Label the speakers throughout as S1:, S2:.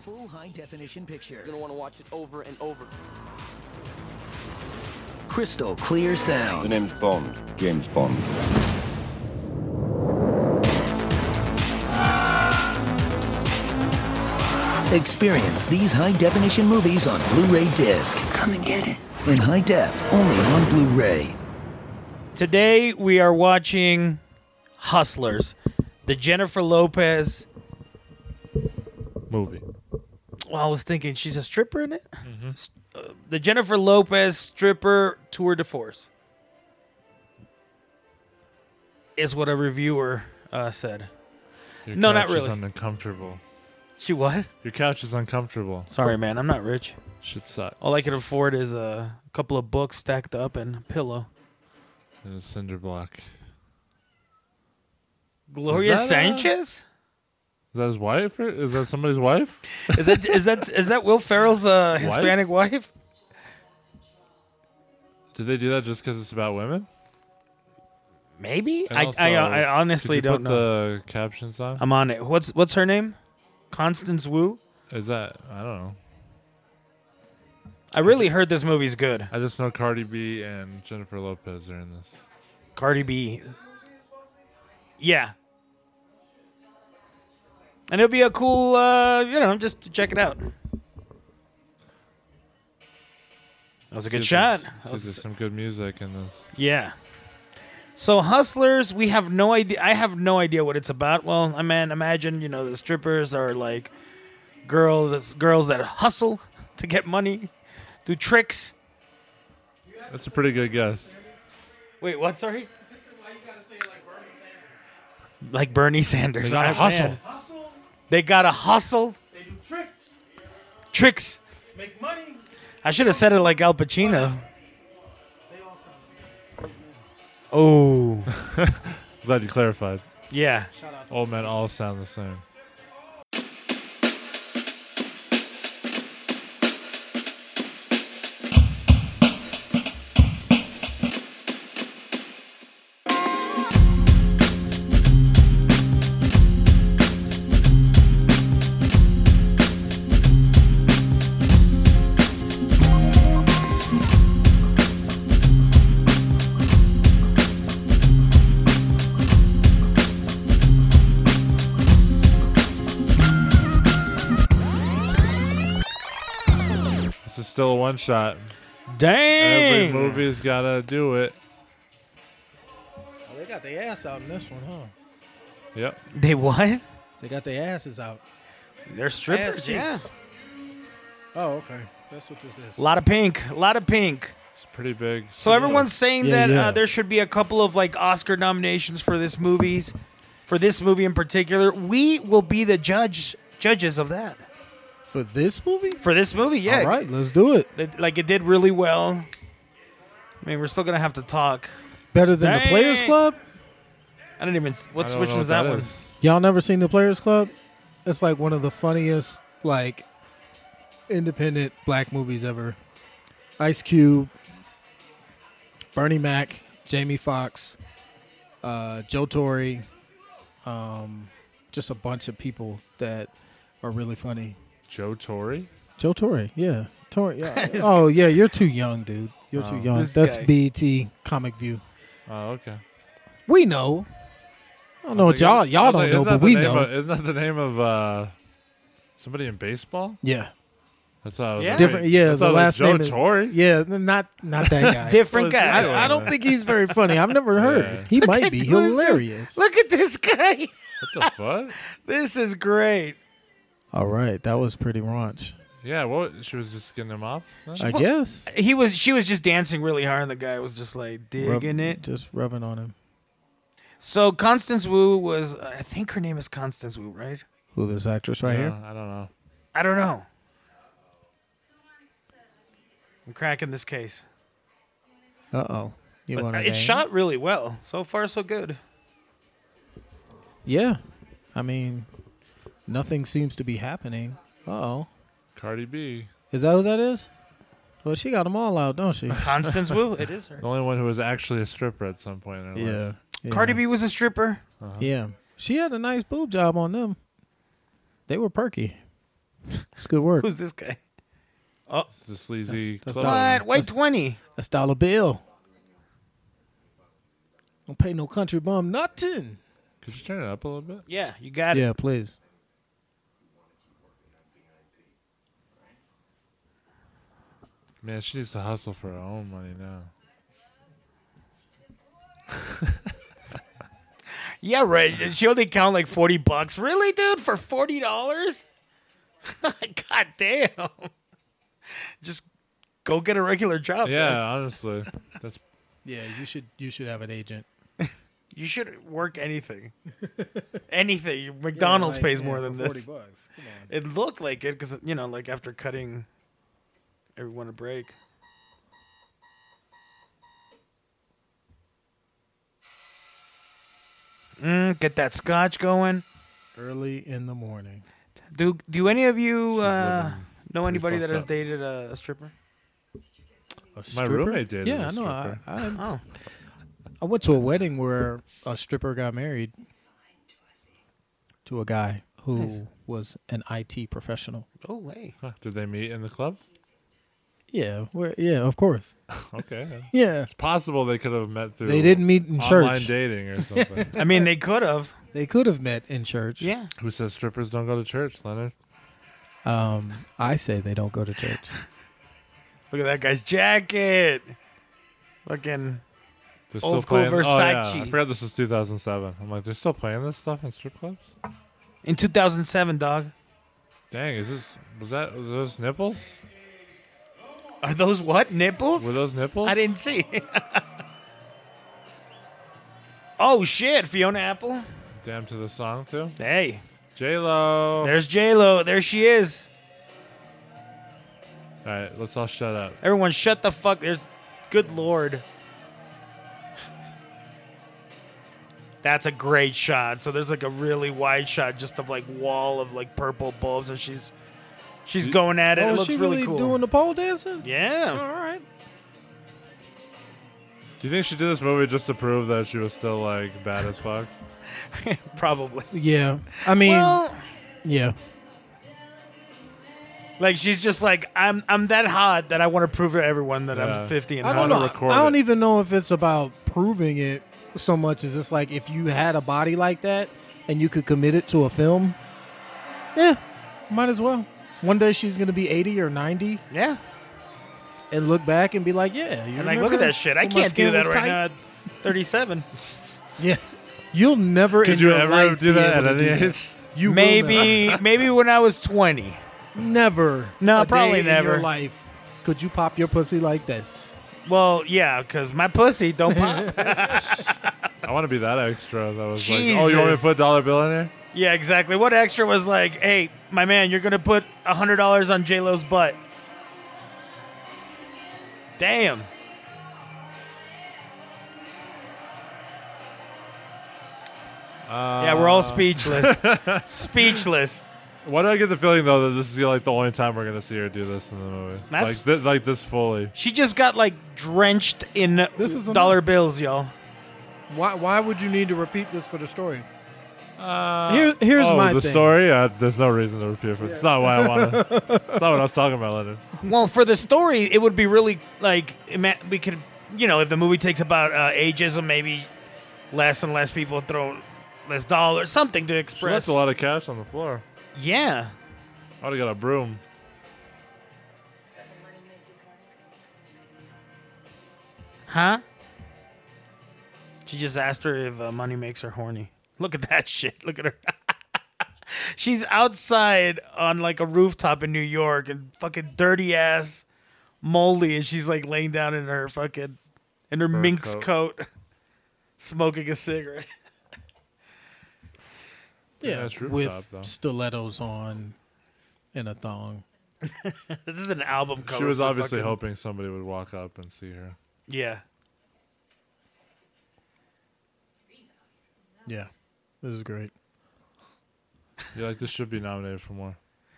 S1: full high-definition picture.
S2: You're gonna want to watch it over and over.
S1: Crystal clear
S3: The
S1: sound.
S3: name's Bond. James Bond.
S1: Experience these high-definition movies on Blu-ray disc.
S4: Come and get it.
S1: In high def, only on Blu-ray.
S5: Today we are watching Hustlers, the Jennifer Lopez
S6: movie.
S5: Well, I was thinking she's a stripper in it.
S6: Mm-hmm.
S5: S- uh, the Jennifer Lopez stripper tour de force is what a reviewer uh, said.
S6: Your
S5: No, not
S6: couch is
S5: really.
S6: uncomfortable.
S5: She what?
S6: Your couch is uncomfortable.
S5: Sorry, man. I'm not rich.
S6: Shit sucks.
S5: All I can afford is a couple of books stacked up and a pillow.
S6: And a cinder block. Is
S5: Gloria
S6: that, uh,
S5: Sanchez?
S6: that his wife? Or is that somebody's wife?
S5: Is that is that is that Will Ferrell's uh, Hispanic wife?
S6: Did they do that just because it's about women?
S5: Maybe.
S6: And
S5: I,
S6: also,
S5: I I
S6: Could
S5: honestly
S6: you
S5: don't
S6: put
S5: know.
S6: the captions on?
S5: I'm on it. What's what's her name? Constance Wu.
S6: Is that I don't know.
S5: I really heard this movie's good.
S6: I just know Cardi B and Jennifer Lopez are in this.
S5: Cardi B. Yeah. And it'll be a cool, uh, you know, just to check it out. That was a good
S6: See if
S5: shot.
S6: there's-
S5: That
S6: see if
S5: was-
S6: there's some good music in this.
S5: yeah. So hustlers, we have no idea. I have no idea what it's about. Well, I mean, imagine you know the strippers are like girls, girls that hustle to get money, do tricks.
S6: That's a pretty good guess.
S5: Wait, what? Sorry. Like Bernie Sanders.
S6: They gotta
S5: I-
S6: hustle.
S5: man. They gotta hustle.
S7: They do tricks,
S5: Tricks.
S7: make money.
S5: I should have said it like Al Pacino.
S7: They all sound the same.
S5: Oh,
S6: Glad you clarified.
S5: yeah.
S6: Old men all sound the same. This is still a one shot. Every
S5: Dang.
S6: movie's gotta do it.
S7: Oh, they got their ass out in this one, huh?
S6: Yep.
S5: They what?
S7: They got their asses out.
S5: They're strippers.
S7: Ass
S5: Yeah.
S7: cheeks. Oh, okay. That's what this
S5: A
S7: is.
S5: lot of pink. A lot of pink.
S6: It's pretty big.
S5: So everyone's saying
S7: Yeah,
S5: that
S7: yeah.
S5: Uh, there should be a couple of like Oscar nominations for this movies, for this movie in particular. We will be the judge judges of that
S7: For this movie?
S5: for this movie. Yeah.
S7: All right, let's do it.
S5: That- like it did really well. I mean, we're still gonna have to talk.
S7: Better than the
S5: Dang.
S7: Players Club?
S5: I don't even. s-
S6: I
S5: What's
S6: don't
S5: which
S6: know
S5: one's
S6: what
S5: that, one?
S6: is.
S7: Y'all never seen the Players Club? It's like one of the funniest, like, independent black movies ever. Ice Cube, Bernie Mac, Jamie Foxx, uh, Joe Torre, um, just a bunch of people that are really funny.
S6: Joe Torre.
S7: Joe Torre, yeah. Torre, yeah. oh, yeah, you're too young, dude. You're
S6: Oh.
S7: too young.
S5: This
S7: That's
S5: guy.
S7: BET Comic View.
S6: Oh, okay.
S7: We know. I don't know what y'all, y'all don't know, but we know.
S6: isn't that the name of uh, somebody in baseball?
S7: yeah.
S6: That's how. I was
S5: Yeah.
S6: like,
S7: Different, yeah.
S6: that's
S7: The
S6: how I was like,
S7: last name
S6: Joe
S7: is
S6: Torre.
S7: Yeah, n- not not that guy.
S5: Different
S6: What is
S5: guy.
S6: that?
S7: I, I don't think he's very funny. I've never heard.
S6: Yeah.
S7: He might be
S5: who is this?
S7: hilarious.
S5: Look at this guy.
S6: What the fuck?
S5: This is great.
S7: All right, that was pretty raunch.
S6: Yeah. What? She was just getting him off. Huh?
S7: I guess
S5: He was. She was just dancing really hard, and the guy was just like digging
S7: Rub-
S5: it.
S7: just rubbing on him.
S5: So Constance Wu was. I think her name is Constance Wu, right?
S7: Who this actress right
S6: No,
S7: here?
S6: Uh, I don't know.
S5: I don't know. I'm cracking this case.
S7: Uh oh, you
S5: But
S7: want to?
S5: it's shot really well. So far, so good.
S7: Yeah, I mean, nothing seems to be happening. Uh oh,
S6: Cardi B,
S7: is that who that is? Well, she got them all out, don't she?
S5: Constance Wu. It is her.
S6: the only one who was actually a stripper at some point in her life.
S7: yeah.
S5: Cardi B was a stripper.
S7: Yeah, she had a nice boob job on them. They were perky. It's good work.
S5: Who's this guy?
S6: It's the sleazy
S7: That's- that's
S6: club.
S7: Dollar.
S5: What? White twenty.
S7: That's dollar bill. Don't pay no country bum nothing.
S6: Could you turn it up a little bit?
S5: Yeah, you got it.
S7: Yeah, please.
S6: Man, she needs to hustle for her own money now.
S5: Yeah, right. She only count like forty bucks. Really, dude? For forty dollars? God damn. Just go get a regular job.
S6: Yeah,
S5: man.
S6: honestly, that's
S7: Yeah, you should you should have an agent.
S5: You should work anything. anything. McDonald's pays more than this.
S7: bucks. Come on.
S5: It looked like it because you know, like after cutting everyone a break. Mm, get that scotch going.
S7: Early in the morning.
S5: Do do any of you
S6: She's
S5: uh,
S6: living
S5: know anybody that
S6: fucked
S5: has
S6: up.
S5: dated a, a stripper?
S7: A
S6: My
S7: stripper?
S6: roommate dated
S7: Yeah,
S6: a
S7: I know. I, I
S5: Oh,
S7: I went to a wedding where a stripper got married to a guy who was an IT professional.
S5: oh hey.
S6: Huh, did they meet in the club?
S7: Yeah, where, yeah, of course.
S6: Okay,
S7: Yeah,
S6: it's possible they could have met through.
S7: they didn't meet in
S6: online
S7: church.
S6: dating or something.
S5: I mean, they could have.
S7: They could have met in church.
S5: Yeah.
S6: Who says strippers don't go to church, Leonard?
S7: Um, I say they don't go to church.
S5: Look at that guy's jacket. Fucking
S6: They're
S5: Old
S6: still
S5: school
S6: playing. Oh, yeah.
S5: Versace.
S6: I forgot this was 2007. I'm like, they're still playing this stuff in strip clubs.
S5: in 2007, dog.
S6: Dang, is this was that was those nipples?
S5: Are those what nipples?
S6: Were those nipples?
S5: I didn't see. oh shit, Fiona Apple.
S6: Damn to the song too.
S5: Hey,
S6: J Lo. All
S5: there's J Lo. There she is.
S6: right, let's all shut up.
S5: Everyone, shut the fuck. There's, good lord. That's a great shot. So there's like a really wide shot, just of like wall of like purple bulbs, and she's, she's going at it.
S7: oh,
S5: it
S7: is
S5: looks
S7: she
S5: really,
S7: really
S5: cool.
S7: doing the pole dancing?
S5: yeah.
S7: All right.
S6: Do you think she did this movie just to prove that she was still like bad as fuck?
S5: Probably.
S7: Yeah. I mean,
S5: Well,
S7: yeah.
S5: like she's just like I'm. I'm that hot that I want to prove to everyone that
S6: Yeah.
S5: I'm 50 and
S7: I
S5: hot.
S7: don't
S6: how
S7: know.
S6: to record
S7: I don't
S6: it.
S7: even know if it's about proving it so much as it's like if you had a body like that and you could commit it to a film. Yeah, might as well. One day she's gonna be eighty or ninety
S5: Yeah.
S7: and look back and be like, "Yeah, you
S5: And like, look at
S7: remember
S5: that shit. I
S7: when my
S5: can't do
S7: skin
S5: that
S7: was
S5: right
S7: tight?"
S5: now at 37.
S7: Yeah, you'll never. in
S6: Could you
S7: your
S6: ever
S7: life
S6: do
S7: be
S6: that at
S7: able to
S6: any
S7: do
S6: age?
S7: that. You will
S5: maybe maybe when I was 20.
S7: never.
S5: No,
S7: a
S5: probably
S7: day in
S5: never.
S7: your life could you pop your pussy like this.
S5: Well, yeah, because my pussy don't pop.
S6: I want to be that extra that was like, oh, you want me to
S5: Jesus.
S6: put a dollar bill in here?
S5: yeah, exactly. What extra was like, hey, my man, you're gonna put hundred dollars on J Lo's butt. Damn.
S6: Uh,
S5: Yeah, we're all speechless. speechless.
S6: Why do I get the feeling though that this is like the only time we're gonna see her do this in the movie?
S5: That's-
S6: like, th- like this fully.
S5: She just got like drenched in
S7: This is
S5: dollar
S7: enough.
S5: bills, y'all.
S7: Why? Why would you need to repeat this for the story?
S6: Uh,
S7: Here- here's
S6: oh,
S7: my
S6: the
S7: thing.
S6: story. Uh, there's no reason to repeat it. It's not why I want to. it's not what I was talking about, Leonard.
S5: Well, for the story, it would be really like ima- we could, you know, if the movie takes about uh, ageism, maybe less and less people throw less dollars, something to
S6: She
S5: express.
S6: left a lot of cash on the floor.
S5: yeah,
S6: I would have got a broom.
S5: huh? She just asked her if uh, money makes her horny. Look at that shit. Look at her. She's outside on like a rooftop in New York and fucking dirty ass, moldy, and she's like laying down in her fucking in her minx coat,
S6: coat.
S5: smoking a cigarette.
S7: Yeah,
S6: it's rooftop,
S7: with
S6: though.
S7: stilettos on and a thong.
S5: This is an album cover.
S6: She was
S5: for
S6: obviously
S5: fucking-
S6: hoping somebody would walk up and see her.
S5: Yeah.
S7: Yeah, this is great.
S6: You're like, this should be nominated for more.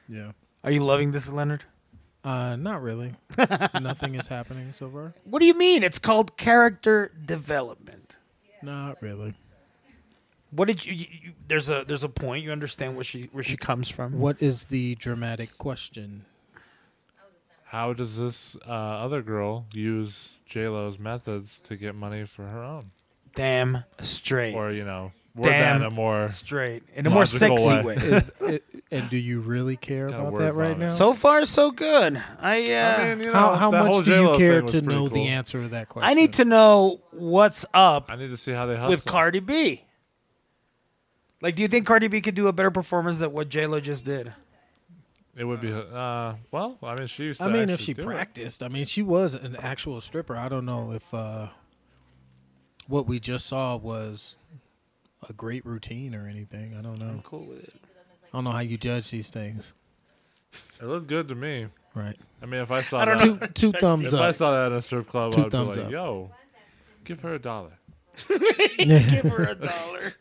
S7: Yeah,
S5: Are you loving this, Leonard?
S7: uh, not really. Nothing is happening so far.
S5: What do you mean? It's called character development.
S7: Not really.
S5: What did you, you, you? There's a there's a point. You understand where she where she comes from.
S7: What is the dramatic question?
S6: How does this uh, other girl use J Lo's methods to get money for her own,
S5: Damn straight,
S6: or you know, word
S5: Damn.
S6: that in a more
S5: straight in a more
S6: Logical
S5: sexy
S6: way.
S5: way.
S7: Is, it, and do you really care
S6: Kinda
S7: about
S6: word
S7: that right
S6: vomit.
S7: now?
S5: So far, so good. I uh,
S6: I mean, you know,
S7: how how
S6: that whole
S7: much do
S6: J-Lo
S7: you
S6: thing
S7: care
S6: was
S7: to
S6: pretty
S7: know the
S6: cool.
S7: answer to that question?
S5: I need to know what's up
S6: I need to see how they hustle
S5: with Cardi B. Like, do you think Cardi B could do a better performance than what J Lo just did?
S6: It would be uh, well. I mean, she used. To
S7: I mean, if
S6: actually
S7: she
S6: do it.
S7: practiced, I mean, she was an actual stripper. I don't know if uh, what we just saw was a great routine or anything. I don't know.
S5: Cool with it.
S7: I don't know how you judge these things.
S6: it looked good to me.
S7: Right.
S6: I mean, if I saw
S5: I don't
S6: that,
S7: Two two thumbs
S6: if I
S7: up.
S6: saw that in a strip club,
S7: Two
S6: I'd be
S7: thumbs
S6: like,
S7: up.
S6: "Yo, give her a dollar
S5: Give her a dollar.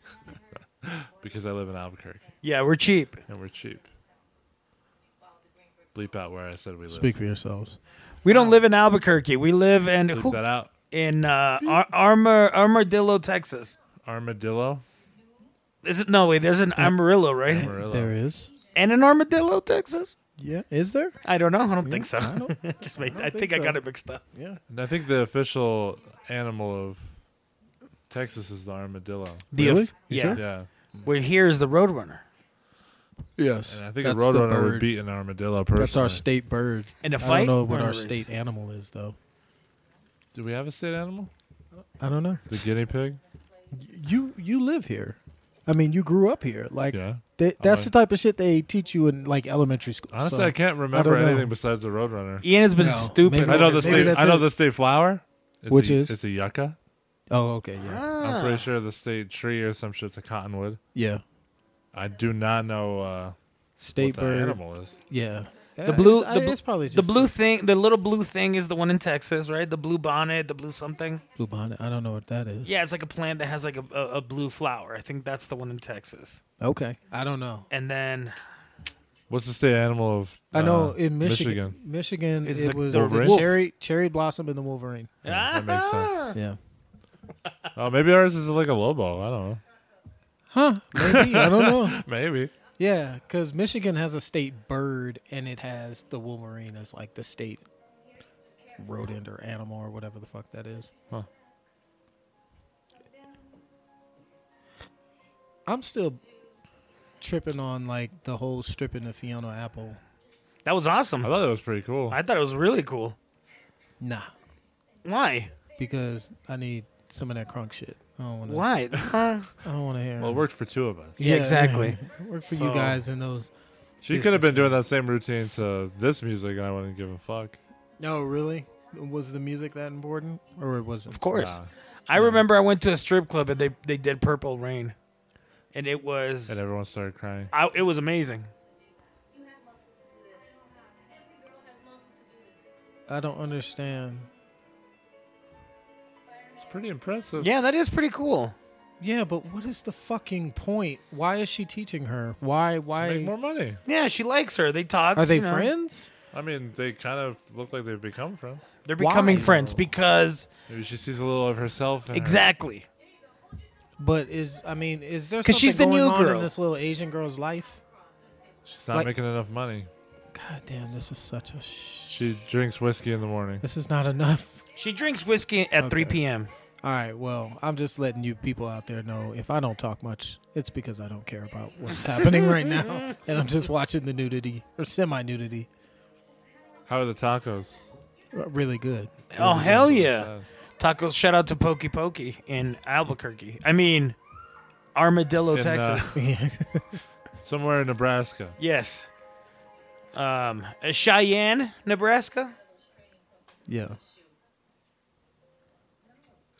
S6: because I live in Albuquerque
S5: yeah, we're cheap.
S6: and we're cheap." Bleep out where I said we live.
S7: Speak for yourselves.
S5: We don't live in Albuquerque. We live in
S6: Bleep
S5: who-
S6: that out.
S5: in uh, Ar- Armor Armadillo, Texas.
S6: Armadillo.
S5: Is it no way? There's an Amarillo, right?
S6: Amarillo.
S7: There is.
S5: And an Armadillo, Texas.
S7: Yeah. Is there?
S5: I don't know. I don't think so. Just made, I, think,
S7: think
S5: I got
S7: so.
S5: it mixed up.
S7: Yeah.
S6: And I think the official animal of Texas is the armadillo.
S5: The
S7: Really?
S5: of-
S7: You
S5: yeah.
S7: sure?
S6: Yeah,
S5: Where here is the Roadrunner,
S7: Yes.
S6: and I think a
S7: That's the
S6: roadrunner would
S7: bird.
S6: beat an armadillo. Personally,
S7: That's our state bird.
S5: In a
S7: I
S5: fight
S7: don't know
S5: or
S7: what
S5: in a
S7: our
S5: race?
S7: state animal is though.
S6: Do we have a state animal?
S7: I don't know.
S6: The guinea pig.
S7: You you live here. I mean, you grew up here. Like
S6: Yeah.
S7: they, that's the type of shit they teach you in like elementary school.
S6: Honestly,
S7: So-
S6: I can't remember
S7: know.
S6: anything besides the roadrunner.
S5: Ian has been
S7: No,
S5: stupid.
S7: maybe-
S6: I know the
S7: Maybe
S6: state.
S7: that's
S6: I know
S7: it.
S6: the state flower, It's
S7: Which
S6: a-
S7: is?
S6: it's a yucca.
S7: Oh, okay, yeah,
S6: I'm pretty sure the state tree or some shit's a cottonwood.
S7: yeah.
S6: I do not know uh, what
S7: State
S6: the
S7: bird.
S6: animal uh, is.
S7: Yeah.
S5: The blue-
S7: It's,
S5: the bl-
S7: it's probably just
S5: The blue thing, the little blue thing, is the one in Texas, right? The blue bonnet, the blue something.
S7: blue bonnet. I don't know what that is.
S5: Yeah, it's like a plant that has like a, a, a blue flower. I think that's the one in Texas.
S7: Okay, I don't know.
S5: And then
S6: What's the state animal of?
S7: I know
S6: uh,
S7: in Michigan, Michigan,
S5: It's
S7: it
S5: the-
S7: was
S5: the
S7: the,
S6: wolf.
S7: cherry cherry blossom and the Wolverine.
S6: Yeah, that makes sense.
S7: Yeah.
S6: Oh, maybe ours is like a lobo. I don't know.
S7: Huh? Maybe I don't know.
S6: Maybe.
S7: Yeah, because Michigan has a state bird and it has the Wolverine as like the state rodent or animal or whatever the fuck that is.
S6: Huh.
S7: I'm still tripping on like the whole stripping of Fiona Apple.
S5: that was awesome.
S6: I thought that was pretty cool.
S5: I thought it was really cool.
S7: Nah,
S5: Why?
S7: because I need some of that crunk shit. I don't want to.
S5: Why? Huh?
S7: I don't want to hear.
S6: well, it worked for two of us.
S5: yeah, exactly.
S7: Work for
S5: So-
S7: you guys and those.
S6: She could have been doing that same routine to this music, and I wouldn't give a fuck.
S7: No, really. Was the music that important, or it wasn't?
S5: Of course.
S6: Nah.
S5: I remember I went to a strip club and they they did Purple Rain, and it was
S6: And everyone started crying.
S5: I, it was amazing.
S7: I don't understand.
S6: It's pretty impressive.
S5: Yeah, that is pretty cool.
S7: Yeah, but what is the fucking point? Why is she teaching her? Why?
S6: Make
S7: Why
S6: more money.
S5: Yeah, she likes her. They talk.
S7: are they
S5: you know.
S7: friends?
S6: I mean, they kind of look like they've become friends.
S5: They're
S7: Why?
S5: becoming friends because
S6: Maybe she sees a little of herself. in her.
S5: exactly.
S7: But is I mean, is there
S5: 'Cause
S7: something
S5: she's
S7: going
S5: the new
S7: on
S5: girl.
S7: in this little Asian girl's life?
S6: She's not
S7: Like-
S6: making enough money.
S7: God damn, this is such a. Sh-
S6: She drinks whiskey in the morning.
S7: this is not enough.
S5: She drinks whiskey at 3
S7: Okay.
S5: p.m.
S7: All right, well, I'm just letting you people out there know if I don't talk much, it's because I don't care about what's happening right now, and I'm just watching the nudity or semi-nudity.
S6: How are the tacos?
S7: R- Really good.
S5: Oh hell yeah!
S6: Sad.
S5: Tacos. Shout out to Pokey Pokey in Albuquerque. I mean, Armadillo,
S6: In,
S5: Texas.
S6: uh, somewhere in Nebraska.
S5: Yes. Um, uh, Cheyenne, Nebraska.
S7: yeah.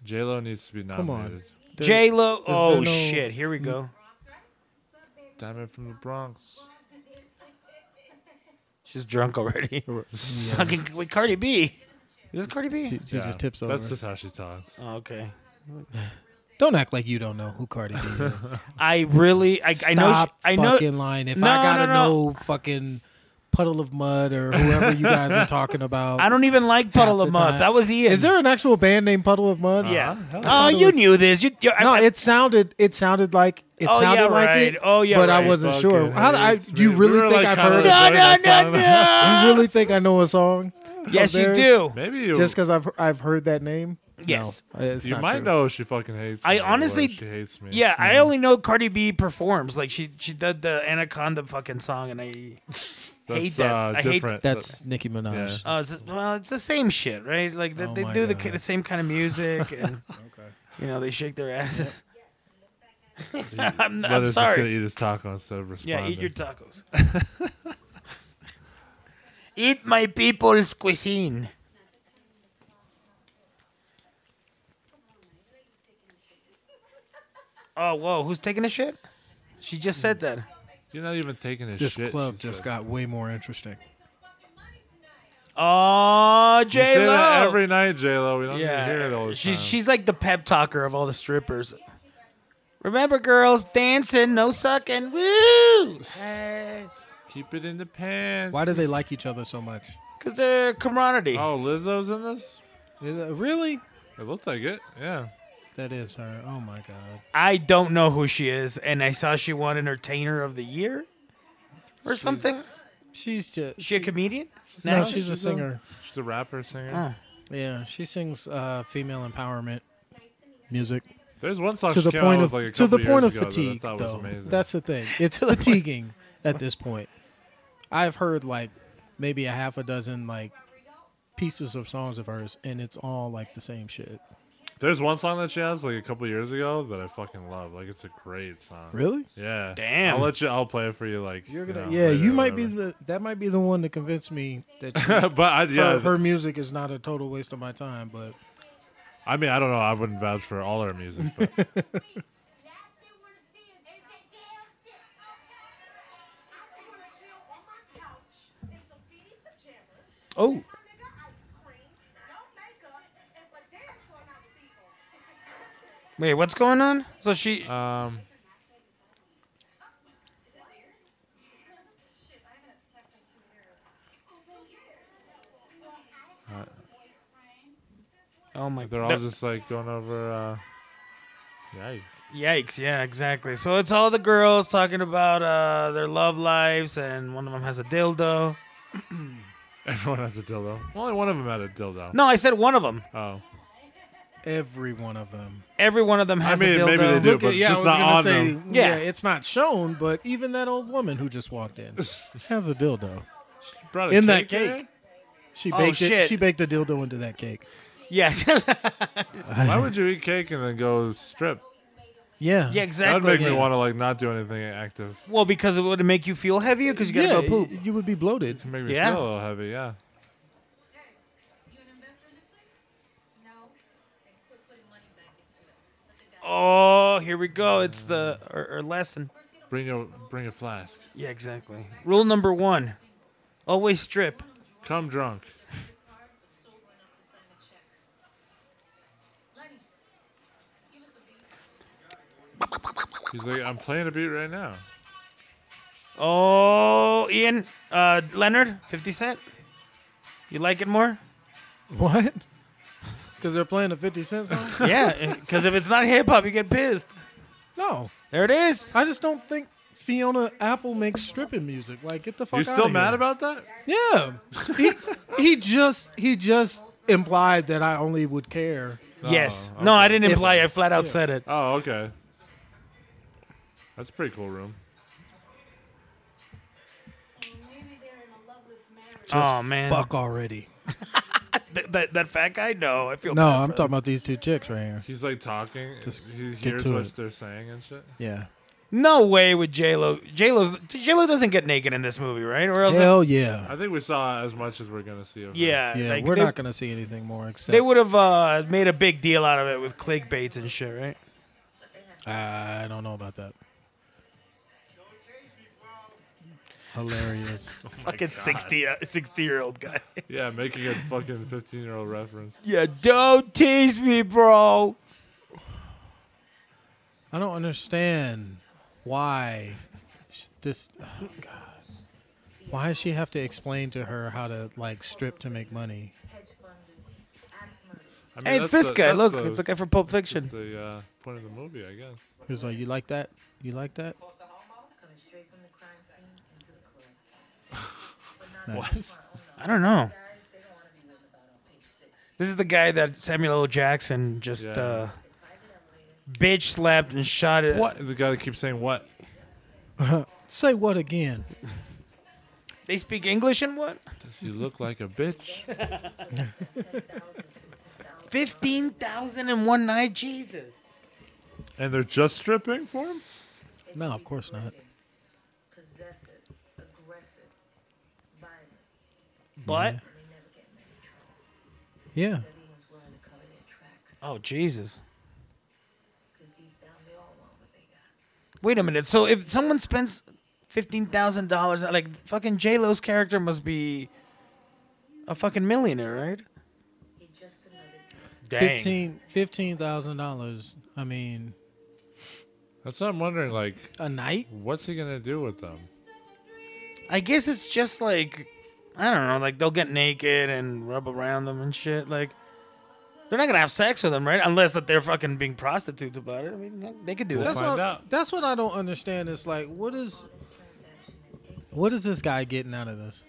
S6: J Lo needs to be
S7: Come on.
S6: nominated.
S5: J Lo. Oh
S7: no-
S5: shit! Here we go.
S6: Diamond from the Bronx.
S5: She's drunk already.
S7: Yeah.
S5: Fucking wait, Cardi B. Is this Cardi B?
S7: She, she
S6: Yeah,
S7: just tips over.
S6: That's just how she talks.
S5: Oh, okay.
S7: Don't act like you don't know who Cardi B is.
S5: I really, I, I know, she,
S7: Stop
S5: I know.
S7: fucking lying. If
S5: No,
S7: I gotta
S5: no, no.
S7: know fucking Puddle of Mud or whoever you guys are talking about.
S5: I don't even like Puddle of
S7: half the
S5: Mud.
S7: time.
S5: That was Ian.
S7: Is there an actual band named Puddle of Mud?
S5: Yeah.
S6: hell yeah.
S5: Oh,
S7: I thought it
S5: you
S7: was-
S5: knew this. You, you I-
S7: No,
S5: I-
S7: it sounded it sounded like it
S5: Oh, yeah,
S7: sounded like it.
S5: right. Oh, yeah,
S7: but
S5: right.
S7: I wasn't
S6: Fucking
S7: sure. How do I?
S6: idiots,
S7: You
S6: man.
S7: really
S6: We were,
S7: think
S6: like,
S7: I've heard?
S6: kinda
S5: No,
S7: Of,
S6: like-
S5: no,
S6: Sorry,
S5: no, no.
S7: you really think I know a song? of
S5: Yes, you
S7: theirs?
S5: do.
S6: Maybe you,
S7: Just because I've I've heard that name.
S5: Yes.
S7: No, it's
S6: you
S7: not
S6: might
S7: true.
S6: know she fucking hates
S5: I
S6: me. or
S5: honestly-
S6: she hates me.
S5: Yeah,
S7: Mm-hmm.
S5: I only know Cardi B performs. Like she she did the Anaconda fucking song, and I
S6: that's
S5: hate that.
S6: Uh,
S5: I hate-
S6: different.
S7: That's Nicki Minaj.
S5: oh, it's, well, it's the same shit, right? Like they,
S7: Oh
S5: they
S7: my
S5: do the,
S7: God.
S5: ki- the same kind of music, and you know they shake their asses. I'm,
S6: But
S5: I'm
S6: it's just gonna
S5: sorry.
S6: eat his taco instead of responding.
S5: Yeah, eat your tacos. eat my people's cuisine. Oh whoa, who's taking a shit? She just said that.
S6: You're not even taking his
S7: This
S6: shit.
S7: club
S6: she
S7: just
S6: said.
S7: got way more interesting.
S5: Oh,
S6: You
S5: J
S6: say that
S5: Lo.
S6: every night, J Lo. We don't
S5: Yeah,
S6: need to hear it all the
S5: she's
S6: time.
S5: she's like the pep talker of all the strippers. Remember, girls, dancing, no sucking, woo!
S6: Keep it in the pants.
S7: Why do they like each other so much?
S5: Cause they're camaraderie.
S6: Oh, Lizzo's in this.
S7: Is it- Really?
S6: It looked like it. Yeah.
S7: That is her. Oh my god.
S5: I don't know who she is, and I saw she won Entertainer of the Year or something.
S7: She's just
S5: She a comedian?
S7: no,
S5: now?
S7: she's a singer.
S6: She's a rapper singer.
S7: Yeah, she sings uh, female empowerment music
S6: There's one song
S7: to
S6: she
S7: the
S6: came
S7: point
S6: out
S7: of
S6: with like a
S7: to the
S6: couple
S7: point of
S6: years ago
S7: fatigue.
S6: That I thought
S7: though
S6: was amazing.
S7: that's the thing. It's fatiguing at this point. I've heard like maybe a half a dozen like pieces of songs of hers, and it's all like the same shit.
S6: There's one song that she has like a couple years ago that I fucking love. Like it's a great song.
S7: Really?
S6: Yeah.
S5: Damn.
S6: I'll let you. I'll play it for you. Like
S7: You're
S6: you
S7: gonna,
S6: know,
S7: yeah,
S6: later
S7: you
S6: or
S7: might be
S6: whatever.
S7: the that might be the one to convince me that you,
S6: but I, yeah,
S7: her, her music is not a total waste of my time. But
S6: I mean, I don't know. I wouldn't vouch for all her music. But
S5: Oh, wait, what's going on? So she
S6: um,
S5: Oh my
S6: they're all
S5: that-
S6: just like going over. Uh, yikes.
S5: Yikes! Yeah, exactly. So it's all the girls talking about uh, their love lives, and one of them has a dildo.
S6: Everyone has a dildo. Only one of them had a dildo.
S5: No, I said one of them.
S6: Oh,
S7: every one of them,
S5: Every one of them has a
S6: mean,
S5: dildo.
S6: maybe they do.
S7: Look
S6: but
S7: at, yeah,
S6: just
S7: I was
S6: not
S7: gonna
S6: on
S7: say,
S6: them.
S7: yeah.
S5: Yeah.
S7: it's not shown, but even that old woman who just walked in has a dildo
S6: Brought a
S7: in that
S6: there?
S7: cake. She
S5: Oh,
S7: baked it.
S5: shit.
S7: She baked a dildo into that cake.
S5: Yeah,
S6: Why would you eat cake and then go strip?
S7: Yeah,
S5: yeah,
S6: That would
S5: exactly.
S6: make me
S7: Yeah.
S6: want to like not do anything active.
S5: Well, because it would make you feel heavier because you gotta
S7: Yeah,
S5: go poop.
S7: y- You would be bloated.
S6: Make me
S5: Yeah.
S6: feel a little heavy. Yeah.
S5: Oh, here we go. It's the or, or lesson.
S6: Bring a bring a flask.
S5: Yeah, exactly. Rule number one: always strip.
S6: Come drunk. He's like, I'm playing a beat right now.
S5: Oh, Ian, uh, Leonard, Fifty Cent. You like it more?
S7: What? Because they're playing a Fifty Cent song.
S5: Yeah, because if it's not hip hop, you get pissed.
S7: no,
S5: There it is.
S7: I just don't think Fiona Apple makes stripping music. Like, get the fuck.
S6: You're
S7: outta
S6: still mad
S7: here.
S6: about that?
S7: Yeah, he, he just he just implied that I only would care.
S5: Yes.
S6: Oh,
S5: No, I
S6: okay.
S5: didn't
S7: If-
S5: imply. I flat out said it.
S6: Oh, okay. That's a pretty cool room.
S7: Just
S5: oh man,
S7: fuck already.
S5: Th- that that fat guy. No, I feel
S7: No,
S5: bad
S7: I'm
S5: for
S7: talking
S5: him.
S7: about these two chicks right here.
S6: He's like talking.
S7: Just
S6: he
S7: get
S6: hears
S7: to
S6: what
S7: it.
S6: they're saying and shit.
S7: Yeah.
S5: No way with J Lo. J Lo's J Lo doesn't get naked in this movie, right? Or else,
S7: Hell yeah.
S6: I think we saw as much as we're gonna see of her.
S5: yeah,
S7: Yeah,
S5: like,
S7: we're
S5: they,
S7: not gonna see anything more except
S5: They would have uh, made a big deal out of it with clickbaits and shit, right?
S7: I don't know about that. Hilarious.
S5: Fucking 60, uh, 60 year old guy.
S6: Yeah, making a fucking 15 year old reference.
S5: yeah, don't tease me, bro.
S7: I don't understand why sh- this. Oh God. Why does she have to explain to her how to like strip to make money?
S6: I mean,
S5: Hey, it's
S6: that's
S5: this
S6: the-
S5: guy.
S6: that's
S5: Look,
S6: the-
S5: it's the guy from Pulp
S6: that's
S5: Fiction.
S6: the uh, point of the movie, I guess.
S7: He was like, "You like that? You like that?"
S4: Coming straight from the crime scene into the club.
S7: Nice.
S5: I don't know.
S4: Guys, they don't want to be written about on page six.
S5: This is the guy that Samuel L. Jackson just
S6: Yeah.
S5: uh, bitch slapped and shot it.
S6: What the guy that keeps saying what?
S7: Say what again?
S5: They speak English and what?
S6: Does he look like a bitch?
S5: Fifteen thousand in one night, Jesus.
S6: and they're just stripping for him?
S7: No, of course not.
S4: Possessive, aggressive, violent.
S5: But
S4: They never get many trouble.
S7: Yeah,
S4: Everyone's willing to cover their tracks.
S5: oh Jesus.
S4: Because deep down, they all want what they got.
S5: Wait a minute. So if someone spends fifteen thousand dollars, like fucking J Lo's character must be a fucking millionaire, right?
S4: He's just another
S7: fifteen fifteen thousand dollars. I mean,
S6: That's what I'm wondering. Like,
S7: a night.
S6: what's he gonna do with them?
S5: I guess it's just like I don't know, like they'll get naked and rub around them and shit. Like they're not gonna have sex with them, right? Unless that they're fucking being prostitutes about it. I mean, they could do
S6: We'll
S5: that.
S7: That's
S6: find
S7: what,
S6: out.
S7: that's what I don't understand. It's like, what is, what is this guy getting out of this?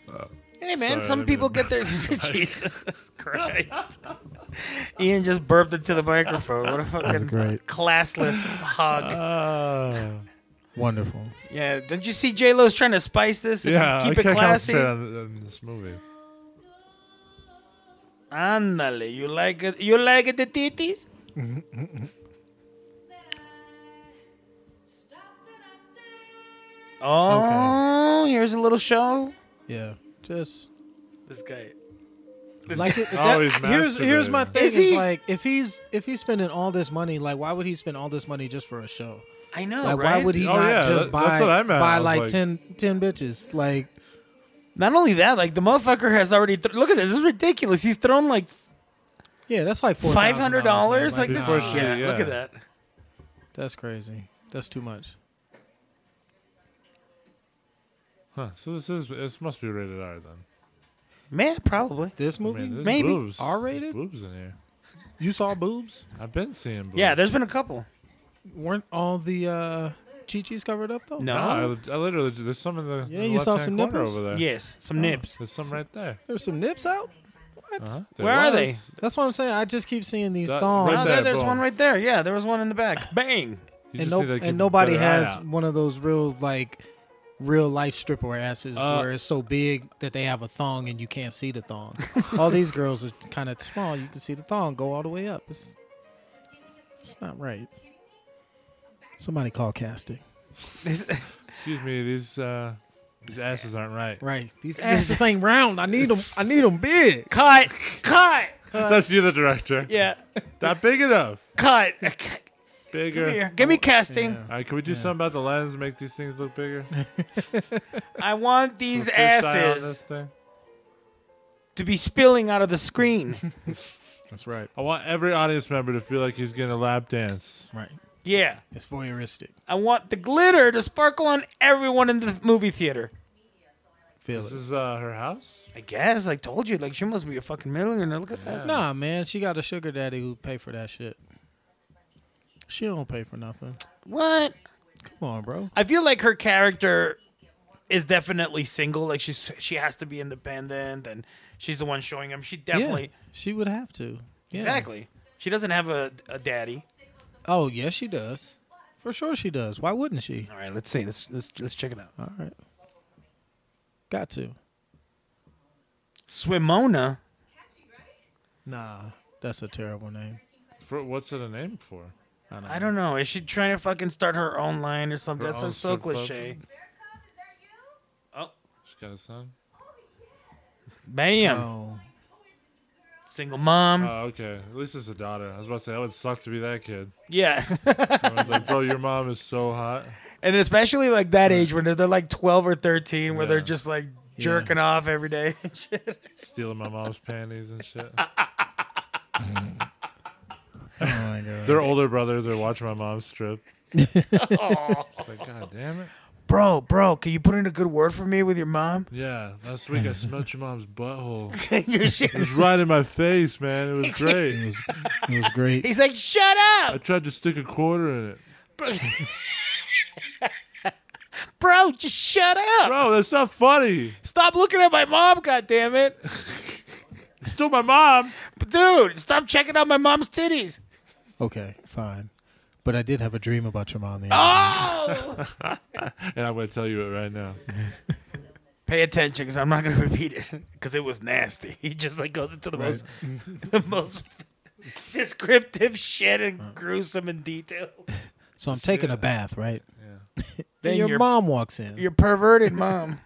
S5: Hey man,
S6: Sorry,
S5: some
S6: let me-
S5: people get their Jesus Christ. Ian just burped into the microphone. What a fucking
S7: great.
S5: classless hog.
S6: Uh,
S7: Wonderful.
S5: yeah, don't you see J Lo's trying to spice this? and
S6: yeah,
S5: keep
S6: I
S5: it
S6: can't
S5: classy.
S6: concentrate on, on this movie.
S5: Andale, you like it? You like it, the titties? oh, here's a little show.
S7: Yeah, just
S5: This guy.
S7: like it.
S6: Oh, he's
S7: here's here's my
S6: masturbating.
S7: thing.
S5: Is
S7: Is
S5: he-
S7: like if he's if he's spending all this money, like why would he spend all this money just for a show?
S5: I know,
S7: Like
S5: right?
S7: why would he
S6: Oh,
S7: not
S6: yeah, that- that's
S7: just buy
S6: what I meant.
S7: buy
S6: I was
S7: like,
S6: like-
S7: ten ten 10 bitches? Like
S5: Not only that, like the motherfucker has already. Th- look at this. This is ridiculous. He's thrown like
S7: yeah, that's like four
S5: five hundred dollars. Like this.
S6: Before
S5: is-
S6: she-
S5: yeah,
S6: yeah.
S5: look at that.
S7: that's crazy. That's too much.
S6: Huh? So this is this must be rated R then.
S5: Man, probably.
S7: This
S6: I
S7: movie,
S6: mean, there's
S5: Maybe.
S6: boobs. There's
S7: R-rated?
S6: boobs in here.
S7: you saw boobs?
S6: I've been seeing boobs.
S5: Yeah, there's been a couple.
S7: Weren't all the uh, chi chis covered up though?
S5: No.
S6: Nah, Ah, I, I literally there's some in the
S7: Yeah,
S6: in the
S7: you saw
S6: left-hand
S7: some
S6: corner
S7: nipples?
S6: over there.
S5: Yes, some nips.
S6: there's some right there.
S7: there's some nips out. What?
S6: Uh-huh.
S5: Where are they?
S6: was.
S7: That's what I'm saying. I just keep seeing these
S6: That-
S7: thongs,
S6: right
S5: Oh, there,
S6: there,
S5: there's
S6: boom.
S5: one right there. Yeah, there was one in the back. Bang.
S6: You
S7: and,
S6: just
S7: no,
S6: need to keep
S7: and
S6: a
S7: nobody
S6: better eye
S7: has
S6: out.
S7: one of those real like real life stripper asses
S6: Uh,
S7: where it's so big that they have a thong and you can't see the thong. all these girls are kind of small. You can see the thong go all the way up. It's, it's not right. Somebody call casting.
S6: Excuse me, these uh, these asses aren't right.
S7: Right. These asses ain't round. I need them. I need them big.
S5: Cut. Cut.
S7: Uh,
S6: That's you, the director.
S5: Yeah.
S6: Not big enough.
S5: Cut.
S6: Bigger.
S5: Here, give me casting.
S6: All right, can we do something about the lens? Make these things look bigger.
S5: I want these
S6: Put fish eye on this
S5: asses
S6: thing.
S5: to be spilling out of the screen.
S7: That's right.
S6: I want every audience member to feel like he's getting a lap dance.
S7: Right.
S5: yeah.
S7: It's voyeuristic.
S5: I want the glitter to sparkle on everyone in the movie theater.
S7: Feel
S6: This
S7: it.
S6: is uh, her house.
S5: I guess. I told you. Like, she must be a fucking millionaire. Look at that.
S7: Nah, man. She got a sugar daddy who pay for that shit. She don't pay for nothing.
S5: What?
S7: Come on, bro.
S5: I feel like her character is definitely single. Like, she's she has to be independent, and she's the one showing him. She definitely.
S7: Yeah, she would have to. Yeah.
S5: Exactly. She doesn't have a, a daddy.
S7: Oh, yes, she does. For sure she does. Why wouldn't she?
S5: All right, let's see. Let's let's, let's check it out.
S7: All right. Got to.
S5: Swimona.
S7: Nah, that's a terrible name.
S6: For what's it a name for?
S7: I don't.
S5: I don't know. Is she trying to fucking start her own line or something?
S6: Her
S5: That's so,
S6: own
S5: so
S6: strip club?
S5: cliche. Oh,
S6: She's got a son.
S5: bam.
S7: know.
S5: Single mom.
S6: Oh, okay. At least it's a daughter. I was about to say that would suck to be that kid.
S5: yeah.
S6: I was like, bro, your mom is so hot.
S5: and especially like that age when they're, they're like 12 or 13, where they're
S6: Yeah.
S5: just like jerking off every day. and shit.
S6: Stealing my mom's panties and shit.
S7: Oh, my god.
S6: Their older brothers are watching my mom strip. it's like, God damn it.
S5: bro, bro, can you put in a good word for me with your mom?
S6: Yeah, last week I smelled your mom's butthole. It
S5: Your shit-
S6: was right in my face, man. It was great.
S7: It was great.
S5: He's like, shut
S6: I
S5: up,
S6: tried to stick a quarter in it.
S5: bro, just shut up.
S6: Bro, that's not funny.
S5: Stop looking at my mom, God damn it,
S6: It's still my mom.
S5: dude. Stop checking out my mom's titties.
S7: Okay, fine. But I did have a dream about your mom. The
S5: Oh,
S6: And I'm going to tell you it right now.
S5: pay attention, because I'm not gonna repeat it, because it was nasty. He just like goes into the most, the most descriptive shit and gruesome in detail.
S7: so I'm taking a bath, right?
S5: Then
S7: And your,
S5: your-
S7: mom walks in.
S5: Your perverted mom.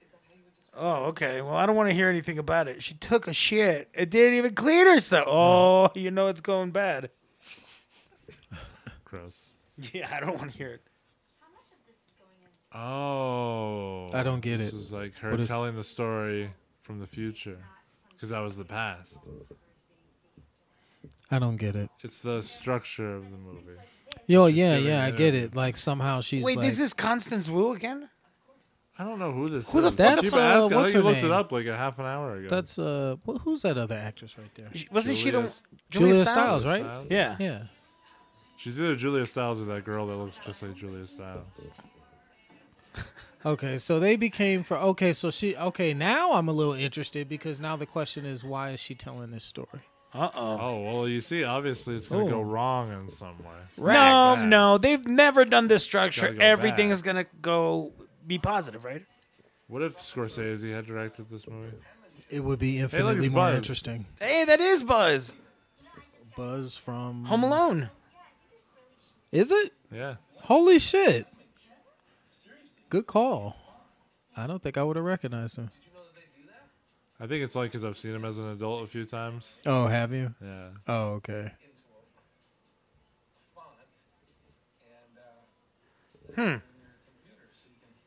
S5: oh, okay. Well, I don't want to hear anything about it. She took a shit. It didn't even clean herself. Oh, you know it's going bad.
S6: Gross.
S5: Yeah, I don't want to hear it.
S6: Oh.
S7: I don't get
S6: This
S7: it.
S6: is like her
S7: What is-
S6: telling the story from the future. Because that was the past.
S7: I don't get it.
S6: It's the structure of the movie.
S7: Yo, yeah,
S6: giving
S7: yeah, I
S6: it
S7: get
S6: up.
S7: it. Like somehow she's
S5: Wait,
S7: like,
S5: this is Constance Wu again?
S6: I don't know who this
S7: Who
S6: is.
S7: the fuck-
S6: Keep
S7: that's, uh,
S6: asking. I
S7: what's
S6: think you
S7: her
S6: looked it
S7: name?
S6: up like a half an hour ago.
S7: that's uh, wh- who's that other actress right there?
S5: She- Wasn't she the
S6: Julia-
S5: Julia,
S7: Julia
S5: Stiles?
S7: Stiles, right?
S6: Stiles?
S5: Yeah.
S7: Yeah,
S6: She's either Julia Stiles or that girl that looks just like Julia Stiles.
S7: Okay, so they became for okay, so she okay, now I'm a little interested because now the question is why is she telling this story?
S5: Uh oh.
S6: Oh, well, you see, obviously it's going to
S7: Oh.
S6: go wrong in some way.
S5: No, no, they've never done this structure.
S6: Gotta go
S5: Everything
S6: back.
S5: is gonna go be positive, right?
S6: What if Scorsese had directed this movie?
S7: It would be
S6: it's
S7: infinitely more
S6: Buzz.
S7: interesting.
S5: Hey, that is Buzz.
S7: Buzz from
S5: Home Alone.
S7: Is it?
S6: Yeah.
S7: Holy shit. Good call. I don't think I would have recognized him.
S6: I think it's like because I've seen him as an adult a few times.
S7: Oh, have you?
S6: Yeah.
S7: Oh, okay.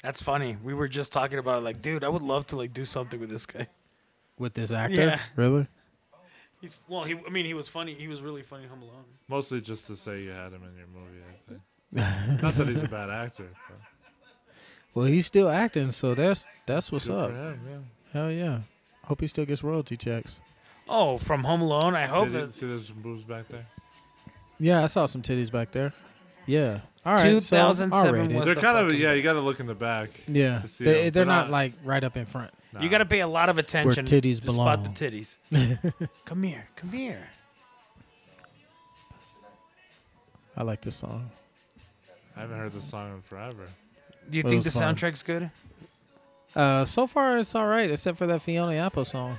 S5: That's funny. We were just talking about it. Like, dude, I would love to like do something with this guy.
S7: With this actor?
S5: Yeah.
S7: Really?
S5: He's well. He, I mean, he was funny. He was really funny. in Home Alone.
S6: Mostly just to say you had him in your movie, I think. Not that he's a bad actor. But
S7: Well, he's still acting, so that's that's what's
S6: good for
S7: up.
S6: him, yeah.
S7: Hell yeah. Hope he still gets royalty checks.
S5: Oh, from Home Alone. I hope
S6: Did you
S5: that
S6: see those boobs back there?
S7: Yeah, I saw some titties back there. Yeah. All right.
S5: 2007
S7: so, R-rated.
S5: was-
S6: They're
S5: the
S6: kind of
S5: fucking-
S6: yeah. You got to look in the back.
S7: Yeah,
S6: to see them.
S7: they, they're not, like right up in front.
S6: nah.
S5: you got to pay a lot of attention
S7: titties
S5: to
S7: belong.
S5: spot the titties. come here, come here.
S7: I like this song.
S6: I haven't heard this song in forever.
S5: Do you
S7: Well,
S5: think the
S7: it's fine.
S5: soundtrack's good?
S7: Uh, so far it's all right, except for that Fiona Apple song.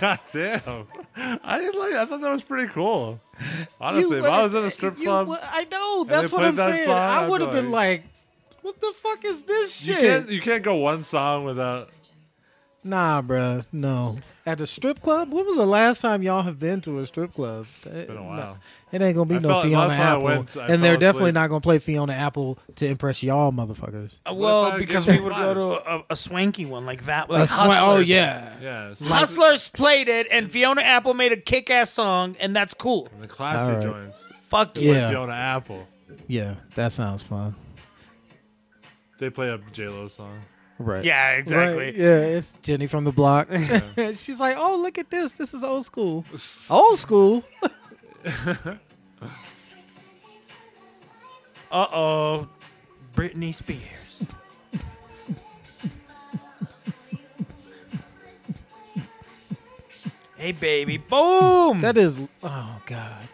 S6: God damn. I didn't like. I thought that was pretty cool. Honestly, if I was in a strip
S7: you
S6: club,
S7: would- I know
S6: they
S7: that's what
S6: played
S7: I'm
S6: that
S7: saying.
S6: song,
S7: I
S6: I'd
S7: would have
S6: be
S7: been like, "What the fuck is this
S6: you
S7: shit?"
S6: can't you can't go one song without.
S7: Nah, bruh, no. At a strip club, when was the last time y'all have been to a strip club?
S6: It's been a while.
S7: It ain't gonna be
S6: I
S7: no
S6: felt-
S7: Fiona
S6: last time I
S7: Apple,
S6: went, I
S7: and they're
S6: fell
S7: definitely
S6: asleep.
S7: not gonna play Fiona Apple to impress y'all motherfuckers.
S5: Uh,
S6: if
S5: well,
S6: I
S5: because
S6: give
S5: we
S6: you
S5: would
S6: five?
S5: go to a, a swanky one like that. Like
S7: That's why- oh
S5: Hustlers.
S7: yeah,
S6: Yeah, it's
S5: Hustlers played it, and Fiona Apple made a kick-ass song, and that's cool.
S6: the classy
S7: All right.
S6: joints.
S5: Fuck you.
S7: Yeah.
S6: Fiona Apple.
S7: yeah. That sounds fun.
S6: They play a J Lo song.
S7: Right.
S5: Yeah, exactly.
S7: Right, Yeah, it's Jenny from the block. She's like, "Oh, look at this. This is old school. old school."
S5: Uh oh, Britney Spears. hey, baby, boom.
S7: That is. Oh God,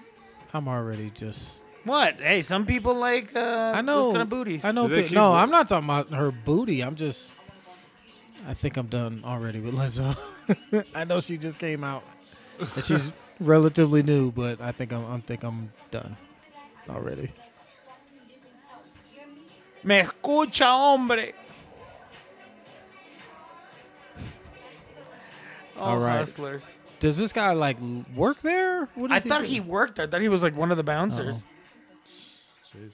S7: I'm already just.
S5: what? Hey, some people like uh,
S7: I know.
S5: those kind of booties.
S7: I know.
S6: Do they
S7: but-
S6: keep-
S7: no, I'm not talking about her booty. I'm just. I think I'm done already with Lizzo. I know she just came out. And she's relatively new, but I think I'm. I think I'm done already.
S5: Me escucha, hombre. Oh,
S7: All right.
S5: hustlers.
S7: Does this guy like l- work there? What
S5: I
S7: does
S5: thought
S7: do?
S5: he worked. I thought he was like one of the bouncers.
S6: Jeez.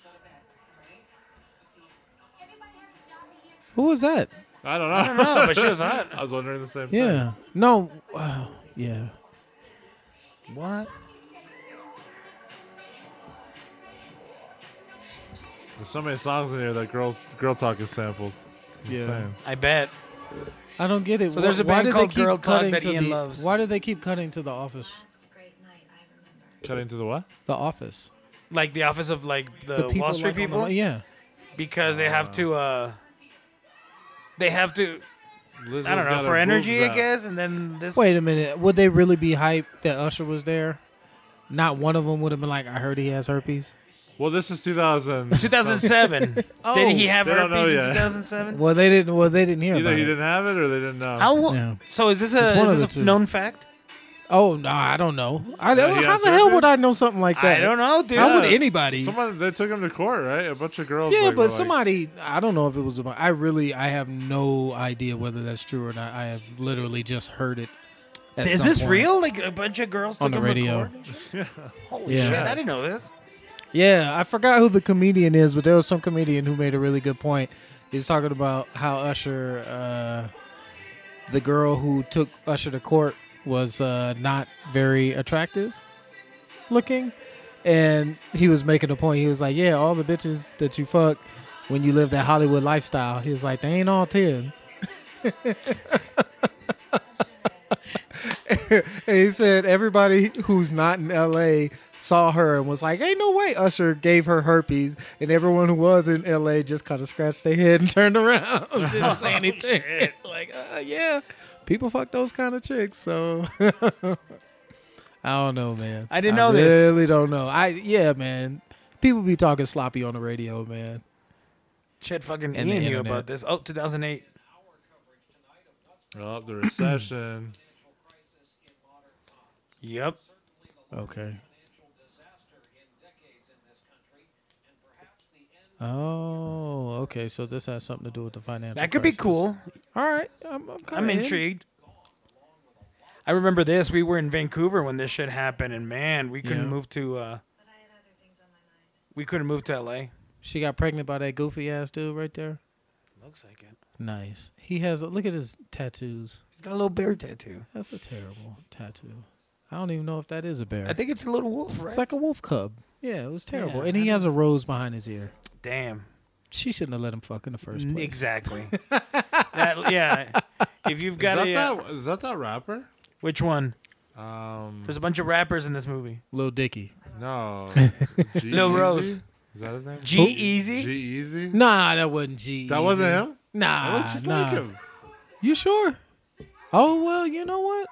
S7: Who was that?
S6: I don't know.
S5: I don't know, but she was hot.
S6: I was wondering the same thing.
S7: Yeah. No. Uh, yeah.
S5: What?
S6: There's so many songs in here that girl girl talk is sampled. It's
S7: Yeah.
S6: insane.
S5: I bet.
S7: I don't get it.
S5: So there's a
S7: Wh- why
S5: band
S7: do they
S5: called
S7: keep
S5: Girl Talk
S7: cutting
S5: that
S7: to
S5: Ian
S7: the-
S5: loves.
S7: Why do they keep cutting to the office?
S4: It's a great night, I remember.
S6: Cutting to the what?
S7: The office.
S5: Like the office of like the,
S7: The people,
S5: Wall Street
S7: like, on the
S5: people,
S7: li- yeah.
S5: because they have to. uh They have to.
S6: Lizzo's
S5: I don't
S6: got
S5: know
S6: her
S5: for energy,
S6: boobs
S5: I
S6: out.
S5: guess, and then this.
S7: Wait a minute. Would they really be hyped that Usher was there? Not one of them would have been like, "I heard he has herpes."
S6: Well, this is 2000.
S5: 2007.
S7: Oh.
S5: Did he have
S6: They don't know
S5: herpes in
S6: yet.
S5: 2007?
S7: Well, they didn't. Well, they didn't hear
S6: Either
S7: about
S6: he
S7: it.
S6: didn't have it or they didn't know.
S5: How?
S7: Yeah.
S5: So is this
S7: It's
S5: a
S7: one of
S5: is
S7: the
S5: this a
S7: two.
S5: known fact?
S7: Oh no, I don't know. I don't.
S6: he
S7: how
S6: has
S7: the hell would
S6: herpes?
S7: I know something like that?
S5: I don't know, dude.
S7: How would
S6: Yeah.
S7: anybody?
S6: Someone they took him to court, right? A bunch of girls.
S7: yeah,
S6: like, were
S7: but
S6: like-
S7: somebody. I don't know if it was. About, I really. I have no idea whether that's true or not. I have literally just heard it. at
S5: Is
S7: some
S5: this
S7: point.
S5: real? Like a bunch of girls took
S7: On the
S5: him to
S7: radio.
S5: court and shit? Holy
S7: Yeah.
S5: shit! I didn't know this.
S7: Yeah, I forgot who the comedian is, but there was some comedian who made a really good point. He was talking about how Usher, uh, the girl who took Usher to court, was uh, not very attractive looking. And he was making a point. He was like, Yeah, all the bitches that you fuck when you live that Hollywood lifestyle, he was like, They ain't all tens. And he said everybody who's not in LA saw her and was like, "Ain't no way Usher gave her herpes," and everyone who was in LA just kind of scratched their head and turned around,
S5: Oh,
S7: didn't say anything. like, uh, yeah, people fuck those kind of chicks. So I don't know, man.
S5: I didn't know this.
S7: Really don't know. I yeah, man. People be talking sloppy on the radio, man.
S5: Shit, fucking
S7: And the
S5: Ian knew
S7: internet.
S5: about this. Oh, 2008.
S6: Oh, the recession.
S5: Yep.
S7: Okay. Oh, okay. So this has something to do with the financial.
S5: That could be
S7: crisis.
S5: cool.
S7: All right, I'm, I'm, kinda
S5: I'm
S7: in.
S5: intrigued. I remember this. We were in Vancouver when this shit happened, and man, we couldn't
S7: Yeah.
S5: move to uh,
S4: But I had other things on my mind.
S5: we couldn't move to LA.
S7: She got pregnant by that goofy ass dude right there.
S5: Looks like it.
S7: Nice. He has. A, look at his tattoos.
S5: He's got a little bear tattoo.
S7: That's a terrible tattoo. I don't even know if that is a bear.
S5: I think it's a little wolf, right?
S7: it's like a wolf cub. Yeah, it was terrible.
S5: Yeah,
S7: and he has a rose behind his ear.
S5: Damn.
S7: She shouldn't have let him fuck in the first place.
S5: Exactly. that, yeah. If you've
S6: Is
S5: got
S6: that,
S5: a uh,
S6: that, is that that rapper?
S5: which one?
S6: Um,
S5: There's a bunch of rappers in this movie.
S7: Lil Dicky.
S6: no.
S5: Lil
S6: G-Eazy?
S5: Rose.
S6: Is that his name?
S5: G Easy.
S6: G Easy.
S7: Nah, that wasn't G.
S6: That wasn't him.
S7: Nah,
S6: Looks just
S7: nah.
S6: like him.
S7: You sure? Oh well, you know what?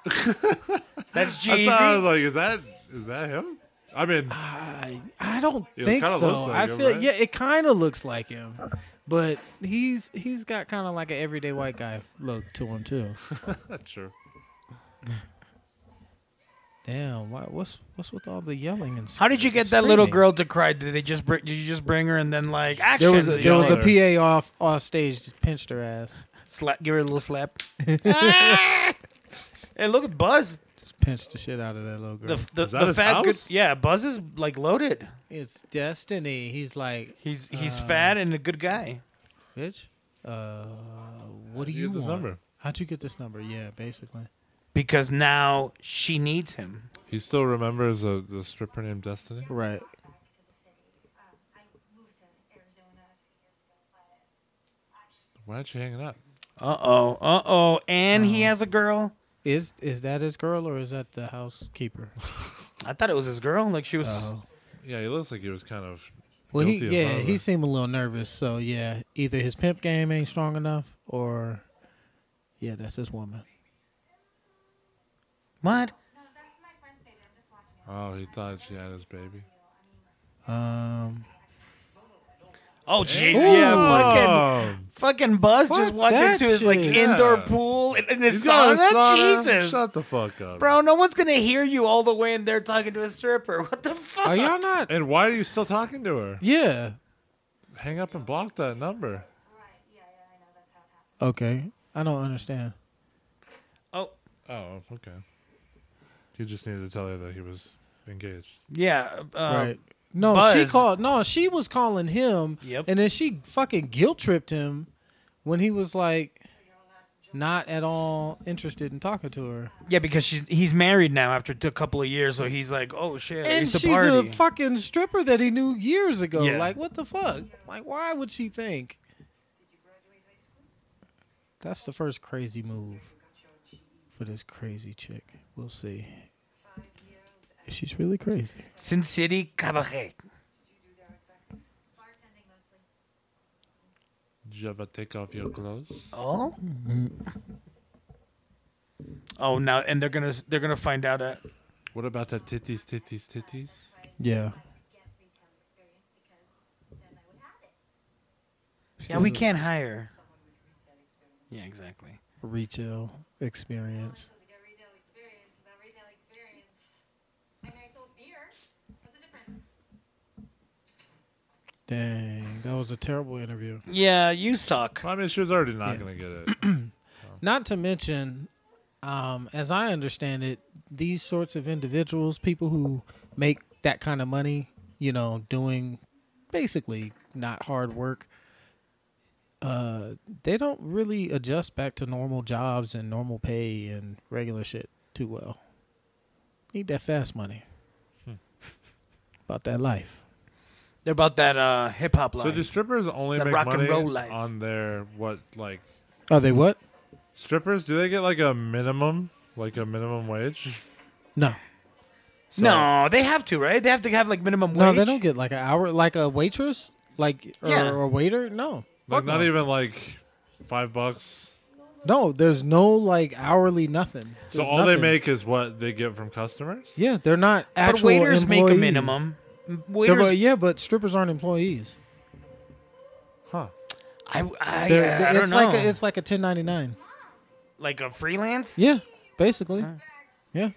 S5: That's G
S6: I thought I was
S5: Easy.
S6: like, is that is that him? I mean,
S7: I I don't
S6: It
S7: think
S6: kinda
S7: so.
S6: looks like
S7: I
S6: him,
S7: feel
S6: right?
S7: yeah, it kind of looks like him, but he's he's got kind of like an everyday white guy look to him too.
S6: that's true.
S7: Damn, why, what's what's with all the yelling and?
S5: How did you
S7: screaming-
S5: get that little
S7: screaming?
S5: girl to cry? Did they just bring, did you just bring her and then like action?
S7: There was a,
S5: You
S7: there
S5: know,
S7: was a
S5: like,
S7: PA off off stage just pinched her ass,
S5: slap, give her a little slap. Ah! hey, look at Buzz.
S7: just pinched the shit out of that little girl.
S5: The the,
S6: Is that
S5: the
S6: his
S5: fat good
S6: house?
S5: yeah. Buzz is like loaded.
S7: it's destiny. He's like,
S5: He's
S7: Uh.
S5: he's fat and a good guy.
S7: bitch, uh, what do
S6: you
S7: you
S6: get this
S7: want?
S6: number?
S7: How'd you get this number? Yeah, basically.
S5: Because now she needs him.
S6: He still remembers a the stripper named Destiny.
S7: Right.
S6: Why aren't you hanging up?
S5: Uh oh. Uh oh. And he
S7: Uh-huh.
S5: has a girl.
S7: Is is that his girl or is that the housekeeper?
S5: I thought it was his girl. Like she was.
S7: Oh.
S6: Yeah, he looks like he was kind of.
S7: Well, he,
S6: guilty of
S7: yeah,
S6: murder.
S7: he seemed a little nervous. So yeah, either his pimp game ain't strong enough, or yeah, that's his woman.
S5: What?
S6: Oh, he thought she had his baby.
S7: Um,
S5: Oh jeez.
S7: Ooh.
S5: Yeah. Fucking. Fucking Buzz
S7: Fuck
S5: just walked
S7: that
S5: into his like
S7: shit.
S5: indoor
S6: Yeah.
S5: pool in, in
S6: He's
S5: his
S6: got a
S5: sauna.
S6: sauna?
S5: Jesus.
S6: Shut the fuck up,
S5: Bro, no one's gonna hear you all the way in there talking to a stripper. What the fuck?
S7: are y'all not?
S6: And why are you still talking to her?
S7: Yeah.
S6: Hang up and block that number.
S7: Okay, I don't understand.
S5: Oh
S6: Oh, okay. He just needed to tell her that he was engaged.
S5: yeah. Uh,
S7: right. No, she
S5: Buzz-
S7: called. No, she was calling him.
S5: Yep.
S7: And then she fucking guilt tripped him when he was like, not at all interested in talking to her.
S5: Yeah, because she's he's married now after t- a couple of years, so he's like, oh shit, I
S7: And
S5: used to
S7: she's a
S5: party.
S7: fucking stripper that he knew years ago.
S5: Yeah.
S7: Like, what the fuck? Like, why would she think? That's the first crazy move for this crazy chick. We'll see. If she's really crazy.
S5: Sin City Cabaret.
S6: Did you ever take off your clothes?
S5: Oh. Oh, now and they're gonna they're gonna find out that
S6: What about the titties, titties, titties?
S7: Yeah.
S5: yeah we can't hire. Yeah, exactly.
S7: Retail experience.
S8: With your retail experience, without retail experience, I mean, I sold beer. What's the difference?
S7: Dang, that was a terrible interview.
S5: Yeah, you suck.
S6: Well, I mean, she was already not gonna get it.
S7: Not to mention, um, as I understand it, these sorts of individuals, people who make that kind of money, you know, doing basically not hard work, uh, they don't really adjust back to normal jobs and normal pay and regular shit too well. Need that fast money. About that life.
S5: They're about that uh, hip hop
S6: So
S5: line.
S6: do strippers only
S5: The
S6: make
S5: rock and
S6: money
S5: roll life.
S6: on their what? Like
S7: Are they what?
S6: strippers? Do they get like a minimum, like a minimum wage?
S7: No.
S6: So-
S5: no, they have to, right? They have to have like minimum wage.
S7: No, they don't get like an hour, like a waitress, like or,
S5: Yeah.
S7: or waiter. No,
S6: Like
S7: Fuck
S6: not
S7: no.
S6: even like five bucks.
S7: No, there's no like hourly nothing.
S6: So
S7: There's
S6: all they
S7: nothing.
S6: make is what they get from customers.
S7: Yeah, they're not
S5: But
S7: actual
S5: waiters make
S7: employees.
S5: a minimum. M-
S7: They're-
S5: Waiters,
S7: but- yeah, but strippers aren't employees.
S6: Huh.
S5: I, I,
S7: They're-
S5: I
S7: they-
S5: don't
S7: it's
S5: know.
S7: like a, it's like a 1099.
S5: like a freelance.
S7: Yeah, basically. Yeah.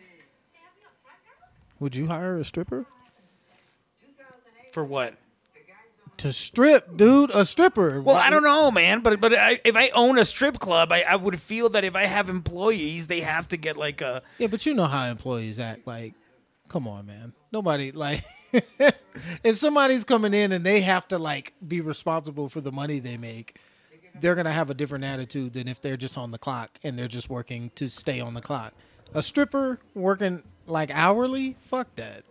S7: Would you hire a stripper
S5: For what?
S7: to strip, dude? A stripper?
S5: Well,
S7: Why-
S5: I don't know, man. But but I, if I own a strip club, I, I would feel that if I have employees, they have to get like a.
S7: Yeah, but you know how employees act. Like, come on, man. Nobody like if somebody's coming in and they have to like be responsible for the money they make, they're gonna have a different attitude than if they're just on the clock and they're just working to stay on the clock. A stripper working like hourly, fuck that.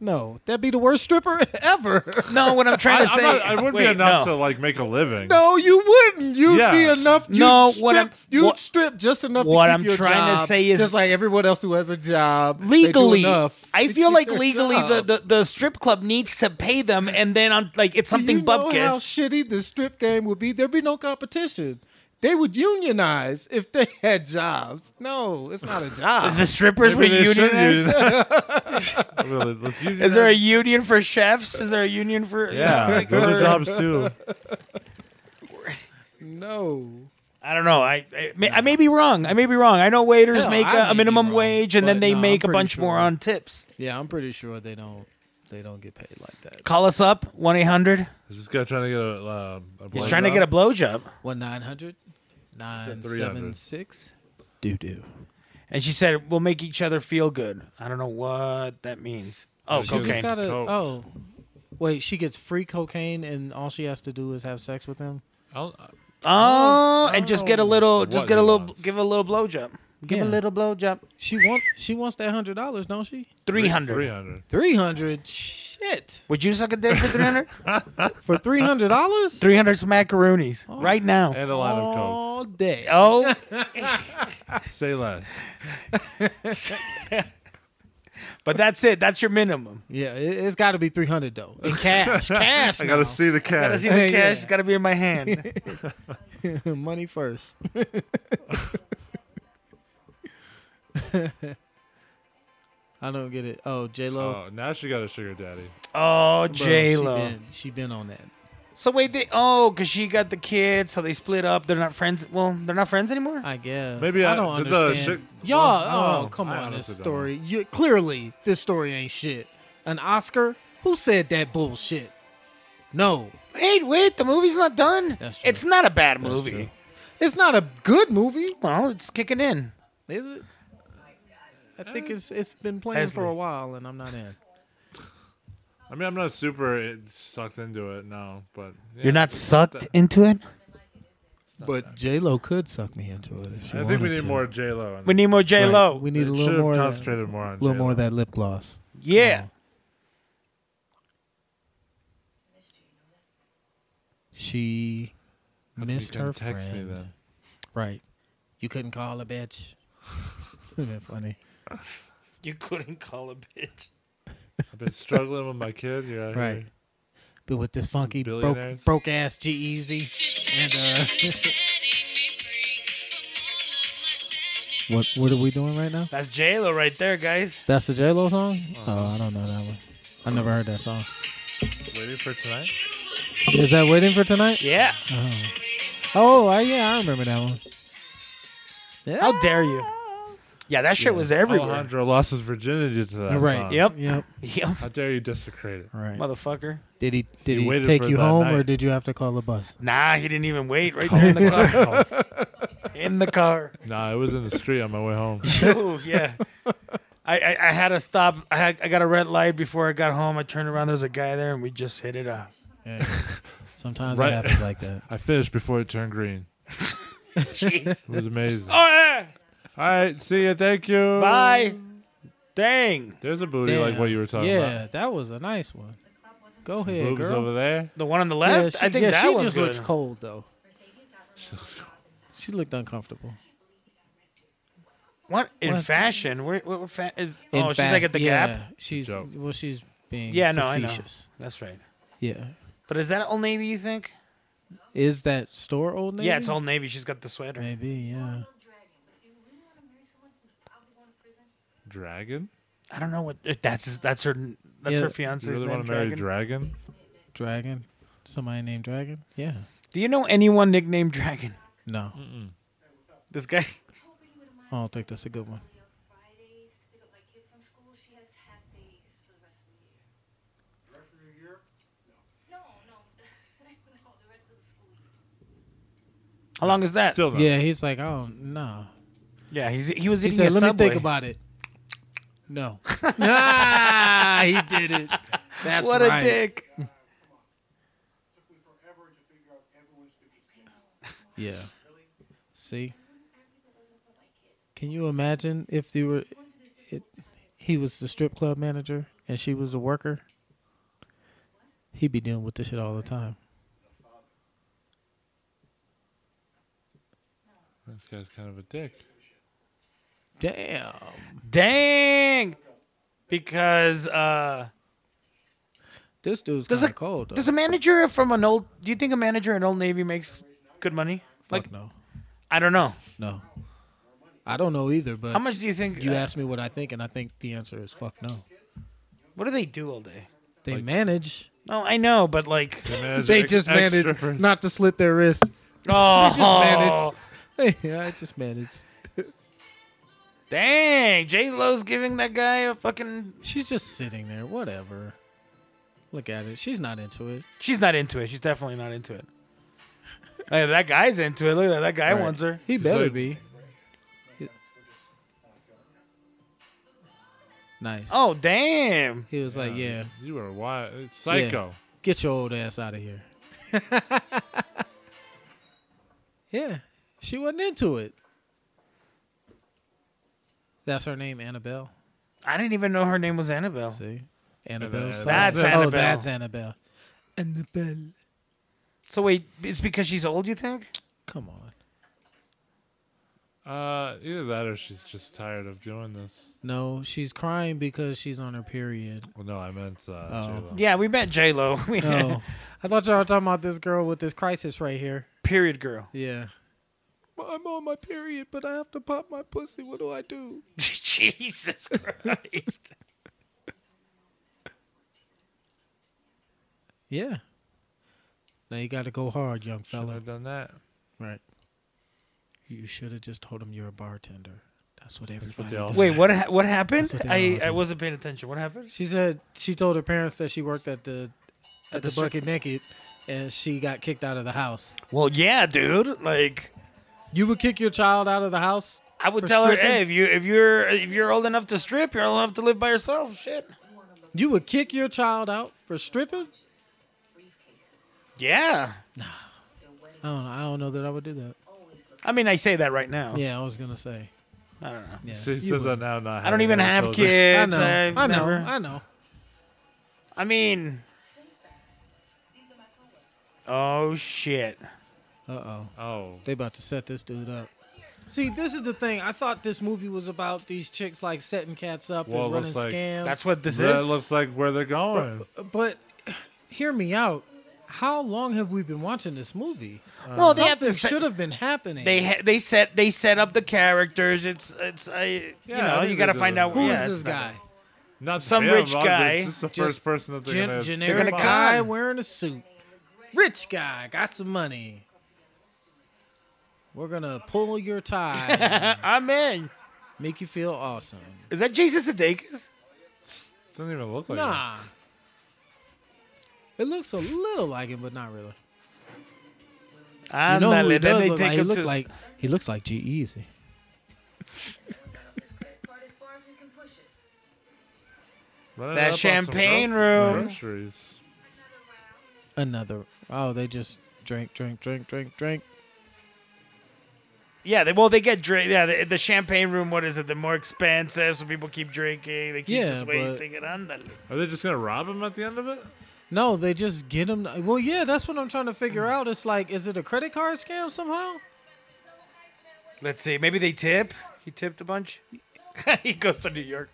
S7: No, that'd be the worst stripper ever.
S5: No, what I'm trying
S6: I,
S5: to say.
S6: I'm not, I wouldn't
S5: Wait,
S6: be enough
S5: no.
S6: to like make a living.
S7: No, you wouldn't. You'd
S6: Yeah.
S7: be enough. You'd
S5: No,
S7: strip,
S5: what I'm-
S7: you'd
S5: what-
S7: strip just enough.
S5: what
S7: to keep
S5: I'm
S7: your
S5: trying to
S7: job,
S5: say is-
S7: just like everyone else who has a job they do
S5: Legally,
S7: enough
S5: I
S7: to
S5: feel
S7: keep
S5: like
S7: their
S5: legally the,
S7: job.
S5: the, the strip club needs to pay them, and then on like it's
S7: Do
S5: something
S7: you know how
S5: bubkis.
S7: shitty the strip game would be. There'd be no competition. They would unionize if they had jobs. No, it's not a
S5: the
S7: job.
S5: strippers were
S6: Maybe they should
S5: unionized.
S6: unionize. really, let's
S5: Is there a
S6: unionize.
S5: union for chefs? Is there a union for
S6: Yeah,
S5: like,
S6: those
S5: for-
S6: are jobs too.
S7: no.
S5: I don't know. I I may, I may be wrong. I may be wrong. I know waiters
S7: Hell,
S5: make
S7: I
S5: a,
S7: may
S5: a
S7: be
S5: minimum
S7: wrong,
S5: wage, and then
S7: but
S5: they
S7: no, I'm
S5: make a
S7: pretty
S5: bunch more
S7: sure.
S5: on tips.
S7: Yeah, I'm pretty sure they don't. They don't get paid like that.
S5: Call us up one eight hundred.
S6: Is this guy trying to get a? Uh, a
S5: He's
S6: blow
S5: trying to
S6: job?
S5: get a blowjob.
S7: One nine hundred nine seven six. Do do.
S5: And she said, "We'll make each other feel good." I don't know what that means. Oh,
S6: she was-
S5: cocaine.
S6: Got-
S7: gotta.
S6: Coke.
S7: Oh, wait. She gets free cocaine, and all she has to do is have sex with him.
S6: I'll-
S5: Oh, and just get a little,
S6: What
S5: just get a
S6: he
S5: little,
S6: wants.
S5: give a little blowjob. Give
S7: Yeah.
S5: a little blowjob.
S7: She want. She wants that hundred dollars, don't she?
S5: Three hundred.
S6: 300.
S7: Three hundred. Shit.
S5: Would you suck a dick for three hundred?
S7: For three hundred dollars.
S5: Three hundred macaroonies right now.
S6: And a lot of coke.
S7: All day.
S5: Oh,
S6: Say less.
S5: but that's it. That's your minimum.
S7: Yeah, it, it's got to be three hundred though in cash. cash. now.
S6: the
S5: Gotta
S6: cash.
S5: see the
S7: Yeah.
S5: cash. It's gotta be in my hand.
S7: money first. I don't get it. Oh, J Lo.
S6: Oh, now she got a sugar daddy.
S5: Oh, J Lo.
S7: She been on that.
S5: So wait, they oh, cause she got the kid, so they split up. They're not friends. Well, they're not friends anymore.
S7: I guess.
S6: Maybe
S7: I
S6: I-
S7: don't
S6: did the
S7: understand.
S6: shit-
S7: Y'all,
S6: Well, I don't
S7: oh
S6: know.
S7: come
S6: I
S7: on, this
S6: honestly don't
S7: story. You, clearly, this story ain't shit. An Oscar? Who said that bullshit? No,
S5: Wait, wait, the movie's not done.
S7: That's true.
S5: It's not a bad movie.
S6: true.
S7: it's not a good movie,
S5: Well, it's kicking in.
S7: is it? I think it's it's been playing for
S5: Leslie.
S7: a while, and I'm not in.
S6: I mean, I'm not super eh, sucked into it, no, but yeah.
S5: You're not sucked into it?
S6: It's not
S7: But
S6: that-
S7: J Lo could suck me into it. If she
S6: I think we
S7: wanted
S6: need
S7: to.
S6: more J Lo.
S5: We need more J
S7: Right,
S5: Lo.
S7: We need a
S6: should
S7: little
S6: have
S7: more. of that-
S6: Concentrated more on
S7: A little more of
S6: J-Lo.
S7: that lip gloss.
S5: yeah.
S7: She
S6: But you
S7: missed
S6: can
S7: her
S6: text
S7: friend.
S6: Me then.
S7: Right. You couldn't call a bitch. Isn't that funny?
S5: You couldn't call a bitch.
S6: I've been struggling with my kid. You're out here.
S7: Right. But with this funky broke
S6: Billionaires.
S7: broke ass G Easy and uh What what are we doing right now?
S5: That's J Lo right there, guys.
S7: That's the J Lo song? Oh, I don't know that one. I never heard that song.
S6: Waiting for tonight.
S7: Is that waiting for tonight?
S5: Yeah.
S7: Oh, I, yeah, I remember that one. Yeah.
S5: How dare you? Yeah, that shit was everywhere.
S6: Alejandro lost his virginity to that
S7: right.
S6: song.
S5: Yep.
S7: Yep.
S5: Yep.
S6: How dare you desecrate it?
S7: Right.
S5: Motherfucker.
S7: Did he did
S6: He
S7: he,
S6: waited
S7: take
S6: for
S7: you
S6: that
S7: home or
S6: night.
S7: did you have to call the bus?
S5: Nah, he didn't even wait right there in the car. In the car.
S6: Oh, nah, it was in the street on my way home.
S5: Ooh, yeah. I, I, I had to stop. I, had, I got a red light before I got home. I turned around. There was a guy there, and we just hit it up.
S7: Yeah. Sometimes
S6: Right.
S7: it happens like that.
S6: I finished before it turned green.
S5: Jeez.
S6: It was amazing. All
S5: Oh, yeah.
S6: right, see ya. Thank you.
S5: Bye. Dang.
S6: There's a booty like what you were talking
S7: yeah,
S6: about.
S7: that was a nice one. Go ahead,
S6: Boobs
S7: girl.
S6: over there.
S5: The one on the
S7: Yeah,
S5: left?
S7: she,
S5: I think
S7: yeah,
S5: that
S7: she
S5: one's
S7: just
S5: good.
S7: looks cold though. She looked uncomfortable.
S5: What in
S7: What?
S5: fashion? Where, where, where fa- is,
S7: In
S5: oh, she's
S7: fact,
S5: like at the
S7: yeah,
S5: Gap.
S7: She's
S6: Joke.
S7: well, she's being
S5: Yeah, no, I know.
S7: facetious.
S5: That's right.
S7: Yeah,
S5: But is that Old Navy? You think?
S7: is that store old name?
S5: Yeah, it's Old Navy. She's got the sweater.
S7: Maybe yeah.
S6: Dragon?
S5: I don't know what if that's. his- That's her. That's
S7: Yeah.
S5: her
S7: You
S5: fiance's
S6: You really
S5: name.
S6: want to marry
S5: Dragon.
S6: Dragon?
S7: Dragon. Somebody named Dragon. Yeah.
S5: Do you know anyone nicknamed Dragon?
S7: No,
S5: This guy.
S7: I don't think that's a good one.
S8: Fridays to pick up my kids from school. She has half days for the rest of the year. The rest of your year? No. No, no. no, the rest of the school year.
S5: How long is that?
S6: Still not.
S7: Yeah, he's like, oh no.
S5: Yeah, he's he was
S7: He
S5: eating
S7: said,
S5: a
S7: let me
S5: Subway.
S7: think about it. No. nah, he did it. That's
S5: what
S7: right.
S5: a dick.
S7: Yeah. See? Can you imagine if they were it, he was the strip club manager and she was a worker? He'd be dealing with this shit all the time.
S6: This guy's kind of a dick.
S7: Damn.
S5: Dang. Because uh,
S7: This dude's
S5: Does
S7: kind
S5: a-
S7: of cold though.
S5: does a manager from an old? Do you think a manager in Old Navy makes good money?
S7: Fuck
S5: Like
S7: no.
S5: I don't know.
S7: No. I don't know either, but
S5: How much do you think?
S7: you
S5: uh,
S7: asked me what I think and I think the answer is fuck no.
S5: What do they do all day?
S7: They manage.
S5: Oh, I know, but like,
S7: They just manage not to slit their wrists.
S5: oh,
S7: manage. yeah, I just manage.
S5: dang, J Lo's giving that guy a fucking.
S7: She's just sitting there, whatever. Look at it. She's not into it.
S5: She's not into it. She's definitely not into it. Hey, that guy's into it. Look at that. That guy
S7: Right.
S5: wants her.
S7: He better
S6: like-
S7: be. Nice.
S5: Oh, damn.
S7: He was like, "Yeah,
S6: You are wild. It's psycho.
S7: get your old ass out of here." yeah, she wasn't into it. That's her name, Annabelle.
S5: I didn't even know her name was Annabelle.
S7: See, Annabelle.
S5: That's
S6: Annabelle.
S7: That's Oh,
S5: Annabelle.
S7: that's Annabelle. Annabelle.
S5: So wait, it's because she's old, you think?
S7: Come on.
S6: Uh, either that or she's just tired of doing this.
S7: No, she's crying because she's on her period.
S6: Well, no, I meant uh, J-Lo.
S5: Yeah, we met J Lo. We
S7: Oh, I thought y'all were talking about this girl with this crisis right here.
S5: period girl.
S7: Yeah. I'm on my period, but I have to pop my pussy. What do I do?
S5: Jesus Christ.
S7: Yeah. Now you got to go hard, young
S6: Shouldn't
S7: fella.
S6: have done that.
S7: Right. You should have just told him you're a bartender. That's what everybody.
S6: they all
S7: does.
S5: wait, what? Ha- what happened?
S7: what they
S5: I
S7: all
S5: I
S7: do.
S5: wasn't paying attention. What happened?
S7: She said she told her parents that she worked at the at, the,
S5: the strip-
S7: bucket naked, and she got kicked out of the house.
S5: Well, yeah, dude. Like.
S7: You would kick your child out of the house?
S5: I would
S7: For
S5: tell her,
S7: stripping?
S5: hey, if you if you're if you're old enough to strip, you're old enough to live by yourself. Shit.
S7: You would kick your child out for stripping?
S5: Yeah.
S4: Their wedding
S7: I don't know. I don't know that I would do that.
S5: I mean, I say that right now.
S7: Yeah, I was gonna say.
S5: I don't know.
S7: Yeah,
S6: So he
S7: you
S6: says that
S7: would.
S6: now,
S5: I
S6: not
S5: don't
S6: having
S5: even
S6: any
S5: have
S6: children.
S7: I
S5: kids.
S7: know.
S5: I've
S7: I know.
S5: never-
S7: I know.
S5: I mean. Oh shit!
S7: Uh oh.
S6: Oh,
S7: They about to set this dude up. See, this is the thing. I thought this movie was about these chicks like setting cats up
S6: Well, it
S7: and running
S6: looks like-
S7: scams.
S5: That's what this
S6: that
S5: is.
S6: looks like where they're going.
S7: but hear me out. How long have we been watching this movie?
S5: well, they have
S7: Something
S5: to. set-
S7: should have been happening.
S5: they ha- they set they set up the characters. It's it's I
S6: Yeah,
S5: you
S6: I
S5: know
S6: think
S5: you
S6: they
S5: got to
S6: did
S5: find
S6: that.
S5: out
S7: Who
S5: yeah,
S7: is
S5: it's
S7: this
S5: not-
S7: guy?
S6: Not
S5: Some
S6: them,
S5: rich
S6: I'm
S5: guy.
S6: Just the
S7: Just
S6: first person that they're
S7: Gen-
S6: gonna.
S7: generic
S5: gonna
S7: guy
S5: con.
S7: wearing a suit. Rich guy got some money. We're gonna pull your tie,
S5: I'm in.
S7: make you feel awesome.
S5: Is that Jason Sudeikis?
S6: Doesn't even look like. him.
S7: Nah, it looks a little like him, but not really.
S5: i
S7: you know who he does look like? He looks like he looks like G Easy.
S4: Part as far as we can push it.
S6: Running
S5: That
S6: up on some
S5: champagne
S6: gro-
S5: room.
S6: Groceries.
S7: Another oh, they just drink, drink, drink, drink, drink.
S5: yeah. They, well, they get drink. Yeah, the, the champagne room. What is it? They're more expensive, so people keep drinking. They keep
S7: Yeah,
S5: just
S7: but-
S5: wasting it. Andale.
S6: Are they just gonna rob him at the end of it?
S7: No, they just get him. Well, yeah, that's what I'm trying to figure out. It's like, is it a credit card scam somehow?
S5: Let's see. Maybe they tip. He tipped a bunch. he goes to New York.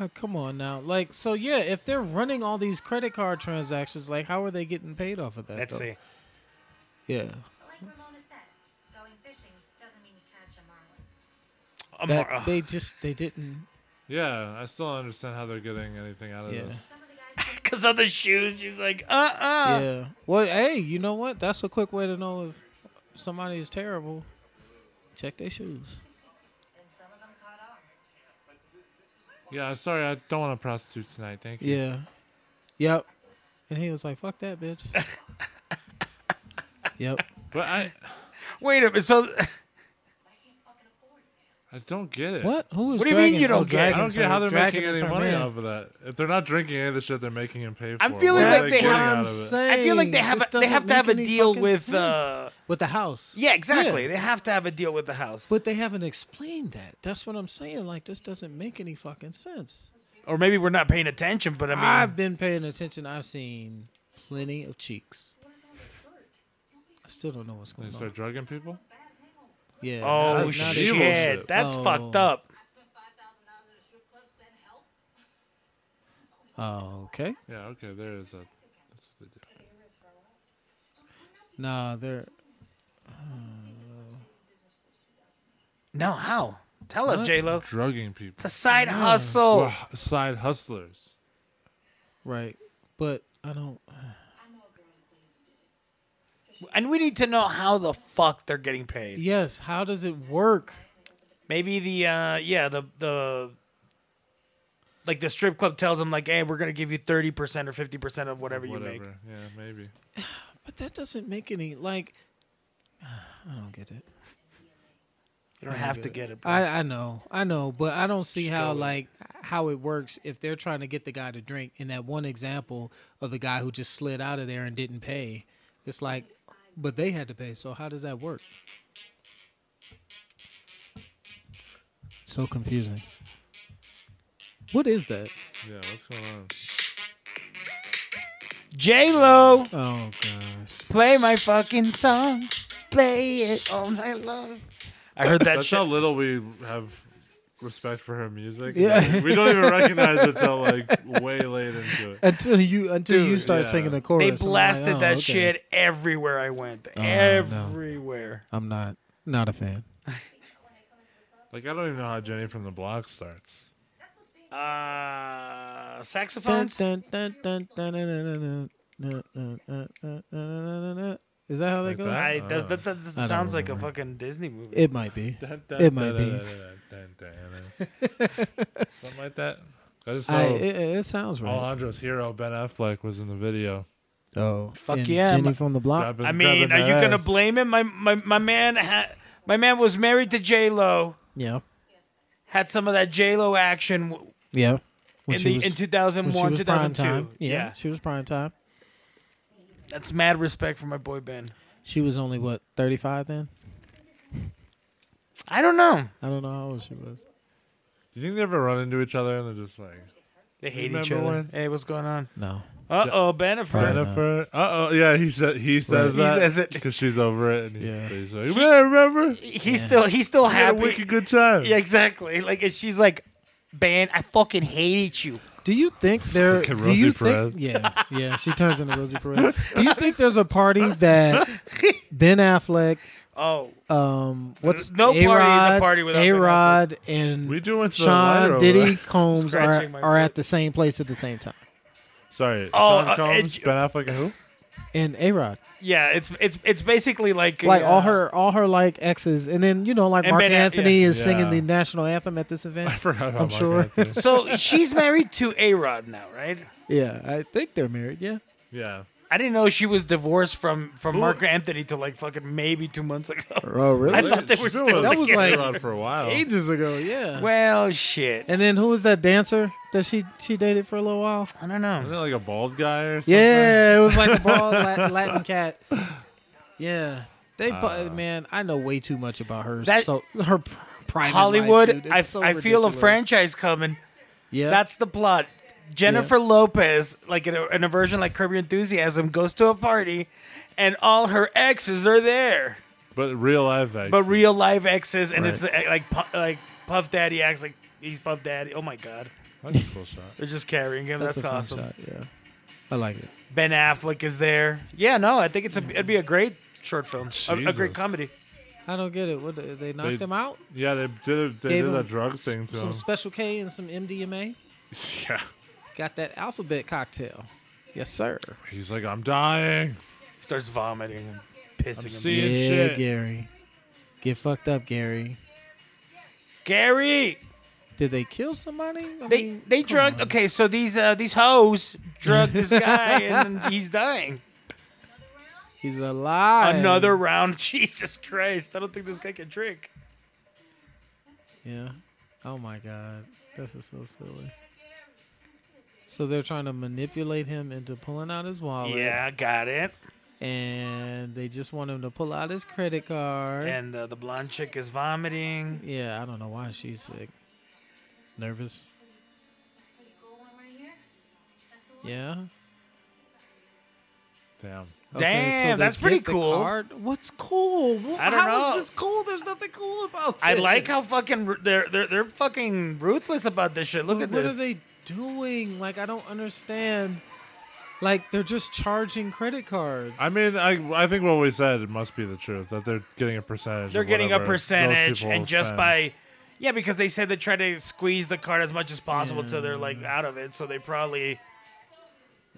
S7: Oh, come on now. Like, so yeah, if they're running all these credit card transactions, like, how are they getting paid off of that?
S5: Let's
S7: though?
S5: see.
S7: Yeah.
S8: Like Ramona said, going fishing doesn't mean you catch a marlin.
S5: A
S7: That,
S5: mar-
S7: They just, they didn't.
S6: Yeah, I still don't understand how they're getting anything out of
S7: Yeah.
S6: this.
S8: Some of the guys didn't
S5: because of the shoes. She's like, uh, uh
S7: Yeah. Well, hey, you know what? That's a quick way to know if somebody is terrible. Check their shoes.
S4: And some of them caught on.
S6: Yeah, sorry, I don't want to prostitute tonight. Thank you.
S7: Yeah. Yep. And he was like, fuck that, bitch. yep.
S6: But I,
S5: Wait a minute. So,
S6: I don't get it.
S7: What? Who is
S5: What do you mean
S7: dragging-
S5: you don't
S7: oh,
S5: get it?
S6: I
S7: dragging
S6: don't get
S7: her-
S6: how they're
S7: dragging
S6: making any
S7: is her
S6: money
S7: man.
S6: off of that. If they're not drinking any of the shit they're making him pay for,
S5: I'm feeling
S6: what are
S5: like
S6: they
S5: they
S6: getting
S5: have-
S6: out of it?
S5: I feel like they have
S7: This
S5: a- they have
S7: doesn't
S5: to have
S7: make
S5: a
S7: any
S5: deal
S7: fucking
S5: with,
S7: sense.
S5: uh,
S7: with the house.
S5: yeah, exactly.
S7: Yeah.
S5: They have to have a deal with the house.
S7: But they haven't explained that. That's what I'm saying. Like this doesn't make any fucking sense.
S5: Or maybe we're not paying attention, but I mean,
S7: I've been paying attention. I've seen plenty of cheeks. I still don't know what's
S6: They
S7: going
S6: start
S7: on.
S6: drugging people.
S7: Yeah.
S5: oh,
S6: that's not
S5: shit.
S6: evil shit.
S5: That's
S7: Oh.
S5: fucked up.
S8: spend five thousand dollars at a strip club, send help.
S7: Oh, okay.
S6: Yeah, okay, there is a. That's what they do.
S7: Nah, they're
S5: No, how? Tell us,
S7: What?
S5: J-Lo.
S6: Drugging people.
S5: It's a side hustle.
S6: We're hu- side hustlers.
S7: right. But I don't.
S5: And we need to know how the fuck they're getting paid.
S7: Yes. How does it work?
S5: Maybe the, uh, yeah, the, the, like the strip club tells them, like, hey, we're going to give you 30% or 50% of whatever, you make.
S6: Whatever. Yeah, maybe.
S7: But that doesn't make any like. I don't get it.
S5: You don't have to get it. bro.
S7: I, I know, I know, but I don't see
S5: Just
S7: how
S5: go with it.
S7: like how it works if they're trying to get the guy to drink. In that one example of the guy who just slid out of there and didn't pay, it's like, but they had to pay. So how does that work? So confusing. What is that?
S6: Yeah, what's going on?
S5: J-Lo.
S7: Oh gosh,
S5: Play my fucking song. Play it all night long. I heard that
S6: That's how
S5: shit.
S6: little we have respect for her music.
S7: Yeah.
S6: we don't even recognize it till like way late into it.
S7: until you until you
S6: Dude,
S7: start
S6: yeah.
S7: singing the chorus,
S5: They
S7: I'm like,
S5: blasted
S7: oh,
S5: that
S7: okay. Oh,
S5: shit everywhere I went.
S7: no.
S5: everywhere.
S7: I'm not not a fan.
S6: Like I don't even know how Jenny from the Block starts.
S5: Uh,
S7: Dun,
S5: saxophones?
S7: dun, dun, dun, dun, dun, dun, dun, dun, dun, dun, dun, dun, dun, dun. Is that how that
S6: Like
S7: goes?
S6: that?
S5: I,
S6: Uh,
S5: that, that, that
S7: don't
S5: sounds like a
S7: remember.
S5: fucking Disney movie.
S7: It might be. It might be.
S6: Something like that. I just know
S7: I, it, it sounds right.
S6: Alejandro's hero Ben Affleck was in the video.
S7: Oh,
S5: Fuck
S7: and
S5: yeah,
S7: Jenny
S5: my-
S7: from the block.
S6: Grabbing-
S5: I mean,
S6: grabbing
S5: are you
S6: that
S5: gonna
S6: ass.
S5: blame him? My my my man ha- my man was married to J Lo.
S7: Yeah,
S5: Had some of that J Lo action w-
S7: yeah. When
S5: in
S7: she
S5: the
S7: was-
S5: in two
S7: when
S5: thousand
S7: she
S5: one,
S7: was
S5: two
S7: prime
S5: thousand
S7: time.
S5: two.
S7: Yeah, she was prime time.
S5: That's mad respect for my boy Ben.
S7: She was only what thirty five then.
S5: I don't know.
S7: I don't know how old she was.
S6: Do you think they ever run into each other and they're just like
S5: They hate each
S6: Remember
S5: other.
S6: when-
S5: Hey, what's going on?
S7: No,
S5: Uh oh, Bennifer.
S7: Right.
S6: Jennifer? Uh oh, yeah. He said he says
S5: He
S6: that
S5: says it.
S6: because she's over it. And
S7: Yeah.
S6: yeah. He's like, yeah, I remember? We
S5: He's still he's still
S6: had a
S5: happy.
S6: wicked good time.
S5: Yeah, exactly. Like and she's like, Ben, I fucking hated you.
S7: Do you think there?
S6: Fucking
S7: Do
S6: Rosie
S7: you
S6: Perez.
S7: think? Yeah, yeah. She turns into Rosie Perez. Do you think there's a party that Ben Affleck,
S5: Oh,
S7: um, what's
S5: No party is a
S7: A-Rod-
S5: party without Ben
S7: A-Rod and
S6: We doing the lighter
S7: Sean
S6: over
S7: Diddy
S6: there.
S7: Combs are,
S5: Scratching my
S7: are
S5: foot.
S7: at the same place at the same time?
S6: Sorry.
S5: Oh,
S6: Sean
S5: uh,
S6: Combs,
S5: it-
S6: Ben Affleck, and who?
S7: And A Rod,
S5: yeah. It's it's it's basically like
S7: like
S5: uh,
S7: all her, all her like exes, and then you know like
S5: And
S7: Mark
S5: Ben A-
S7: Anthony
S6: yeah.
S7: is singing
S6: Yeah.
S7: the national anthem at this event.
S6: I forgot about
S7: I'm
S6: Mark
S7: sure.
S6: Anthony.
S5: So she's married to A Rod now, right?
S7: Yeah, I think they're married. Yeah,
S6: yeah.
S5: I didn't know she was divorced from from
S6: Who-
S5: Mark Anthony to like fucking maybe two months ago.
S7: oh
S5: I
S7: really?
S5: thought they
S6: She's
S5: were
S6: been
S5: still
S6: with
S7: That was
S5: together.
S7: like-
S6: A-Rod for a while.
S7: Ages ago. Yeah.
S5: Well, shit.
S7: And then who was that dancer that she she dated for a little while?
S5: I don't know.
S6: Isn't it like a bald guy or something?
S7: Yeah, it was like a bald Latin, Latin cat. Yeah, they. bu- man, I know way too much about her.
S5: That-
S7: so her p- private
S5: Hollywood,
S7: Life, dude.
S5: I,
S7: It's so
S5: I feel a
S7: ridiculous.
S5: franchise coming.
S7: Yeah,
S5: That's the plot. Jennifer Lopez, like in a, in a version like Curb Your Enthusiasm, goes to a party, and all her exes are there,
S6: But real life, actually.
S5: but real life exes, and it's uh, like Pu- like Puff Daddy acts like he's Puff Daddy. Oh my God,
S6: That's a cool shot.
S5: they're just carrying him. That's,
S7: a fun
S5: awesome.
S7: shot, Yeah, I like it.
S5: Ben Affleck is there. Yeah, no, I think it's a, it'd be a great short film, a, a
S6: Jesus.
S5: great comedy.
S7: I don't get it. What did they knocked
S6: They-
S7: them out?
S6: Yeah, they did, they
S7: Gave
S6: did
S7: him
S6: that drug thing to
S7: Some
S6: him.
S7: Special K and some MDMA.
S6: yeah.
S7: Got that alphabet cocktail. Yes, sir.
S6: He's like, I'm dying.
S5: He starts vomiting and pissing
S6: I'm
S5: himself.
S6: seeing- Good shit.
S7: Gary. Get fucked up, Gary.
S5: Gary.
S7: Did they kill somebody? I
S5: They
S7: mean,
S5: they
S7: come
S5: drugged.
S7: on.
S5: Okay, so these uh, these hoes drugged this guy and then he's dying.
S7: He's alive.
S5: Another round. Jesus Christ! I don't think this guy can drink.
S7: Yeah. Oh my god. This is so silly. So they're trying to manipulate him into pulling out his wallet.
S5: Yeah, got it.
S7: And they just want him to pull out his credit card.
S5: And uh, the blonde chick is vomiting.
S7: yeah, I don't know why she's sick. Nervous. Yeah.
S6: Damn.
S5: Damn,
S7: they
S5: that's pretty
S7: get the
S5: cool.
S7: card. What's cool? Wha-
S5: I don't
S7: How is
S5: know.
S7: this cool? There's nothing cool about this.
S5: I like how fucking ru- they're they're they're fucking ruthless about this shit. Look
S7: But
S5: at
S7: what
S5: this.
S7: are they doing? Like I don't understand. Like they're just charging credit cards.
S6: I mean, I I think what we said it must be the truth that they're getting a percentage.
S5: They're
S6: of
S5: getting a
S6: whatever those
S5: percentage,
S6: people
S5: and just
S6: spend.
S5: by yeah, because they said they try to squeeze the card as much as possible till they're like out of it. So they probably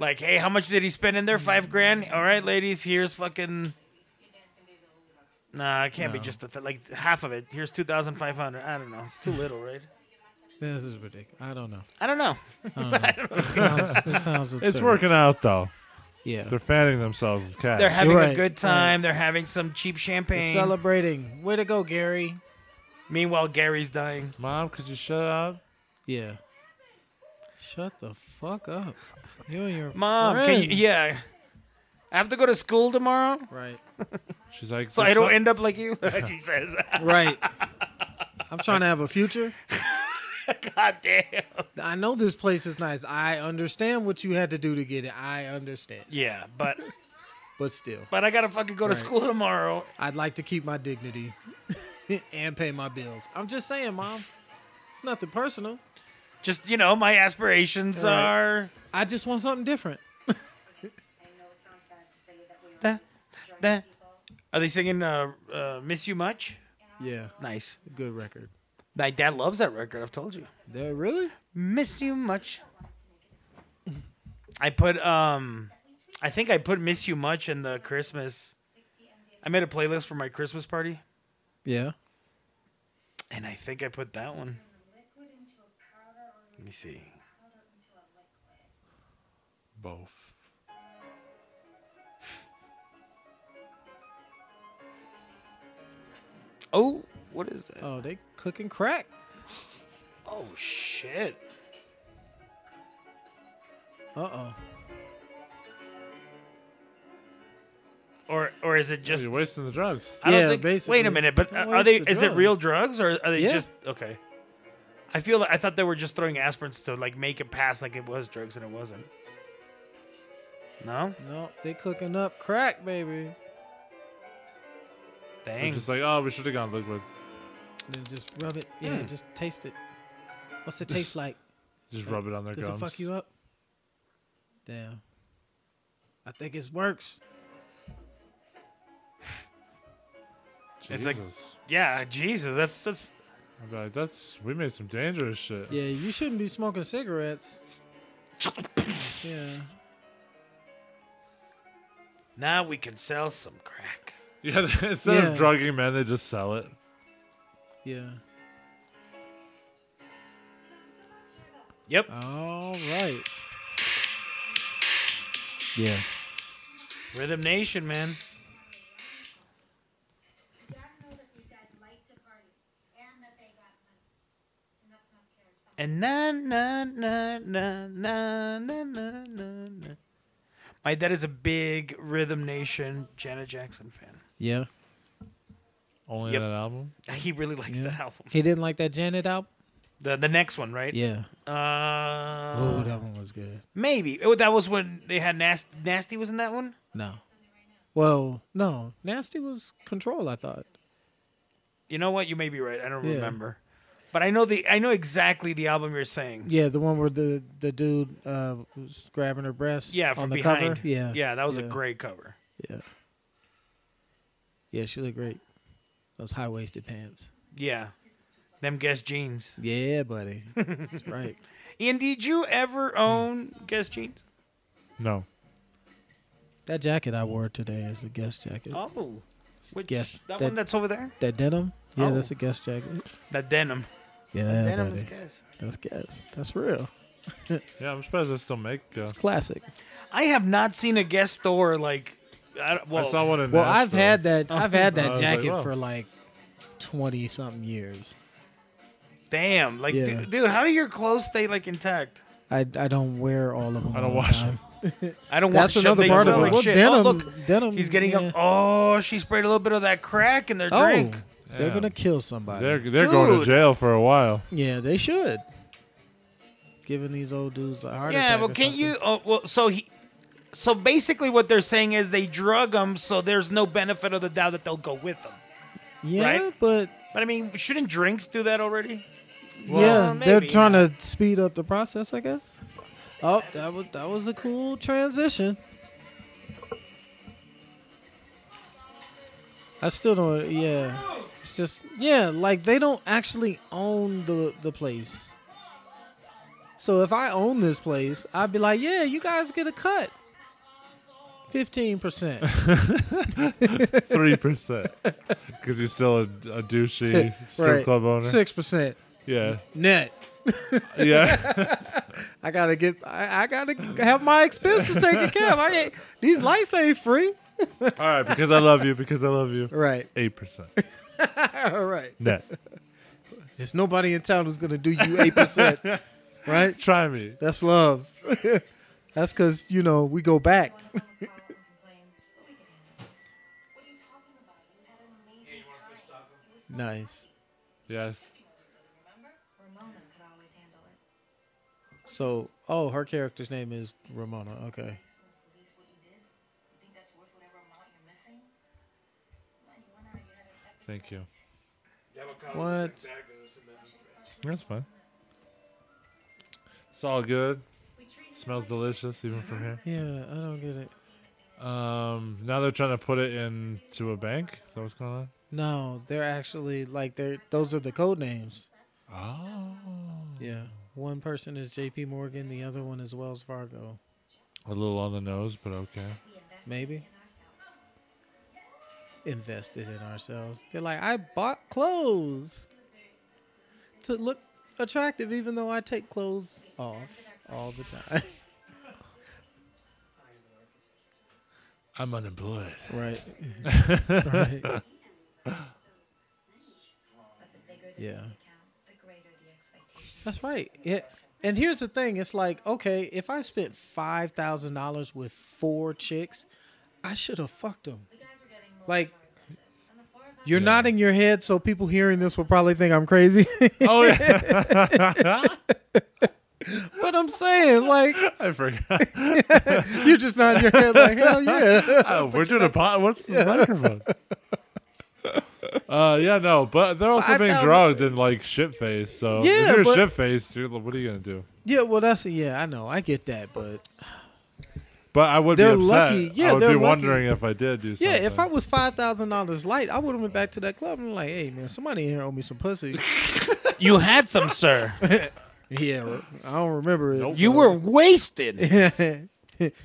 S5: like, hey, how much did he spend in there? Five grand. All right, ladies, here's fucking. Nah, it can't be
S7: No.
S5: just the th- like half of it. Here's two thousand five hundred. I don't know. It's too little, right?
S7: This is ridiculous. I don't know.
S5: I don't know.
S7: sounds, it sounds absurd.
S6: it's working out though.
S7: Yeah.
S6: They're fanning themselves with cash.
S5: They're having a
S7: right.
S5: good time. They're having some cheap champagne.
S7: celebrating. Way to go, Gary.
S5: Meanwhile, Gary's dying.
S6: Mom, could you shut up?
S7: Yeah. Shut the fuck up. You and your
S5: Mom, can you,
S7: friends.
S5: yeah. I have to go to school tomorrow,
S7: Right.
S6: She's like,
S5: so I don't end up like you. she says.
S7: Right. I'm trying to have a future.
S5: God damn.
S7: I know this place is nice. I understand what you had to do to get it. I understand.
S5: Yeah, but
S7: But still,
S5: but I gotta fucking go to
S7: Right.
S5: school tomorrow.
S7: I'd like to keep my dignity and pay my bills. I'm just saying, Mom. It's nothing personal.
S5: Just you know, my aspirations
S7: Right.
S5: are
S7: I just want something different.
S5: Da, da. Are they singing uh, uh, "Miss You Much"?
S7: Yeah.
S5: Nice.
S7: Good record.
S5: My dad loves that record. I've told you.
S7: There, really?
S5: "Miss You Much." I put um, I think I put "Miss You Much" in the Christmas. I made a playlist for my Christmas party,
S7: Yeah.
S5: and I think I put that one. Let me see.
S6: Both.
S5: Oh, what is that?
S7: Oh, they cooking crack.
S5: Oh shit.
S7: Uh oh.
S5: or or is it just?
S6: You're wasting the drugs.
S5: I don't
S7: Yeah,
S5: think, Wait
S7: basically.
S5: a minute, but
S7: Don't
S5: are they?
S7: waste the
S5: Is it
S7: drugs.
S5: real drugs or are they
S7: Yeah.
S5: just okay? I feel like I thought they were just throwing aspirins to like make it pass like it was drugs and it wasn't. No,
S7: No, they cooking up crack, baby.
S6: It's
S5: dang.
S6: just like, oh, we should have gone liquid.
S7: Then just rub it. Yeah, just taste it. What's it taste like?
S6: Just rub it on their
S7: Does
S6: gums.
S7: it fuck you up? Damn. I think it works.
S5: It's like-
S6: Jesus.
S5: yeah, Jesus, that's that's
S6: I'm like, that's we made some dangerous shit.
S7: Yeah, you shouldn't be smoking cigarettes. yeah.
S5: now we can sell some crack.
S6: Yeah, instead
S7: Yeah.
S6: of drugging men, they just sell it.
S7: Yeah.
S5: Yep.
S7: All right. Yeah.
S5: Rhythm Nation, man.
S8: Jack knows that these guys like to party and that they got money. And that's not fair. It's not-
S5: And na na na na na na na na. na. My dad is a big Rhythm Nation Janet Jackson fan.
S7: Yeah.
S6: Only
S5: Yep.
S6: that album.
S5: He really likes
S7: Yeah.
S5: that album.
S7: He didn't like that Janet album?
S5: The the next one, right?
S7: Yeah. Oh,
S5: Uh,
S7: that one was good.
S5: maybe. Oh, that was when they had nasty. Nasty was in that one.
S7: No. Well, no. Nasty was control, I thought.
S5: You know what? You may be right. I don't
S7: Yeah.
S5: remember. But I know the I know exactly the album you're saying.
S7: Yeah, the one where the the dude uh, was grabbing her breast.
S5: Yeah, from
S7: on the
S5: behind.
S7: cover. Yeah,
S5: yeah, that was a
S7: yeah,
S5: great cover.
S7: Yeah, yeah, she looked great. Those high waisted pants.
S5: Yeah, them Guess jeans.
S7: Yeah, buddy, that's right.
S5: Ian, did you ever own Guess jeans?
S6: No.
S7: That jacket I wore today is a guest jacket.
S5: Oh, which
S7: Guess
S5: that,
S7: that-
S5: one that's over there?
S7: That denim. Yeah,
S5: Oh.
S7: that's a guest jacket.
S5: That denim.
S7: Yeah,
S5: denim
S7: buddy.
S5: is Guess.
S7: that's guest. That's real.
S6: Yeah, I'm surprised they still make. Uh,
S7: It's classic.
S5: I have not seen a Guess store like. I, don't-
S6: I
S5: well,
S6: saw one in.
S7: Well, I've
S6: Nashville.
S7: had
S5: Oh.
S7: that. I've had
S6: I
S7: that
S6: was like,
S7: jacket
S6: wow.
S7: for like twenty something years.
S5: Damn, like,
S7: Yeah.
S5: du- dude, how do your clothes stay like intact?
S7: I, I don't wear all of them.
S6: I don't
S7: all the
S6: wash
S7: time.
S5: I don't
S7: That's
S5: want shit.
S7: another
S5: They
S7: part
S5: smell
S7: of it.
S5: like
S7: Well,
S5: shit.
S7: denim,
S5: oh, look,
S7: denim.
S5: He's getting
S7: yeah.
S5: up. Oh, she sprayed a little bit of that crack in their drink.
S7: Oh, they're
S6: Yeah.
S7: gonna kill somebody.
S6: They're they're going
S5: Dude.
S6: to jail for a while.
S7: yeah, they should. Giving these old dudes a heart
S5: Yeah,
S7: attack.
S5: well,
S7: or
S5: can't
S7: something.
S5: you? Oh, well, so he. So basically, what they're saying is they drug them, so there's no benefit of the doubt that they'll go with them.
S7: Yeah,
S5: right?
S7: but
S5: But I mean, shouldn't drinks do that already?
S7: yeah, they're
S5: maybe
S7: trying to speed up the process, I guess. Oh, that was that was a cool transition. I still don't. Yeah, it's just yeah, like they don't actually own the the place. So if I own this place, I'd be like, yeah, you guys get a cut, fifteen percent.
S6: Three percent, because he's still a, a douchey strip club owner.
S7: six percent
S6: Yeah,
S7: net.
S6: yeah.
S7: I gotta get. I, I gotta have my expenses taken care of. I can't. These lights ain't free.
S6: All right, because I love you. Because I love you.
S7: Right.
S6: Eight percent
S7: All right.
S6: net.
S7: There's nobody in town who's gonna do you eight percent. Right.
S6: Try me.
S7: That's love. That's because you know we go back.
S8: One of them called and complained, but we could handle it. What are you talking about? You had an amazing time. It was so
S7: Nice.
S6: Yes.
S8: remember? Ramona could always handle it.
S7: So, oh, her character's name is Ramona. Okay.
S8: Believe what you did? You think that's worth whatever amount you're missing? Come on, you went out, you had an epic
S6: Thank you.
S7: What?
S6: That's fine. It's all good.
S8: We treated him
S6: Smells delicious, even from here.
S7: Yeah, I don't get it.
S6: Um, now they're trying to put it into a bank. Is that what's going on?
S7: No, they're actually like they're. Those are the code names.
S6: Oh,
S7: Yeah. One person is J.P. Morgan. The other one is Wells Fargo.
S6: a little on the nose, but okay.
S7: Maybe. Invested in ourselves. They're like, I bought clothes to look attractive, even though I take clothes off all the time.
S6: I'm unemployed.
S7: right. right.
S4: But the bigger the
S7: Yeah.
S4: account, the greater the expectation.
S7: That's right. Yeah. And here's the thing it's like, okay, if I spent $5,000 with four chicks, I should have fucked them.
S4: We got
S7: Like, you're nodding your head, so people hearing this will probably think I'm crazy.
S6: Oh yeah,
S7: but I'm saying, like,
S6: I forgot.
S7: you're just nodding your head, like, hell yeah.
S6: Oh, we're doing a pod. What's the microphone? Uh, yeah, no, but they're also being
S7: 5,000
S6: drugged and like shit faced. So if
S7: Yeah,
S6: you're
S7: but-
S6: shit faced, you're, what are you gonna do?
S7: yeah, well, that's, yeah, I know. I get that, but.
S6: But I would
S7: They're
S6: be upset.
S7: lucky. Yeah,
S6: I would
S7: they're
S6: be
S7: lucky.
S6: wondering if I did do
S7: Yeah,
S6: something.
S7: if I was five thousand dollars light, I would have went back to that club and like, hey man, somebody in here owe me some pussy.
S5: You had some, sir.
S7: yeah, I don't remember it.
S5: You were wasted.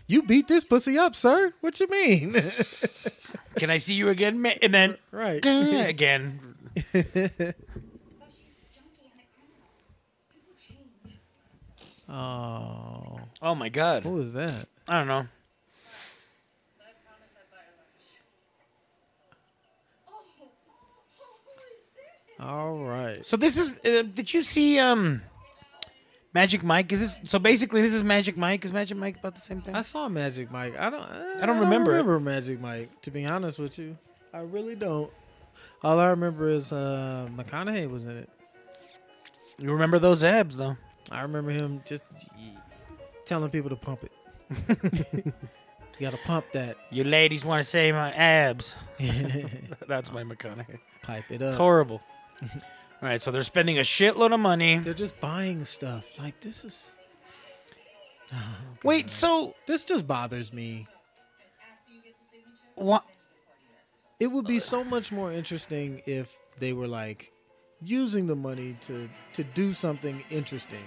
S7: you beat this pussy up, sir. What you mean?
S5: Can I see you again? ma- And then uh,
S7: right.
S5: again.
S8: So she's a junkie and a criminal. People change.
S7: Oh,
S5: Oh my god.
S7: what was that?
S5: I don't know.
S7: All right.
S5: So this is. Uh, did you see um, Magic Mike? Is this so? Basically, this is Magic Mike. Is Magic Mike about the same thing?
S7: I saw Magic Mike. I don't. eh, I,
S5: don't remember it.
S7: remember Magic Mike. To be honest with you, I really don't. All I remember is uh, McConaughey was in it.
S5: you remember those abs though?
S7: I remember him just telling people to pump it. you gotta pump that.
S5: You ladies want to say my abs? That's my McConaughey.
S7: Pipe it up.
S5: It's horrible. All right, so they're spending a shitload of money.
S7: They're just buying stuff. Like this is
S5: Wait, so
S7: this just bothers me.
S5: what?
S7: It would be so much more interesting if they were like using the money to to do something interesting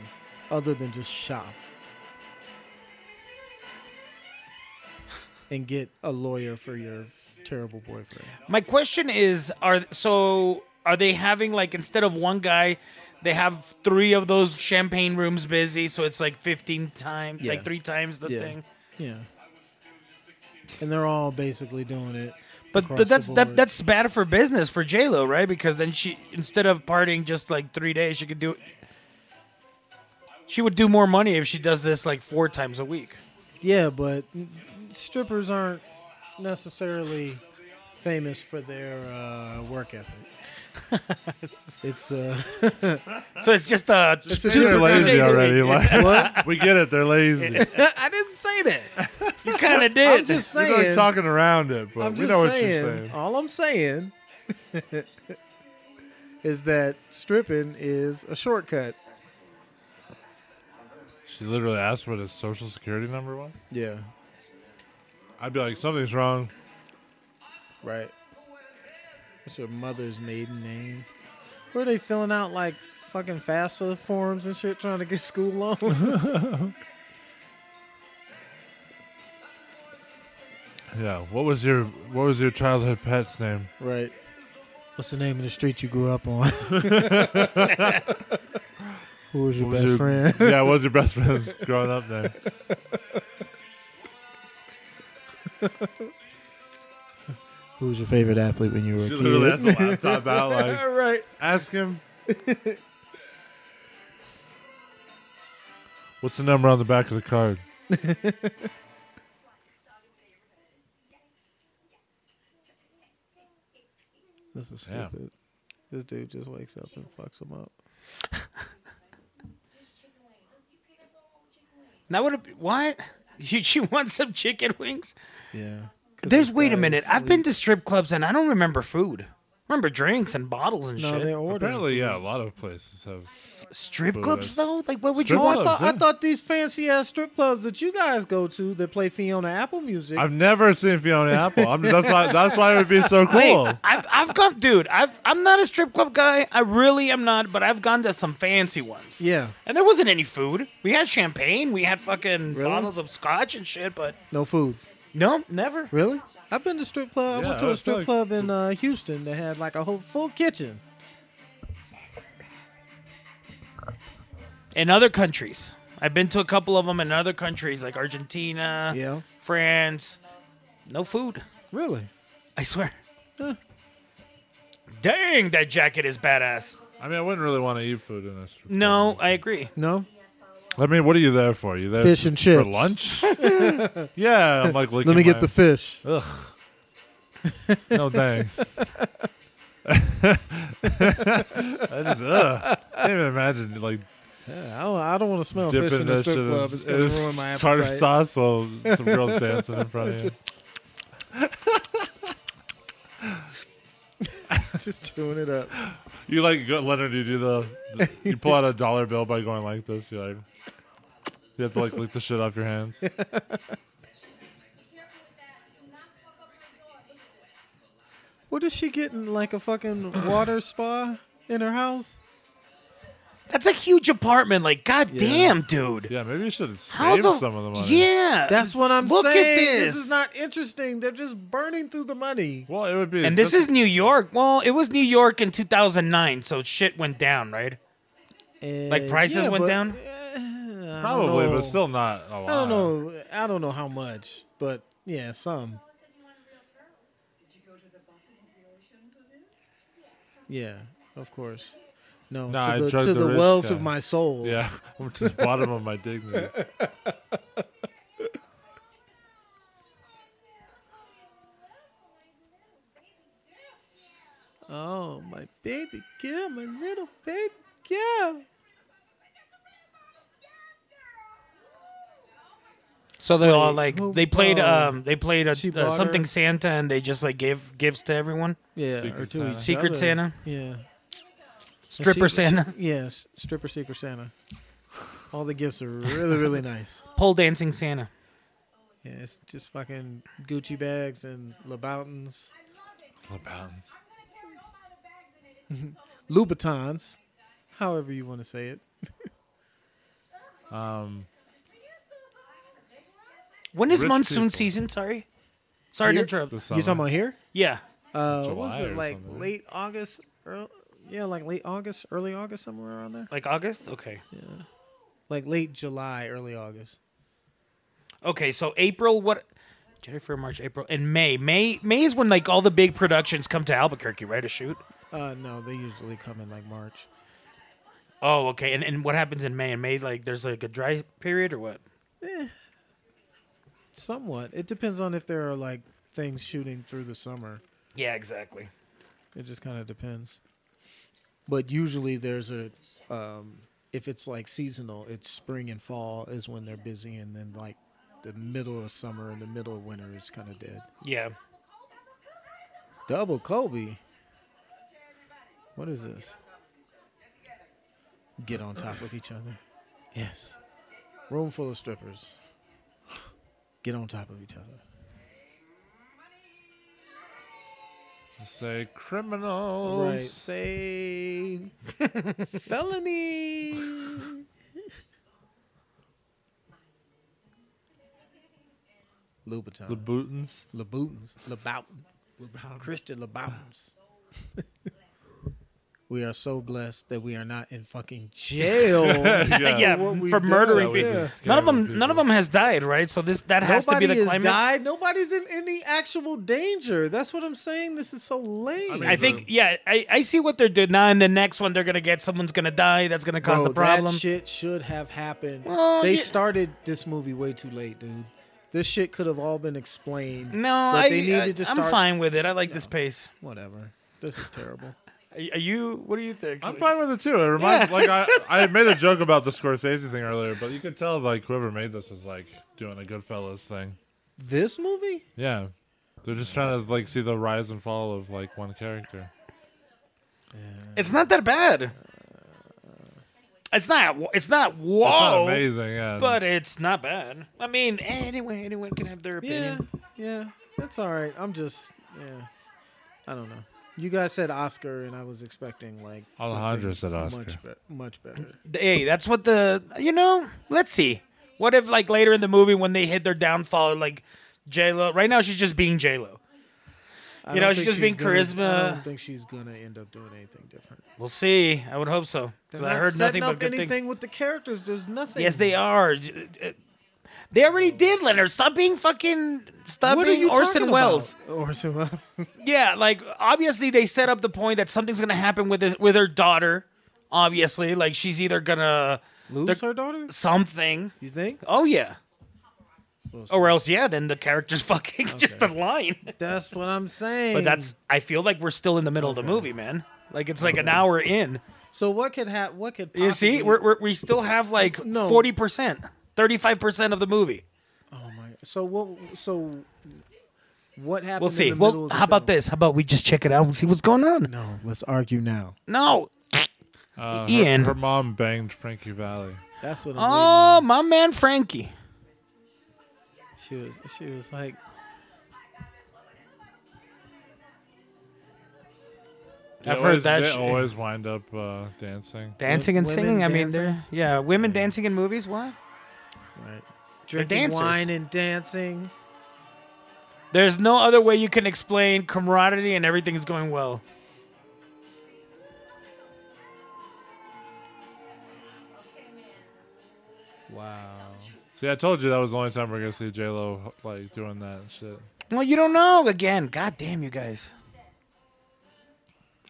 S7: other than just shop and get a lawyer for your terrible boyfriend.
S5: My question is: Are so are they having like instead of one guy, they have three of those champagne rooms busy? So it's like fifteen times,
S7: Yeah.
S5: like three times the
S7: Yeah.
S5: thing.
S7: Yeah. And they're all basically doing it.
S5: But
S7: across
S5: but
S7: the
S5: that's that
S7: board.
S5: that's bad for business for J Lo, right? Because then she instead of partying just like three days, she could do. She would do more money if she does this like four times a week.
S7: Yeah, but strippers aren't necessarily famous for their uh, work ethic. it's uh,
S5: So it's just a
S7: it's a
S5: two,
S7: two
S6: they're
S7: for two
S6: lazy
S5: days a
S6: already.
S5: week.
S6: Like,
S7: What?
S6: we get it. They're lazy.
S7: I didn't say that.
S5: You kind of
S7: I'm
S5: did.
S7: just
S6: You're like
S7: saying.
S6: talking around it, but
S7: I'm
S6: we
S7: just
S6: know what
S7: saying,
S6: you're saying.
S7: All I'm saying is that stripping is a shortcut.
S6: She literally asked what his social security number was.
S7: Yeah.
S6: I'd be like, something's wrong.
S7: Right. What's your mother's maiden name? Where are they filling out like fucking FAFSA forms and shit trying to get school loans?
S6: Yeah. What was your What was your childhood pet's name?
S7: right. What's the name of the street you grew up on? Who was your
S6: What was
S7: best
S6: your-
S7: friend?
S6: yeah. What was your best friend's growing up name?
S7: Who was your favorite athlete when you were a
S6: She
S7: kid?
S6: literally has a laptop out. Like,
S7: right.
S6: ask him. What's the number on the back of the card?
S7: This is
S6: Yeah.
S7: stupid. This dude just wakes up and fucks him up.
S5: Now would it be, what? You, she wants some chicken wings.
S7: Yeah. 'Cause
S5: There's
S7: this
S5: wait a
S7: guy
S5: minute.
S7: is
S5: I've been
S7: sleep.
S5: to strip clubs and I don't remember food. I remember drinks and bottles and
S7: No,
S5: shit.
S7: they're ordering.
S6: Apparently, yeah. A lot of places have.
S5: Strip
S6: But
S5: clubs
S6: that's-
S5: though, like what would
S6: Strip
S5: you
S7: Oh, I
S5: want?
S6: clubs,
S7: thought, I
S6: yeah.
S7: thought these fancy ass strip clubs that you guys go to that play Fiona Apple music.
S6: I've never seen Fiona Apple. I'm, that's why. That's why it would be so cool.
S7: Oh.
S5: Wait, I've I've gone, dude. I've I'm not a strip club guy. I really am not, but I've gone to some fancy ones.
S7: yeah.
S5: And there wasn't any food. We had champagne. We had fucking
S7: Really?
S5: bottles of scotch and shit, but
S7: No food.
S5: no, never.
S7: Really? I've been to strip club. I
S6: Yeah,
S7: went to
S6: I
S7: a
S6: was
S7: strip
S6: like-
S7: club in uh, Houston that had like a whole full kitchen.
S5: In other countries, I've been to a couple of them in other countries like Argentina,
S7: Yeah.
S5: France. No food.
S7: Really?
S5: I swear.
S7: Huh.
S5: Dang, that jacket is badass.
S6: I mean, I wouldn't really want to eat food in this.
S5: No, I agree.
S7: No.
S6: I mean, what are you there for? you there
S7: Fish and
S6: for
S7: chips.
S6: lunch? yeah, I'm like licking
S7: Let me
S6: my-
S7: get the fish.
S6: Ugh. No thanks. I just ugh. can't even imagine like
S7: Yeah, I don't, I don't want to smell fish
S6: dipping
S7: in the
S6: that
S7: strip
S6: shit in
S7: club. It's gonna
S6: in
S7: ruin my
S6: tartar
S7: appetite.
S6: sauce while some girls dancing in front of you.
S7: Just chewing it up.
S6: You like go, Leonard? You do the, the- you pull out a dollar bill by going like this. You like you have to like lick the shit off your hands.
S7: What is she getting? Like a fucking water spa in her house?
S5: That's a huge apartment. Like, god damn, dude.
S6: Yeah, maybe you should
S5: How
S6: save
S5: the,
S6: some of the money.
S5: Yeah.
S7: That's what I'm
S5: Uh, Look
S7: saying.
S5: at this.
S7: is not interesting. They're just burning through the money.
S6: Well, it would be.
S5: and this
S6: expensive.
S5: is New York. Well, it was New York in 2009, so shit went down, right? Like, prices
S7: yeah,
S5: went
S7: but-
S5: down?
S7: Yeah, I don't
S6: probably,
S7: know.
S6: but still not a lot.
S7: I don't know.
S5: Uh.
S7: I don't know how much, but yeah, some. Yeah, of course. No,
S6: Nah, I
S7: to the,
S6: drugged
S7: to
S6: the
S7: the,
S6: wrist
S7: wells
S5: uh,
S6: guy.
S7: of my soul.
S6: Yeah, I'm to the bottom of my dignity.
S7: Oh, my baby girl, my little baby girl.
S5: So they all
S7: Wait,
S5: like
S7: who-
S5: they played
S7: oh.
S5: um they played a,
S7: She
S5: uh,
S7: bought
S5: something
S7: her-
S5: Santa and they just like gave gifts to everyone.
S7: Yeah,
S6: Secret
S7: or to
S6: Santa.
S7: each
S5: Secret
S7: other.
S5: Santa?
S7: Yeah.
S5: Stripper
S7: She- she-
S5: Santa,
S7: yes, stripper secret Santa. All the gifts are really, really nice.
S5: pole dancing Santa.
S7: Yeah, it's just fucking Gucci bags and Louboutins,
S6: LeBron.
S7: Louboutins, however you want to say it.
S6: Um,
S5: When is
S6: Rich
S5: monsoon
S6: people.
S5: season? Sorry, sorry to
S7: Here?
S5: interrupt.
S6: the
S7: You
S6: summer.
S7: talking about here?
S5: Yeah,
S7: Uh, what
S6: July
S7: was
S6: or
S7: it like
S6: something, right?
S7: late August? Early, yeah, like late August, early August, somewhere around there.
S5: like August. Okay,
S7: Like late July, early August.
S5: okay. So April, what? January, February, March, April, and May. May May is when like all the big productions come to Albuquerque, right? To shoot.
S7: Uh, no, they usually come in like March.
S5: Oh, okay. And and what happens in May? In May, like there's like a dry period or what?
S7: Somewhat. It depends on if there are like things shooting through the summer.
S5: Yeah, exactly.
S7: It just kind of depends. But usually there's a, um, if it's like seasonal, it's spring and fall is when they're busy, and then like the middle of summer and the middle of winter is kind of dead.
S5: Yeah.
S7: Double Kobe. What is this? Get on top of each other. Yes. Room full of strippers. Get on top of each other.
S6: Say criminals.
S7: Right. Say felony. Louboutin.
S6: The Bootins.
S7: Laboutins. Laboutins. Christian Laboutins. we are so blessed that we are not in fucking jail.
S5: Yeah,
S7: what we've
S5: for
S7: done.
S5: murdering
S7: That
S5: people.
S7: would've been
S5: None of them. None of them has died, right? So this that has
S7: Nobody
S5: to be the
S7: has
S5: climate.
S7: died. Nobody's in any actual danger. That's what I'm saying. This is so lame.
S6: mean,
S5: I think yeah, I, I see what they're doing. Now in the next one, they're gonna get someone's gonna die. That's gonna cause
S7: Bro,
S5: the problem.
S7: That shit should have happened.
S5: Well,
S7: they
S5: yeah.
S7: started this movie way too late, dude. This shit could have all been explained.
S5: no,
S7: but
S5: I,
S7: they needed
S5: I, uh,
S7: to
S5: I'm
S7: start-
S5: fine with it. I like this pace.
S7: Whatever. This is terrible.
S5: Are, are you? What do you think?
S6: I'm fine with it too. It reminds like I, I made a joke about the Scorsese thing earlier, but you could tell like whoever made this was like doing a Goodfellas thing.
S7: This movie?
S6: Yeah, they're just trying to like see the rise and fall of like one character.
S5: It's not that bad. It's not. It's not. Whoa.
S6: It's not amazing, yeah.
S5: Oh, But it's not bad. I mean, anyone anyone can have their
S7: Yeah,
S5: opinion.
S7: yeah, that's all right. I'm just, yeah, I don't know. You guys said Oscar, and I was expecting like
S6: Alejandro
S7: something
S6: said Oscar.
S7: much, be- much better.
S5: Hey, that's what the you know. Let's see. What if like later in the movie when they hit their downfall, like J Lo. Right now she's just being J Lo.
S7: I
S5: You
S7: don't
S5: know, she's
S7: think
S5: just being
S7: gonna- I
S5: charisma.
S7: don't think she's gonna end up doing anything different.
S5: We'll see. I would hope so. 'Cause
S7: They're
S5: I
S7: not
S5: heard nothing
S7: setting
S5: but
S7: up
S5: good
S7: anything
S5: things.
S7: with the characters. There's nothing.
S5: Yes, they are. uh, They already did, Leonard. Stop being fucking. Stop
S7: What are
S5: being
S7: you
S5: Orson
S7: talking
S5: Welles.
S7: about? Orson Welles.
S5: Yeah, like obviously they set up the point that something's gonna happen with his, with her daughter. Obviously, like she's either gonna
S7: Lose
S5: They're-
S7: her daughter?
S5: something.
S7: You think?
S5: Oh yeah,
S7: supposed to.
S5: Or else, yeah, then the character's fucking just a line.
S7: That's what I'm saying.
S5: But that's I feel like we're still in the middle of the movie, man. Like it's like an hour in.
S7: so. What could happen? What could
S5: You see,
S7: possibly-
S5: we're, we're, we still have like
S7: No.
S5: forty percent, thirty five percent of the movie.
S7: Oh my. So what? So what happened?
S5: We'll see.
S7: In the middle
S5: Well,
S7: of
S5: how
S7: the
S5: about
S7: film?
S5: this? How about we just check it out and see what's going on?
S7: No, let's argue now.
S5: No.
S6: Uh, her-
S5: Ian.
S6: Her, mom banged Frankie Valley.
S7: That's what. I'm
S5: Oh, my man Frankie.
S7: leading. She was. She was like.
S6: They
S5: I've heard
S6: always-
S5: that
S6: They
S5: shit.
S6: always wind up uh, dancing.
S5: Dancing and
S7: Women
S5: singing. I mean,
S7: dancing?
S5: they're yeah, women dancing in movies. What?
S7: Right. Drinking
S5: dancers.
S7: wine and dancing.
S5: There's no other way you can explain camaraderie and everything's going well.
S7: Wow.
S6: See, I told you that was the only time we're gonna see J Lo like doing that and shit.
S5: Well, you don't know again. God damn you guys.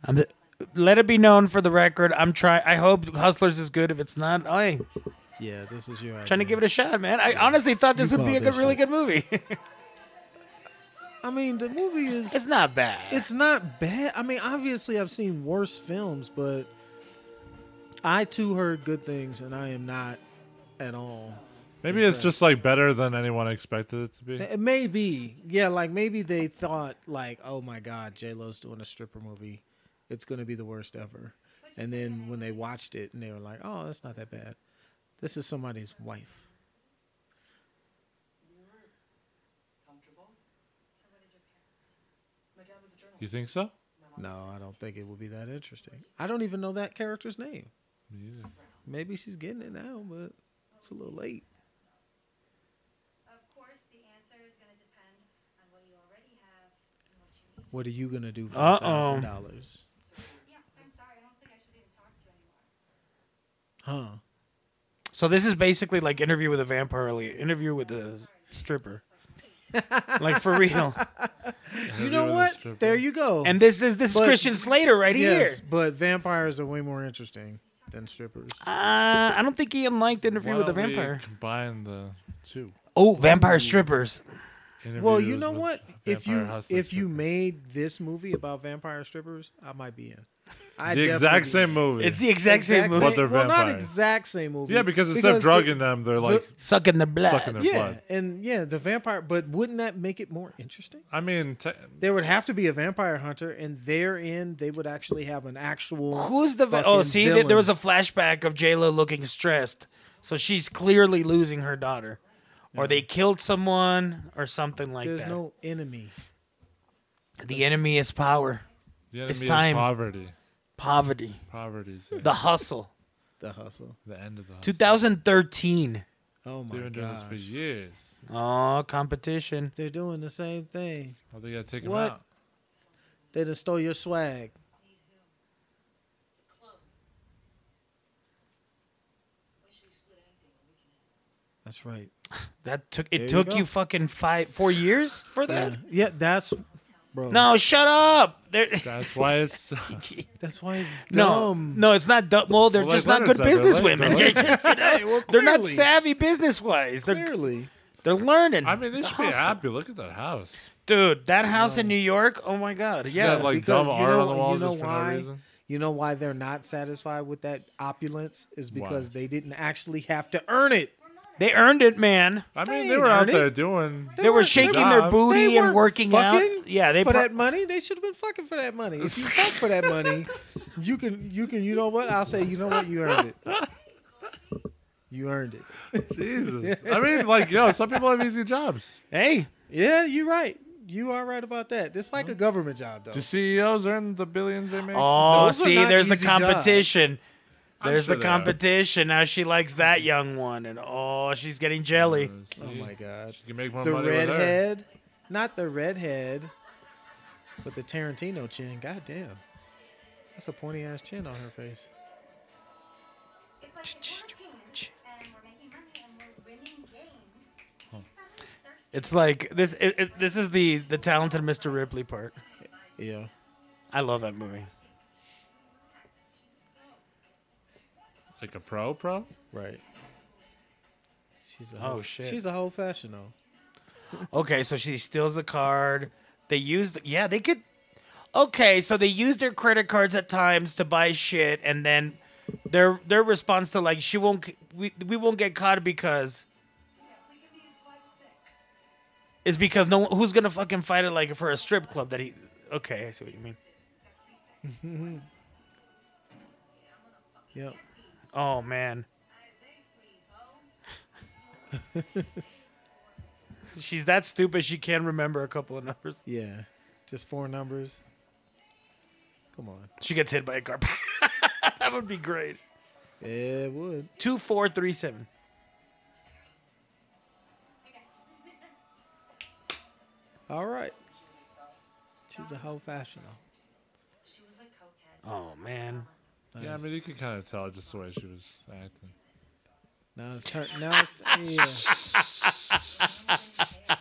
S5: I'm the, let it be known for the record. I'm trying. I hope Hustlers is good. If it's not, I
S7: Yeah, this was your. Idea.
S5: trying to give it a shot, man. I honestly thought this
S7: You
S5: would be a
S7: called
S5: good,
S7: this
S5: really
S7: shit.
S5: good movie.
S7: I mean, the movie is.
S5: it's not bad.
S7: It's not bad. I mean, obviously, I've seen worse films, but I too heard good things, and I am not at all.
S6: Maybe it's just like better than anyone expected it to
S5: Eh.
S6: be.
S7: It may be, yeah, like maybe they thought, like, oh my God, J Lo's doing a stripper movie, it's gonna be the worst ever. And then when they watched it, and they were like, oh, that's not that bad. This is somebody's wife.
S6: You think so?
S7: No, I don't think it would be that interesting. I don't even know that character's name. Maybe she's getting it now, but it's a little late.
S8: Of course, the answer is going to depend on what you already have and what you need.
S7: What are you gonna do for
S5: Uh-oh.
S7: thousand dollars?
S8: Yeah, I'm sorry. I don't think I should even talk to you anymore.
S7: Huh?
S5: so this is basically like interview with a vampire, like interview with a stripper, like for real.
S7: You know what? There you go.
S5: And this is this is
S7: But-
S5: Christian Slater right
S7: yes,
S5: here.
S7: but vampires are way more interesting than strippers.
S5: Uh, I don't think Ian liked interview
S6: Why
S5: with a
S6: don't we
S5: vampire.
S6: combine the two.
S5: Oh, vampire strippers.
S7: Well, you
S6: Interviews
S7: know
S6: with
S7: what? If
S6: vampire
S7: you
S6: hustlers.
S7: if you made this movie about vampire strippers, I might be in. I
S6: the exact same movie.
S5: It's the exact, same movie.
S6: But they're
S7: well, not
S6: vampires.
S7: exact same movie.
S6: yeah, because instead of drugging
S7: the-
S6: them, they're like
S5: Sucking the blood.
S6: sucking their
S7: yeah,
S6: blood.
S7: and yeah, the vampire. But wouldn't that make it more interesting?
S6: I mean, te-
S7: There would have to be a vampire hunter, and therein they would actually have an actual.
S5: Who's the va-
S7: fucking
S5: oh? See, th-
S7: villain.
S5: there was a flashback of Jayla looking stressed, so she's clearly losing her daughter, or they killed someone, or something like
S7: There's
S5: that.
S7: no enemy.
S5: the enemy is power,
S6: the enemy
S5: It's
S6: is
S5: time.
S6: poverty.
S5: poverty,
S6: Poverty's the,
S5: the hustle.
S7: The hustle.
S6: the end of the. hustle.
S5: 2013.
S7: Oh my
S6: They've been doing this for
S7: god.
S6: years.
S5: Oh, competition.
S7: They're doing the same thing.
S6: Well, they gotta take them
S7: What?
S6: out.
S7: They done stole your swag. That's right.
S5: That took
S7: There
S5: it
S7: you
S5: took
S7: go.
S5: you, fucking five four years for that.
S7: Yeah, yeah that's bro.
S5: No, shut up. They're,
S6: That's why it's.
S7: that's why it's
S5: no,
S7: dumb.
S5: no, it's not dumb. Well, they're
S6: Well,
S5: just
S6: like
S5: not
S6: Leonard
S5: good
S6: said, they're
S5: business
S6: late,
S5: women.
S6: though.
S5: They're, just, they're not
S7: clearly.
S5: savvy business wise. They're
S7: Clearly,
S5: they're learning.
S6: I mean, they should be
S5: Awesome.
S6: happy. Look at that house.
S5: Dude, that house in New York, oh my god.
S6: Yeah,
S5: Yeah.
S6: like
S7: because
S6: dumb
S7: you
S6: art
S7: know-
S6: on the
S7: you
S6: wall
S7: know
S6: just for
S7: why?
S6: no reason.
S7: you know why they're not satisfied with that opulence is
S6: Why?
S7: because they didn't actually have to earn it.
S5: they earned it, man.
S6: I
S7: They
S6: mean, they
S7: ain't
S6: were out
S7: earned it.
S6: there doing.
S5: They, were
S7: weren't-
S5: shaking
S6: they-
S5: their booty
S7: they
S5: and
S7: weren't
S5: working
S7: fucking
S5: out. Yeah, they
S7: for
S5: pro-
S7: that money, they should have been fucking for that money. If you fuck for that money, you can you can you know what? I'll say you know what you earned it. You earned it.
S6: Jesus. I mean, like, yo, some people have easy jobs.
S5: Hey,
S7: Yeah, you're right. You are right about that. It's like a government job though.
S6: Do CEOs earn the billions they make?
S5: oh,
S7: Those are
S5: see,
S7: not
S5: there's the
S7: easy jobs.
S5: competition.
S6: I'm
S5: There's
S6: sure
S5: the
S6: they are.
S5: competition. Now she likes that young one and oh, she's getting jelly.
S7: oh my god.
S6: You can make more
S7: The
S6: money with her.
S7: redhead, not the redhead, but the Tarantino chin. God damn. That's a pointy ass chin on her face.
S8: It's like we're working and we're making money and we're winning games.
S5: It's like this it, it- this is the the talented Mr. Ripley part.
S7: Yeah.
S5: I love that movie.
S6: Like a pro, pro?
S7: Right. She's a
S5: Oh,
S7: whole,
S5: shit.
S7: She's a whole fashion though.
S5: Okay, so she steals the card. They used yeah, they could Okay, so they use their credit cards at times to buy shit and then their their response to like she won't c- we, we won't get caught because is because no who's gonna fucking fight it like for a strip club that he okay I see what you mean
S7: Yep.
S5: oh man she's that stupid she can't remember a couple of numbers
S7: Yeah. Just four numbers. Come on.
S5: She gets hit by a car. that would be great.
S7: It would.
S5: Two four three seven.
S7: All right. She's a whole fashioner.
S4: She was a cokehead.
S5: Oh man.
S6: Yeah, I mean, you could kind of tell just the way she was acting.
S7: Now it's her. Now it's yeah.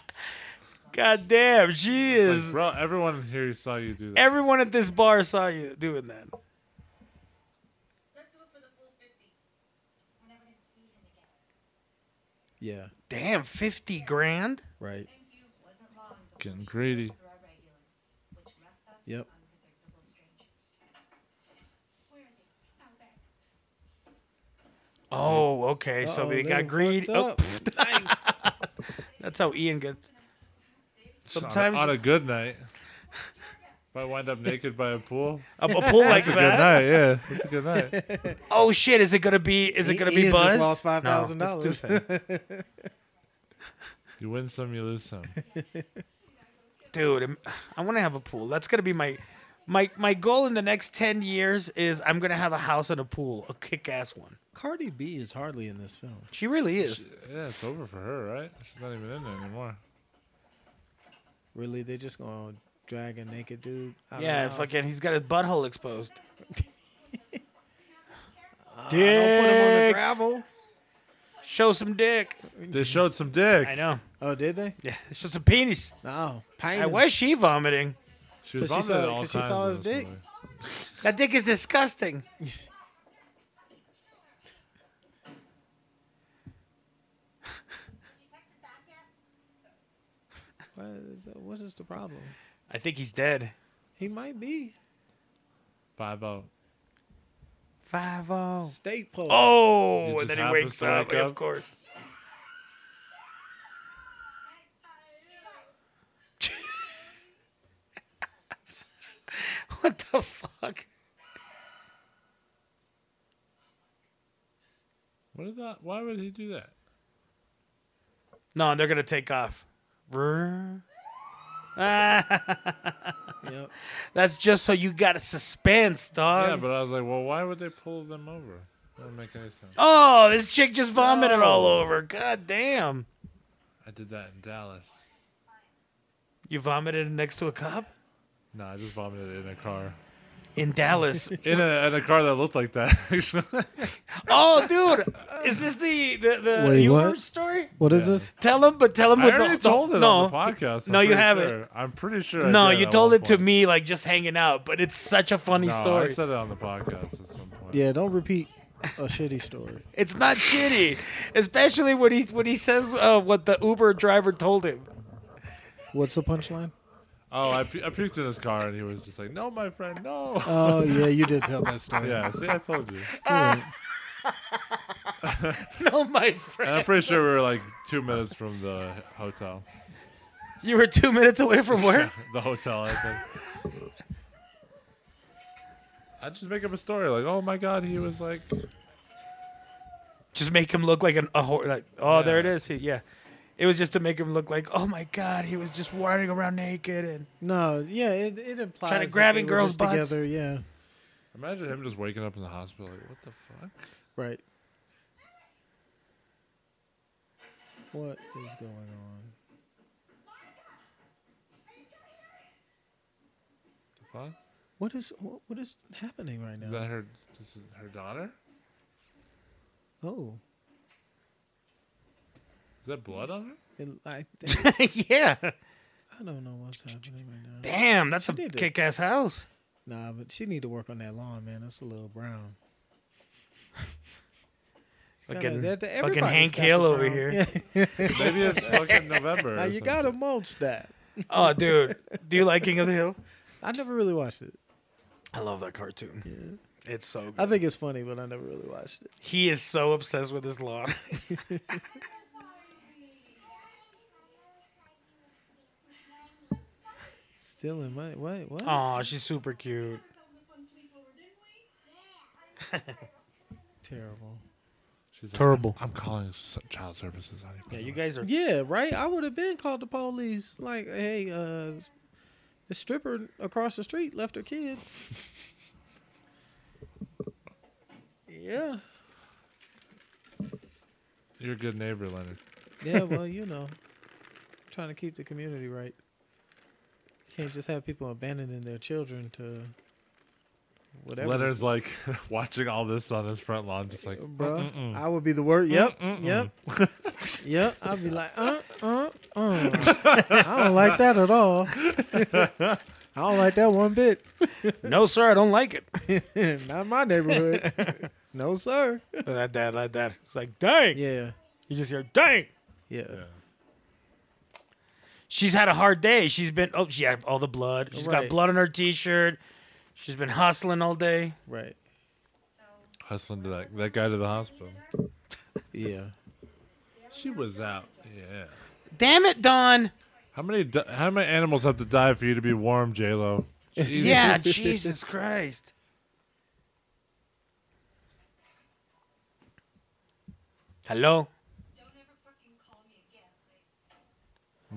S5: God damn, she
S6: Like,
S5: is.
S6: bro, everyone here saw you do that.
S5: Everyone at this bar saw you doing that.
S8: Let's do it for the full 50. We're never gonna see him again.
S7: Yeah.
S5: Damn, fifty grand.
S7: Right.
S4: Wasn't long before
S6: Getting greedy.
S4: through our regulars, which left us
S7: Yep.
S4: unpredictable strangers.
S8: Where are they? Out back.
S5: Oh, okay. so
S7: Uh-oh,
S5: they,
S7: they
S5: got
S7: done
S5: greed.
S7: fucked
S5: Oh,
S7: up.
S5: pfft. that's how Ian gets. Sometimes
S6: on a,
S5: a,
S6: on a good night. If I wind up naked by a pool,
S5: a pool like
S6: good
S5: that.
S6: night. Yeah, it's a good night.
S5: Oh shit! Is it gonna be? Is it
S7: I-
S5: gonna
S7: Ian
S5: be Buzz?
S7: just lost
S5: No, let's do
S7: $5,000.
S5: that.
S6: You win some, you lose some.
S5: dude I'm- i want to have a pool that's gonna be my my my goal in the next 10 years is i'm gonna have a house and a pool a kick-ass one
S7: Cardi B is hardly in this film.
S5: she really is
S6: Yeah, it's over for her, right? She's not even in there anymore.
S7: Really, they just gonna drag a naked dude. Out
S5: yeah
S7: of the house?
S5: fucking he's got his butthole exposed
S7: Don't put him on the
S5: Dick.
S7: gravel.
S5: show some dick
S6: They showed some dick.
S5: i know
S7: Oh, did they? Oh,
S5: yeah show some penis
S7: No.
S5: i why is she vomiting
S6: She was
S7: But she
S6: vomiting
S7: saw-
S6: all
S7: 'cause
S6: kinds
S7: she saw
S6: in
S7: his
S6: this
S7: dick.
S6: movie.
S5: that dick is disgusting
S8: She texted back yet?
S7: What is, what is the problem?
S5: i think he's dead
S7: He might be
S6: Five out.
S5: 5 oh
S7: state pole.
S6: It
S5: oh
S6: just
S5: and then he
S6: happens
S5: wakes
S6: to
S5: up
S6: wake
S5: of
S6: up.
S5: course what the fuck
S6: What did that? Why would he do that?
S5: No, they're gonna take off. Brrr.
S7: Yep.
S5: That's just so you got a suspense,
S7: Um,
S5: dog.
S6: yeah, but I was like, well, why would they pull them over? That doesn't make any sense.
S5: oh, this chick just vomited all over. God damn!
S6: I did that in Dallas.
S5: You vomited next to a cop
S6: No, I just vomited in a car.
S5: in Dallas.
S6: In a, in a car that looked like that, actually.
S5: oh, dude, is this the the, the
S7: Wait,
S5: your
S7: what?
S5: story?
S7: What is this?
S5: Tell him, but tell him.
S6: I
S5: with
S6: already
S5: the,
S6: told
S5: the,
S6: it
S5: no,
S6: on the podcast. I'm
S5: no, you
S6: pretty
S5: haven't.
S6: sure. I'm pretty sure. I
S5: No,
S6: did
S5: you
S6: at
S5: told
S6: one
S5: it to
S6: point.
S5: me like just hanging out, but it's such a funny
S6: No, I
S5: story.
S6: said it on the podcast at some point.
S7: Yeah, don't repeat a shitty story.
S5: It's not shitty, especially when he when he says uh, what the Uber driver told him.
S7: What's the punchline?
S6: Oh, I, pu- I puked in his car, and he was just like, "No, my friend, no."
S7: Oh yeah, you did tell that story.
S6: yeah, see, I told you.
S5: No, Oh, my friend.
S6: And I'm pretty sure we were like two minutes from the hotel.
S5: You were two minutes away from work.
S6: the hotel, I think. I just make up a story like, "Oh my God, he was like."
S5: just make him look like an, a whore. Like, oh, there it
S6: Yeah.
S5: is. He, yeah, it was just to make him look like, oh my god, he was just wandering around naked and
S7: No, yeah, it, it implies that
S5: grabbing
S7: they were
S5: girls'
S7: just
S5: butts.
S7: together. Yeah,
S6: Imagine him just waking up in the hospital like, "What the fuck?"
S7: right. What is going on?
S6: The fuck?
S7: What is what, what is happening right now?
S6: Is that her? Is it her daughter?
S7: oh,
S6: Is that blood on her?
S7: it, I,
S5: yeah.
S7: I don't know what's happening right now.
S5: Damn, that's a
S7: She did it.
S5: kick-ass house.
S7: Nah, but she need to work on that lawn, man. That's a little brown.
S5: Fucking-
S7: that- that-
S5: fucking
S7: everybody's
S5: Hank
S7: got
S5: Hill
S7: the
S5: over
S7: brown.
S5: here.
S6: Maybe it's fucking November. or
S7: now you
S6: something.
S7: gotta mulch that.
S5: Oh, dude, do you like King of the Hill?
S7: I never really watched it.
S5: I love that cartoon. It's so good.
S7: I think it's funny, but I never really watched it.
S5: he is so obsessed with his lawn.
S7: Still in my wait, what?
S5: Oh, she's super cute.
S7: Terrible.
S6: She's like,
S5: Terrible.
S6: I'm calling s- child services on you. by
S5: Yeah,
S6: the
S5: you
S6: way."
S5: guys are.
S7: Yeah, right. I would have been called the police. Like, hey, uh, the stripper across the street left her kid. yeah,
S6: You're a good neighbor, Leonard.
S7: yeah. Well, you know, trying to keep the community right. Can't just have people abandoning their children to whatever.
S6: Leonard's like watching all this on his front lawn, just like
S7: Bruh, I would be the word. Yep, yep, yep. I'd be like, uh, uh, uh. I don't like that at all. I don't like that one bit.
S5: No, sir, I don't like it.
S7: Not in my neighborhood. no, sir.
S5: like that, like that. It's like, dang.
S7: Yeah,
S5: You just hear, dang.
S7: yeah.
S5: She's had a hard day. She's been, oh, she had all the blood. She's got
S7: Right.
S5: blood on her t shirt. She's been hustling all day.
S7: Right.
S6: hustling to that that guy to the hospital.
S7: Yeah.
S6: She was out. Yeah.
S5: Damn it, Don.
S6: How many di- how many animals have to die for you to be warm, J Lo?
S5: Yeah, Jesus Christ. Hello?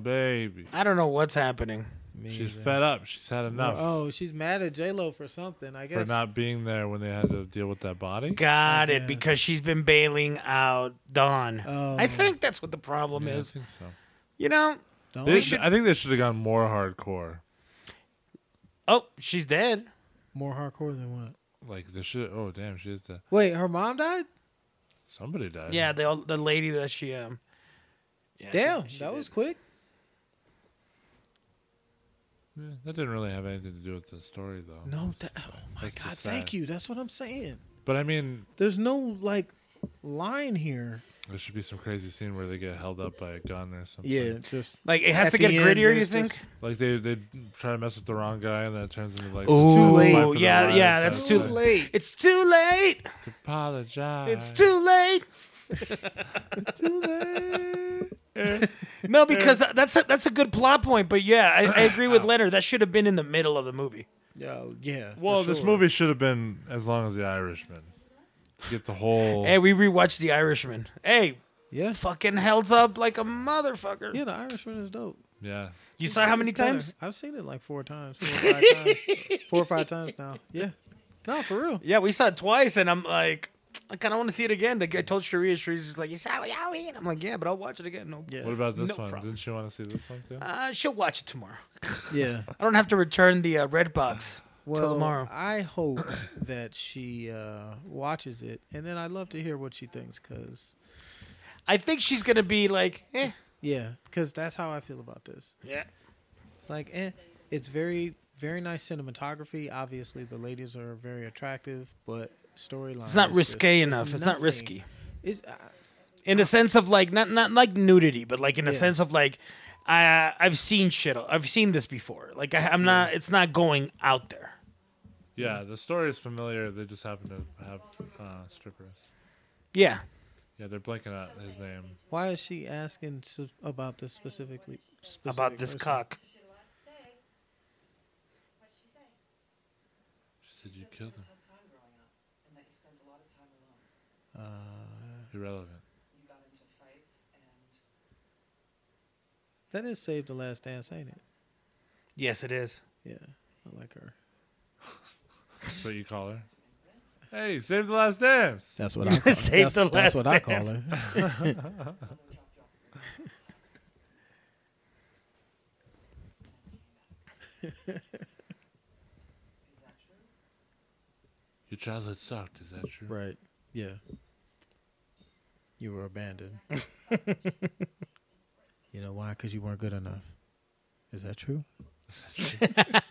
S6: baby.
S5: I don't know what's happening.
S7: Me
S6: She's
S7: either.
S6: fed up. She's had enough
S7: Oh, she's mad at J Lo for something. I
S6: for
S7: guess.
S6: not being there when they had to deal with that body.
S5: Got it,
S7: guess.
S5: because she's been bailing out Dawn. I
S7: Oh.
S5: think that's what the problem
S6: Yeah, I
S5: is.
S6: think so.
S5: You know,
S7: Don't
S6: They should- I think they should have gone more hardcore.
S5: oh, she's dead.
S7: more hardcore than what?
S6: Like they should. Oh damn, she did that.
S7: Wait, her mom died.
S6: Somebody died.
S5: Yeah, the the lady that she um. yeah, she-
S7: Damn,
S5: she
S7: that
S5: did.
S7: was quick.
S6: Yeah, that didn't really have anything to do with the story though.
S7: No, that, oh my
S6: That's
S7: god,
S6: just
S7: thank
S6: sad.
S7: you. That's what I'm saying.
S6: But I mean,
S7: There's no like line here.
S6: there should be some crazy scene where they get held up by a gun or something.
S7: just
S5: like it has
S7: At
S5: to get
S7: the end,
S5: grittier. You
S7: there's
S5: think?
S7: just-
S6: Like they they try to mess with the wrong guy and then it turns into like
S5: Ooh,
S6: fight for the
S5: yeah,
S6: lives.
S5: yeah, that's too
S6: like,
S7: late.
S5: It's too late. It's
S6: Apologize.
S5: too late. No, because that's a, that's a good plot point. But yeah, I, I agree with Leonard. That should have been in the middle of the movie.
S7: Yeah, yeah. for
S6: Well, this
S7: sure.
S6: movie should have been as long as The Irishman. To get the whole.
S5: Hey, we rewatched The Irishman. Hey,
S7: Yeah,
S5: fucking held up like a motherfucker.
S7: yeah. The Irishman is dope.
S6: yeah.
S5: You saw it how many
S7: It's better.
S5: times?
S7: I've seen it like four times, four or five times, four or five times now. Yeah, no, for real.
S5: Yeah, we saw it twice, and I'm like, I kind of want to see it again. Like, I told Sharia, she's just like, "You saw it already?" I'm like, "Yeah, but I'll watch it again." No,
S7: Yeah,
S6: What about this
S5: No
S6: one?
S5: problem.
S6: Didn't you want to see this one too?
S5: uh, she'll watch it tomorrow.
S7: yeah.
S5: I don't have to return the uh, red box
S7: Well,
S5: till tomorrow.
S7: I hope that she uh, watches it, and then I'd love to hear what she thinks, cause
S5: I think she's gonna be like, eh,
S7: yeah, cause that's how I feel about this.
S5: yeah,
S7: It's like, eh, it's very, very nice cinematography. Obviously, the ladies are very attractive, but storyline.
S5: it's not
S7: is
S5: risque
S7: just-
S5: enough. It's not
S7: nothing.
S5: risky
S7: It's, uh,
S5: in the sense of like not not like nudity, but like in the
S7: Yeah.
S5: sense of like, I I've seen shit. I've seen this before. Like I, I'm not. It's not going out there.
S6: Yeah, the story is familiar. They just happen to have uh, strippers.
S5: Yeah,
S6: Yeah, they're blanking out his name.
S7: why is she asking s about this specifically?
S5: about
S7: specific
S5: this
S7: person?
S5: cock.
S6: She said you killed him.
S4: Time growing up, and that you spent a lot of time alone.
S6: Irrelevant.
S4: You got into fights, and
S7: That is Save the Last Dance, ain't it?
S5: Yes, it is.
S7: Yeah, I like her.
S6: That's what you call her. Hey, save the last dance.
S7: That's what I call
S5: Save
S7: that's,
S5: the Last
S7: that's what I call
S5: Dance.
S7: her.
S6: Your childhood sucked. Is that true?
S7: Right. Yeah. You were abandoned. you know why? Because you weren't good enough. Is that true? Just the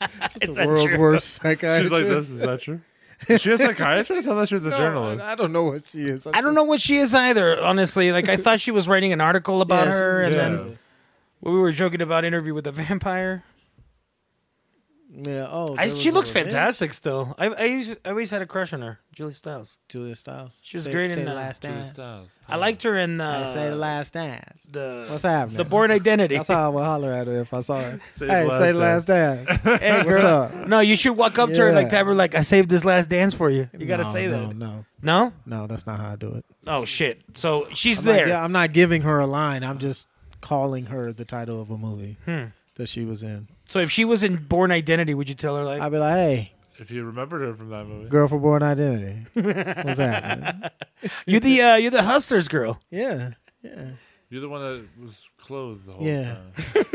S5: that
S7: world's
S5: true?
S7: worst psychiatrist.
S6: She's like, this is that true? Is she a psychiatrist? I thought she was a
S7: No,
S6: journalist.
S7: I, I don't know what she is.
S5: I don't know what she is either, honestly. Like I thought she was writing an article about her, and then we were joking about interview with a vampire.
S7: Yeah. Oh,
S5: I,
S7: there
S5: she
S7: was
S5: looks
S7: a revenge.
S5: fantastic still. I I, used, I always had a crush on her, Julia Stiles.
S7: Julia Stiles.
S5: She was
S7: Say-
S5: great
S7: say
S5: in
S7: the
S5: uh,
S7: last dance.
S5: I liked her in
S7: I
S5: uh,
S7: say the last dance.
S5: the
S7: What's happening?
S5: the Born Identity.
S7: That's how I would holler at her if I saw her.
S6: Say the
S7: hey,
S6: last
S7: say the last dance.
S5: Hey,
S7: What's
S5: girl.
S7: up?
S5: No, you should walk up to her and, like
S7: Yeah.
S5: tap her like I saved this last dance for you. You gotta
S7: No,
S5: say
S7: no,
S5: that.
S7: No,
S5: No?
S7: no, that's not how I do it.
S5: Oh shit. So she's
S7: I'm
S5: there.
S7: Not, yeah, I'm not giving her a line. I'm just calling her the title of a movie
S5: Hmm.
S7: that she was in.
S5: So if she was in Born Identity, would you tell her like
S7: I'd be like, hey,
S6: If you remembered her from that movie,
S7: girl for born identity. What's happening?
S5: you the uh, you the hustlers girl?
S7: Yeah, yeah.
S6: you're the one that was clothed the whole
S7: Yeah.
S6: time.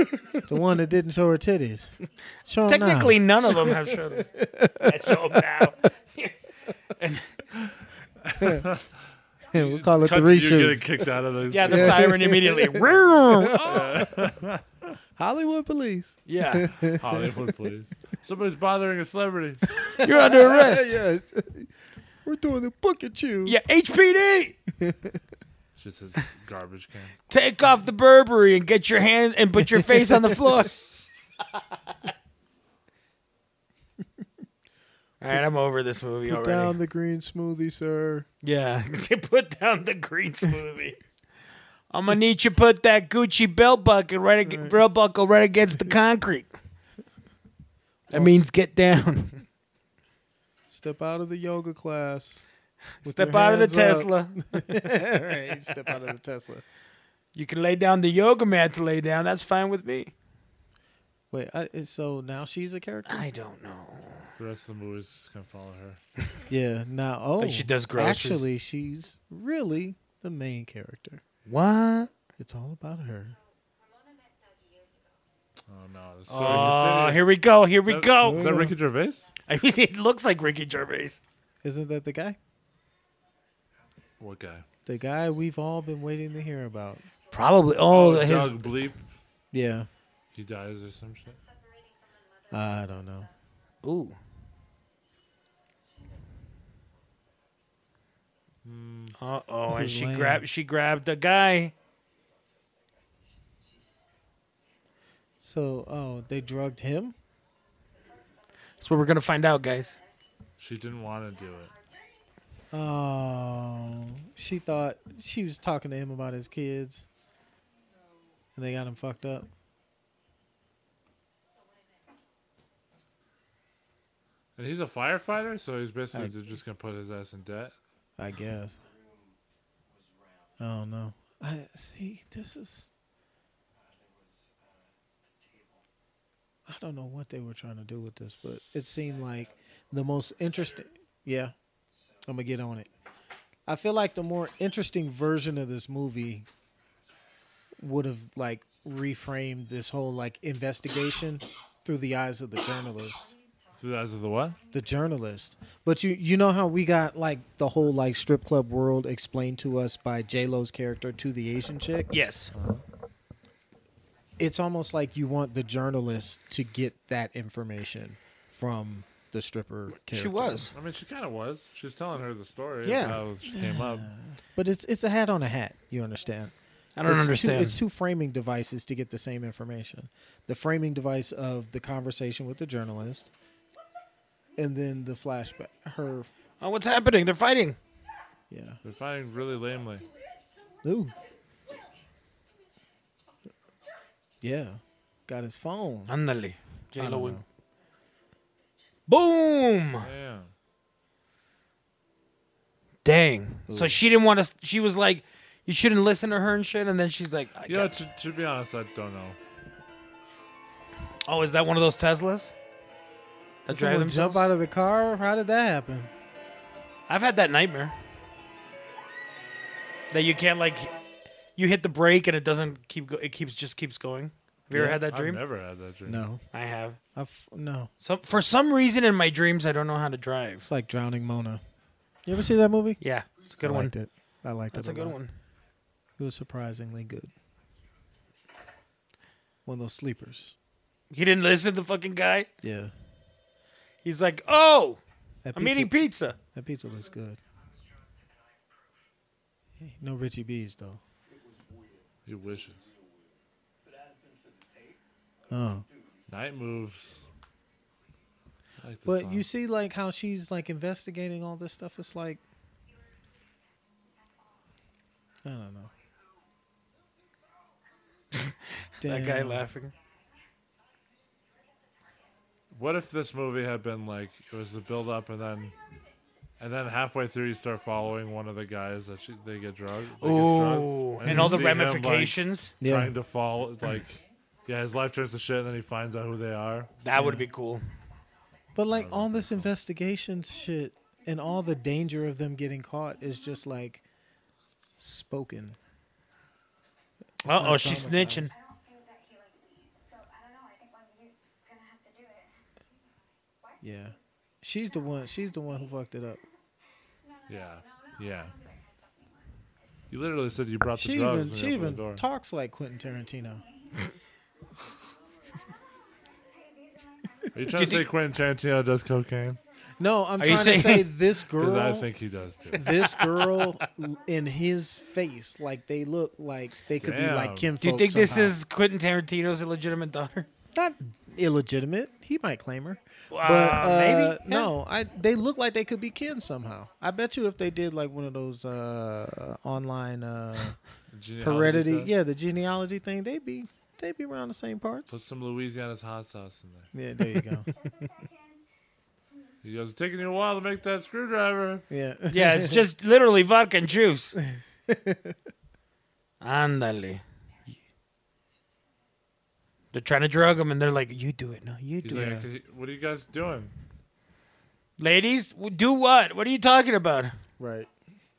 S7: The one that didn't show her titties. Show 'em now.
S5: Technically, none of them have shown. I show 'em now.
S7: we call
S6: Cut to You
S7: it the
S6: getting
S7: reshoots.
S6: kicked out of the.
S5: Yeah, the siren immediately. Oh,
S7: Hollywood police.
S5: yeah,
S6: Hollywood, please. Somebody's bothering a celebrity.
S5: you're under arrest.
S7: yeah, yeah. we're doing the book at you.
S5: Yeah, HPD,
S6: She says garbage can.
S5: take off the Burberry and get your hand and put your face on the floor. All right, I'm over this movie
S7: Put
S5: already.
S7: down the green smoothie, sir.
S5: Yeah, they put down the green smoothie. I'm gonna need you to put that Gucci belt bucket right, ag- belt buckle right against the concrete. That means get down.
S7: Step out of the yoga class. with
S5: Step
S7: your
S5: out of the
S7: hands up.
S5: Tesla.
S7: right, step out of the Tesla.
S5: You can lay down the yoga mat to lay down. That's fine with me.
S7: Wait, I, so now she's a character?
S5: I don't know.
S6: The rest of the movie's just gonna follow her.
S7: Yeah. Now, oh,
S5: Like she does groceries.
S7: Actually, she's really the main character.
S5: What?
S7: It's all about her.
S6: Oh no! This is
S5: Oh, here we go. Here we
S6: Is that-
S5: go.
S6: Is that Ricky Gervais?
S5: I mean, it looks like Ricky Gervais.
S7: Isn't that the guy?
S6: What guy?
S7: The guy we've all been waiting to hear about.
S5: Probably. Oh, his.
S6: Doug Bleep.
S7: Yeah.
S6: He dies or some shit.
S7: I don't know.
S5: Ooh. Uh oh,
S7: This
S5: and
S7: is
S5: she
S7: lame.
S5: grabbed she grabbed a guy.
S7: So, oh, they drugged him?
S5: That's what we're gonna find out, guys.
S6: She didn't want to do it.
S7: Oh. She thought she was talking to him about his kids. And they got him fucked up.
S6: And he's a firefighter, so he's basically just gonna put his ass in debt.
S7: I guess. I don't know. I see. This is. I don't know what they were trying to do with this, but it seemed like the most interesting. Yeah, I'm gonna get on it. I feel like the more interesting version of this movie would have like reframed this whole like investigation through the eyes of the journalist
S6: Through the eyes of the what?
S7: the journalist. But you you know how we got like the whole like strip club world explained to us by J Lo's character to the Asian chick.
S5: Yes.
S7: It's almost like you want the journalist to get that information from the stripper. Character.
S5: She was.
S6: I mean, she kind of was. She's telling her the story. of
S7: Yeah.
S6: How she came up.
S7: but it's it's a hat on a hat. You understand?
S5: I don't
S7: It's
S5: understand.
S7: Two, it's two framing devices to get the same information. The framing device of the conversation with the journalist, and then the flashback. Her,
S5: oh, what's happening? They're fighting.
S7: yeah.
S6: They're fighting really lamely.
S7: Ooh. Yeah. Got his phone.
S5: Andale. J
S7: I
S5: Lo
S7: don't
S5: would.
S7: know.
S5: Boom.
S6: Yeah.
S5: Dang. So she didn't want to. She was like, "You shouldn't listen to her and shit." And then she's like, I
S6: Yeah.
S5: got-
S6: To, to be honest, I don't know.
S5: "Oh, is that one of those Teslas?" That drive
S7: Someone
S5: themselves.
S7: jump out of the car? How did that happen?
S5: I've had that nightmare. That you can't like, you hit the brake and it doesn't keep. Go- it keeps just keeps going. Have you ever
S7: Yeah,
S5: had that
S6: I've
S5: dream?
S6: never had that dream.
S7: No.
S5: I have.
S7: I've, no.
S5: Some for some reason in my dreams I don't know how to drive.
S7: It's like Drowning Mona. You ever see that movie?
S5: Yeah, it's a good
S7: I
S5: one.
S7: liked it. I liked
S5: That's
S7: it.
S5: a good
S7: lot.
S5: one.
S7: It was surprisingly good. One of those sleepers.
S5: He didn't listen to the fucking guy.
S7: Yeah.
S5: He's like, "Oh,
S7: That
S5: I'm eating pizza.
S7: That pizza looks good. Hey, no Richie B's though.
S6: He wishes.
S7: Oh,
S6: Night moves. I like this
S7: but
S6: song.
S7: you see, like how she's like investigating all this stuff. It's like I don't know.
S5: That guy
S7: Damn.
S5: laughing.
S6: What if this movie had been like it was the build up and then and then halfway through you start following one of the guys that she, they get drugged? that gets
S5: Ooh,
S6: drugged,
S5: and,
S6: you
S5: all the
S6: see him, like,
S5: ramifications.
S7: Yeah.
S6: Trying to fall like yeah, his life turns to shit and then he finds out who they are.
S5: that would be cool.
S7: But like all this investigation shit and all the danger of them getting caught is just like spoken.
S5: Uh oh,
S7: not
S5: she's
S7: traumatized.
S5: snitching.
S8: I don't think that he likes me, so I don't know. I think one of you's gonna have to do it.
S7: Yeah. She's the one. She's the one who fucked it up.
S6: Yeah. Yeah. You literally said you brought the
S7: She
S6: drugs.
S7: even
S6: when
S7: she
S6: you opened the door.
S7: even talks like Quentin Tarantino.
S6: Are you trying to say Quentin Tarantino does cocaine?
S7: No, I'm
S5: Are you
S7: trying
S5: saying-
S7: to say this
S6: Because
S7: girl.
S6: I think he does too.
S7: this girl l- in his face, like they look like they could be like Kim.
S6: Damn.
S5: Do you think this is Quentin Tarantino's illegitimate daughter?
S7: not illegitimate? He might claim her,
S5: Uh,
S7: but uh,
S5: maybe, yeah.
S7: no. I they look like they could be kin somehow. I bet you if they did like one of those uh, online uh,
S6: Genealogy
S7: heredity,
S6: test?
S7: yeah, the genealogy thing, they'd be they'd be around the same parts.
S6: Put some Louisiana's hot sauce in there.
S7: Yeah, there you go.
S6: He goes, it's taking you a while to make that screwdriver.
S7: yeah,
S5: Yeah, it's just literally vodka and juice. Andale. They're trying to drug him, and they're like, "You do it, no, you
S6: He's
S5: do it."
S6: like, "Okay, what are you guys doing?
S5: Ladies, w- do what? What are you talking about?
S7: right.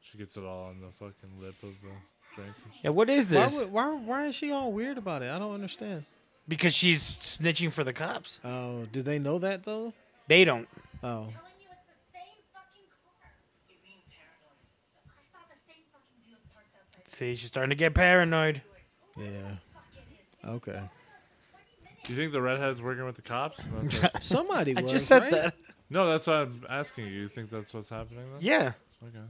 S6: She gets it all on the fucking lip of the drink. and shit.
S5: Yeah, what is
S7: Why,
S5: this?
S7: would, why why is she all weird about it? I don't understand.
S5: Because she's snitching for the cops.
S7: Oh, do they know that though?
S5: They don't.
S7: Oh,
S8: telling you it's the same fucking car. You mean paranoid? I saw the same fucking view of parked outside.
S5: See, she's starting to get paranoid.
S7: yeah. Okay.
S6: Do you think the redhead's working with the cops? And that's like-
S7: Somebody
S5: I
S7: was,
S5: just said
S7: right?
S5: that.
S6: no, that's what I'm asking you. You think that's what's happening? Then?
S5: Yeah.
S6: Okay.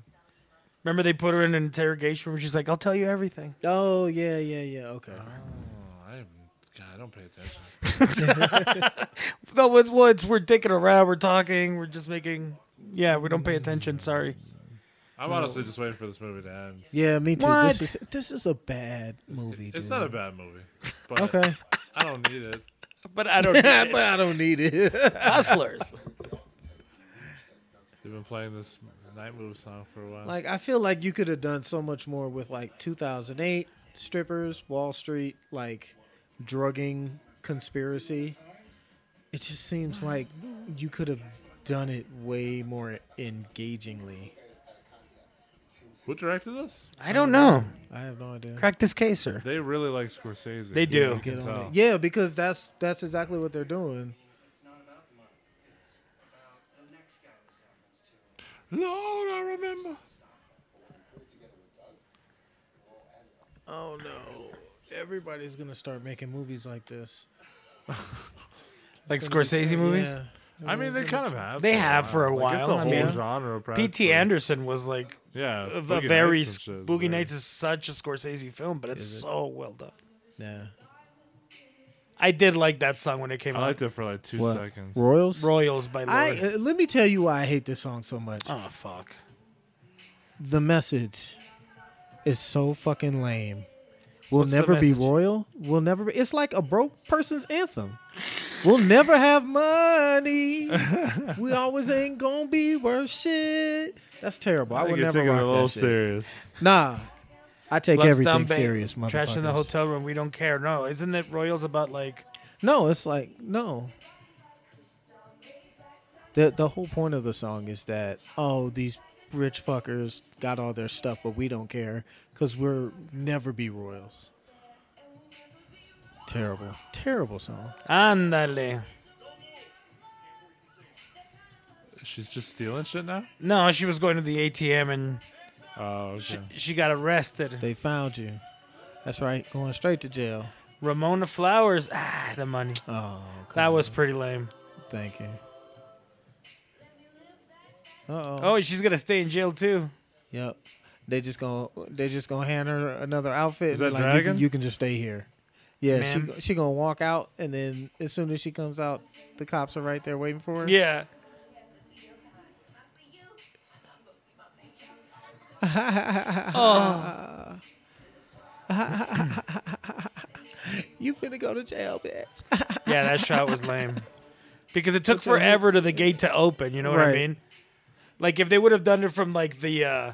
S5: Remember they put her in an interrogation room. She's like, "I'll tell you everything."
S7: Oh yeah, yeah, yeah. Okay.
S6: Oh, I am. God, I don't pay attention.
S5: No, it's well, it's we're dicking around. We're talking. We're just making. Yeah, we don't pay attention. Sorry.
S6: I'm honestly just waiting for this movie to end.
S7: Yeah, me too.
S5: What?
S7: This is this is a bad movie.
S6: It's
S7: dude.
S6: not a bad movie, but
S7: okay,
S6: I don't need it.
S5: But I don't.
S7: but I don't need it.
S5: Hustlers.
S6: They've been playing this night move song for a while.
S7: like I feel like you could have done so much more with like 2008 strippers, Wall Street, like drugging conspiracy. It just seems like you could have done it way more engagingly.
S6: Who directed this?
S5: I don't know.
S7: I have no idea.
S5: Crack this case, sir.
S6: They really like Scorsese.
S5: They do.
S6: You can
S7: Get on
S6: tell.
S7: it. Yeah, because that's that's exactly what they're doing.
S6: Lord, I remember.
S7: Oh no. Everybody's gonna start making movies like this.
S5: Like
S7: It's gonna be-
S5: Scorsese movies.
S7: Yeah.
S6: I mean, they kind of have.
S5: They have for a
S6: Like, it's a
S5: while, I
S6: whole
S5: mean.
S6: genre.
S5: P.T.
S6: practically.
S5: Anderson was like
S6: Yeah.
S5: a, a
S6: Boogie
S5: very
S6: Nights and
S5: s-
S6: shit is
S5: Boogie
S6: very-
S5: Nights is such a Scorsese film, but it's
S7: Is it?
S5: so well done.
S7: Yeah.
S5: I did like that song when it came
S6: I
S5: out.
S6: liked it for like two seconds.
S7: Royals?
S5: Royals by
S7: I
S5: Lord.
S7: uh, let me tell you why I hate this song so much.
S5: oh fuck.
S7: The message is so fucking lame. We'll
S5: What's the
S7: never be
S5: message?
S7: royal. We'll never be. It's like a broke person's anthem. We'll never have money. we always ain't gonna be worth shit. That's terrible. I,
S6: I
S7: would
S6: think you're
S7: never
S6: taking it
S7: rock
S6: a little
S7: that shit.
S6: serious.
S7: Nah, I take
S5: Lux
S7: everything
S5: Dumb Ba-
S7: serious, motherfucker.
S5: Trash in the hotel room. We don't care. No, isn't it Royals about like?
S7: No, it's like no. The the whole point of the song is that oh these rich fuckers got all their stuff but we don't care cuz we're never be royals. Terrible. Terrible song.
S5: Andale.
S6: She's just stealing shit now.
S5: No, she was going to the ATM and
S6: Oh, okay.
S5: she, she got arrested.
S7: They found you. That's right. Going straight to jail.
S5: Ramona Flowers. Ah, the money.
S7: Oh, come
S5: That was pretty lame.
S7: on. thank you. Uh oh.
S5: Oh, she's gonna stay in jail too.
S7: Yep. They just gonna they just gonna hand her another outfit.
S6: Is that
S7: and be like, You
S6: dragon?
S7: can, you can just stay here. Yeah,
S5: Ma'am.
S7: she she gonna walk out, and then as soon as she comes out, the cops are right there waiting for her.
S5: Yeah. oh,
S7: You finna go to jail, bitch.
S5: yeah, that shot was lame because it took forever to the gate to open. You know what I
S7: Right.
S5: mean? Like if they would have done it from like the uh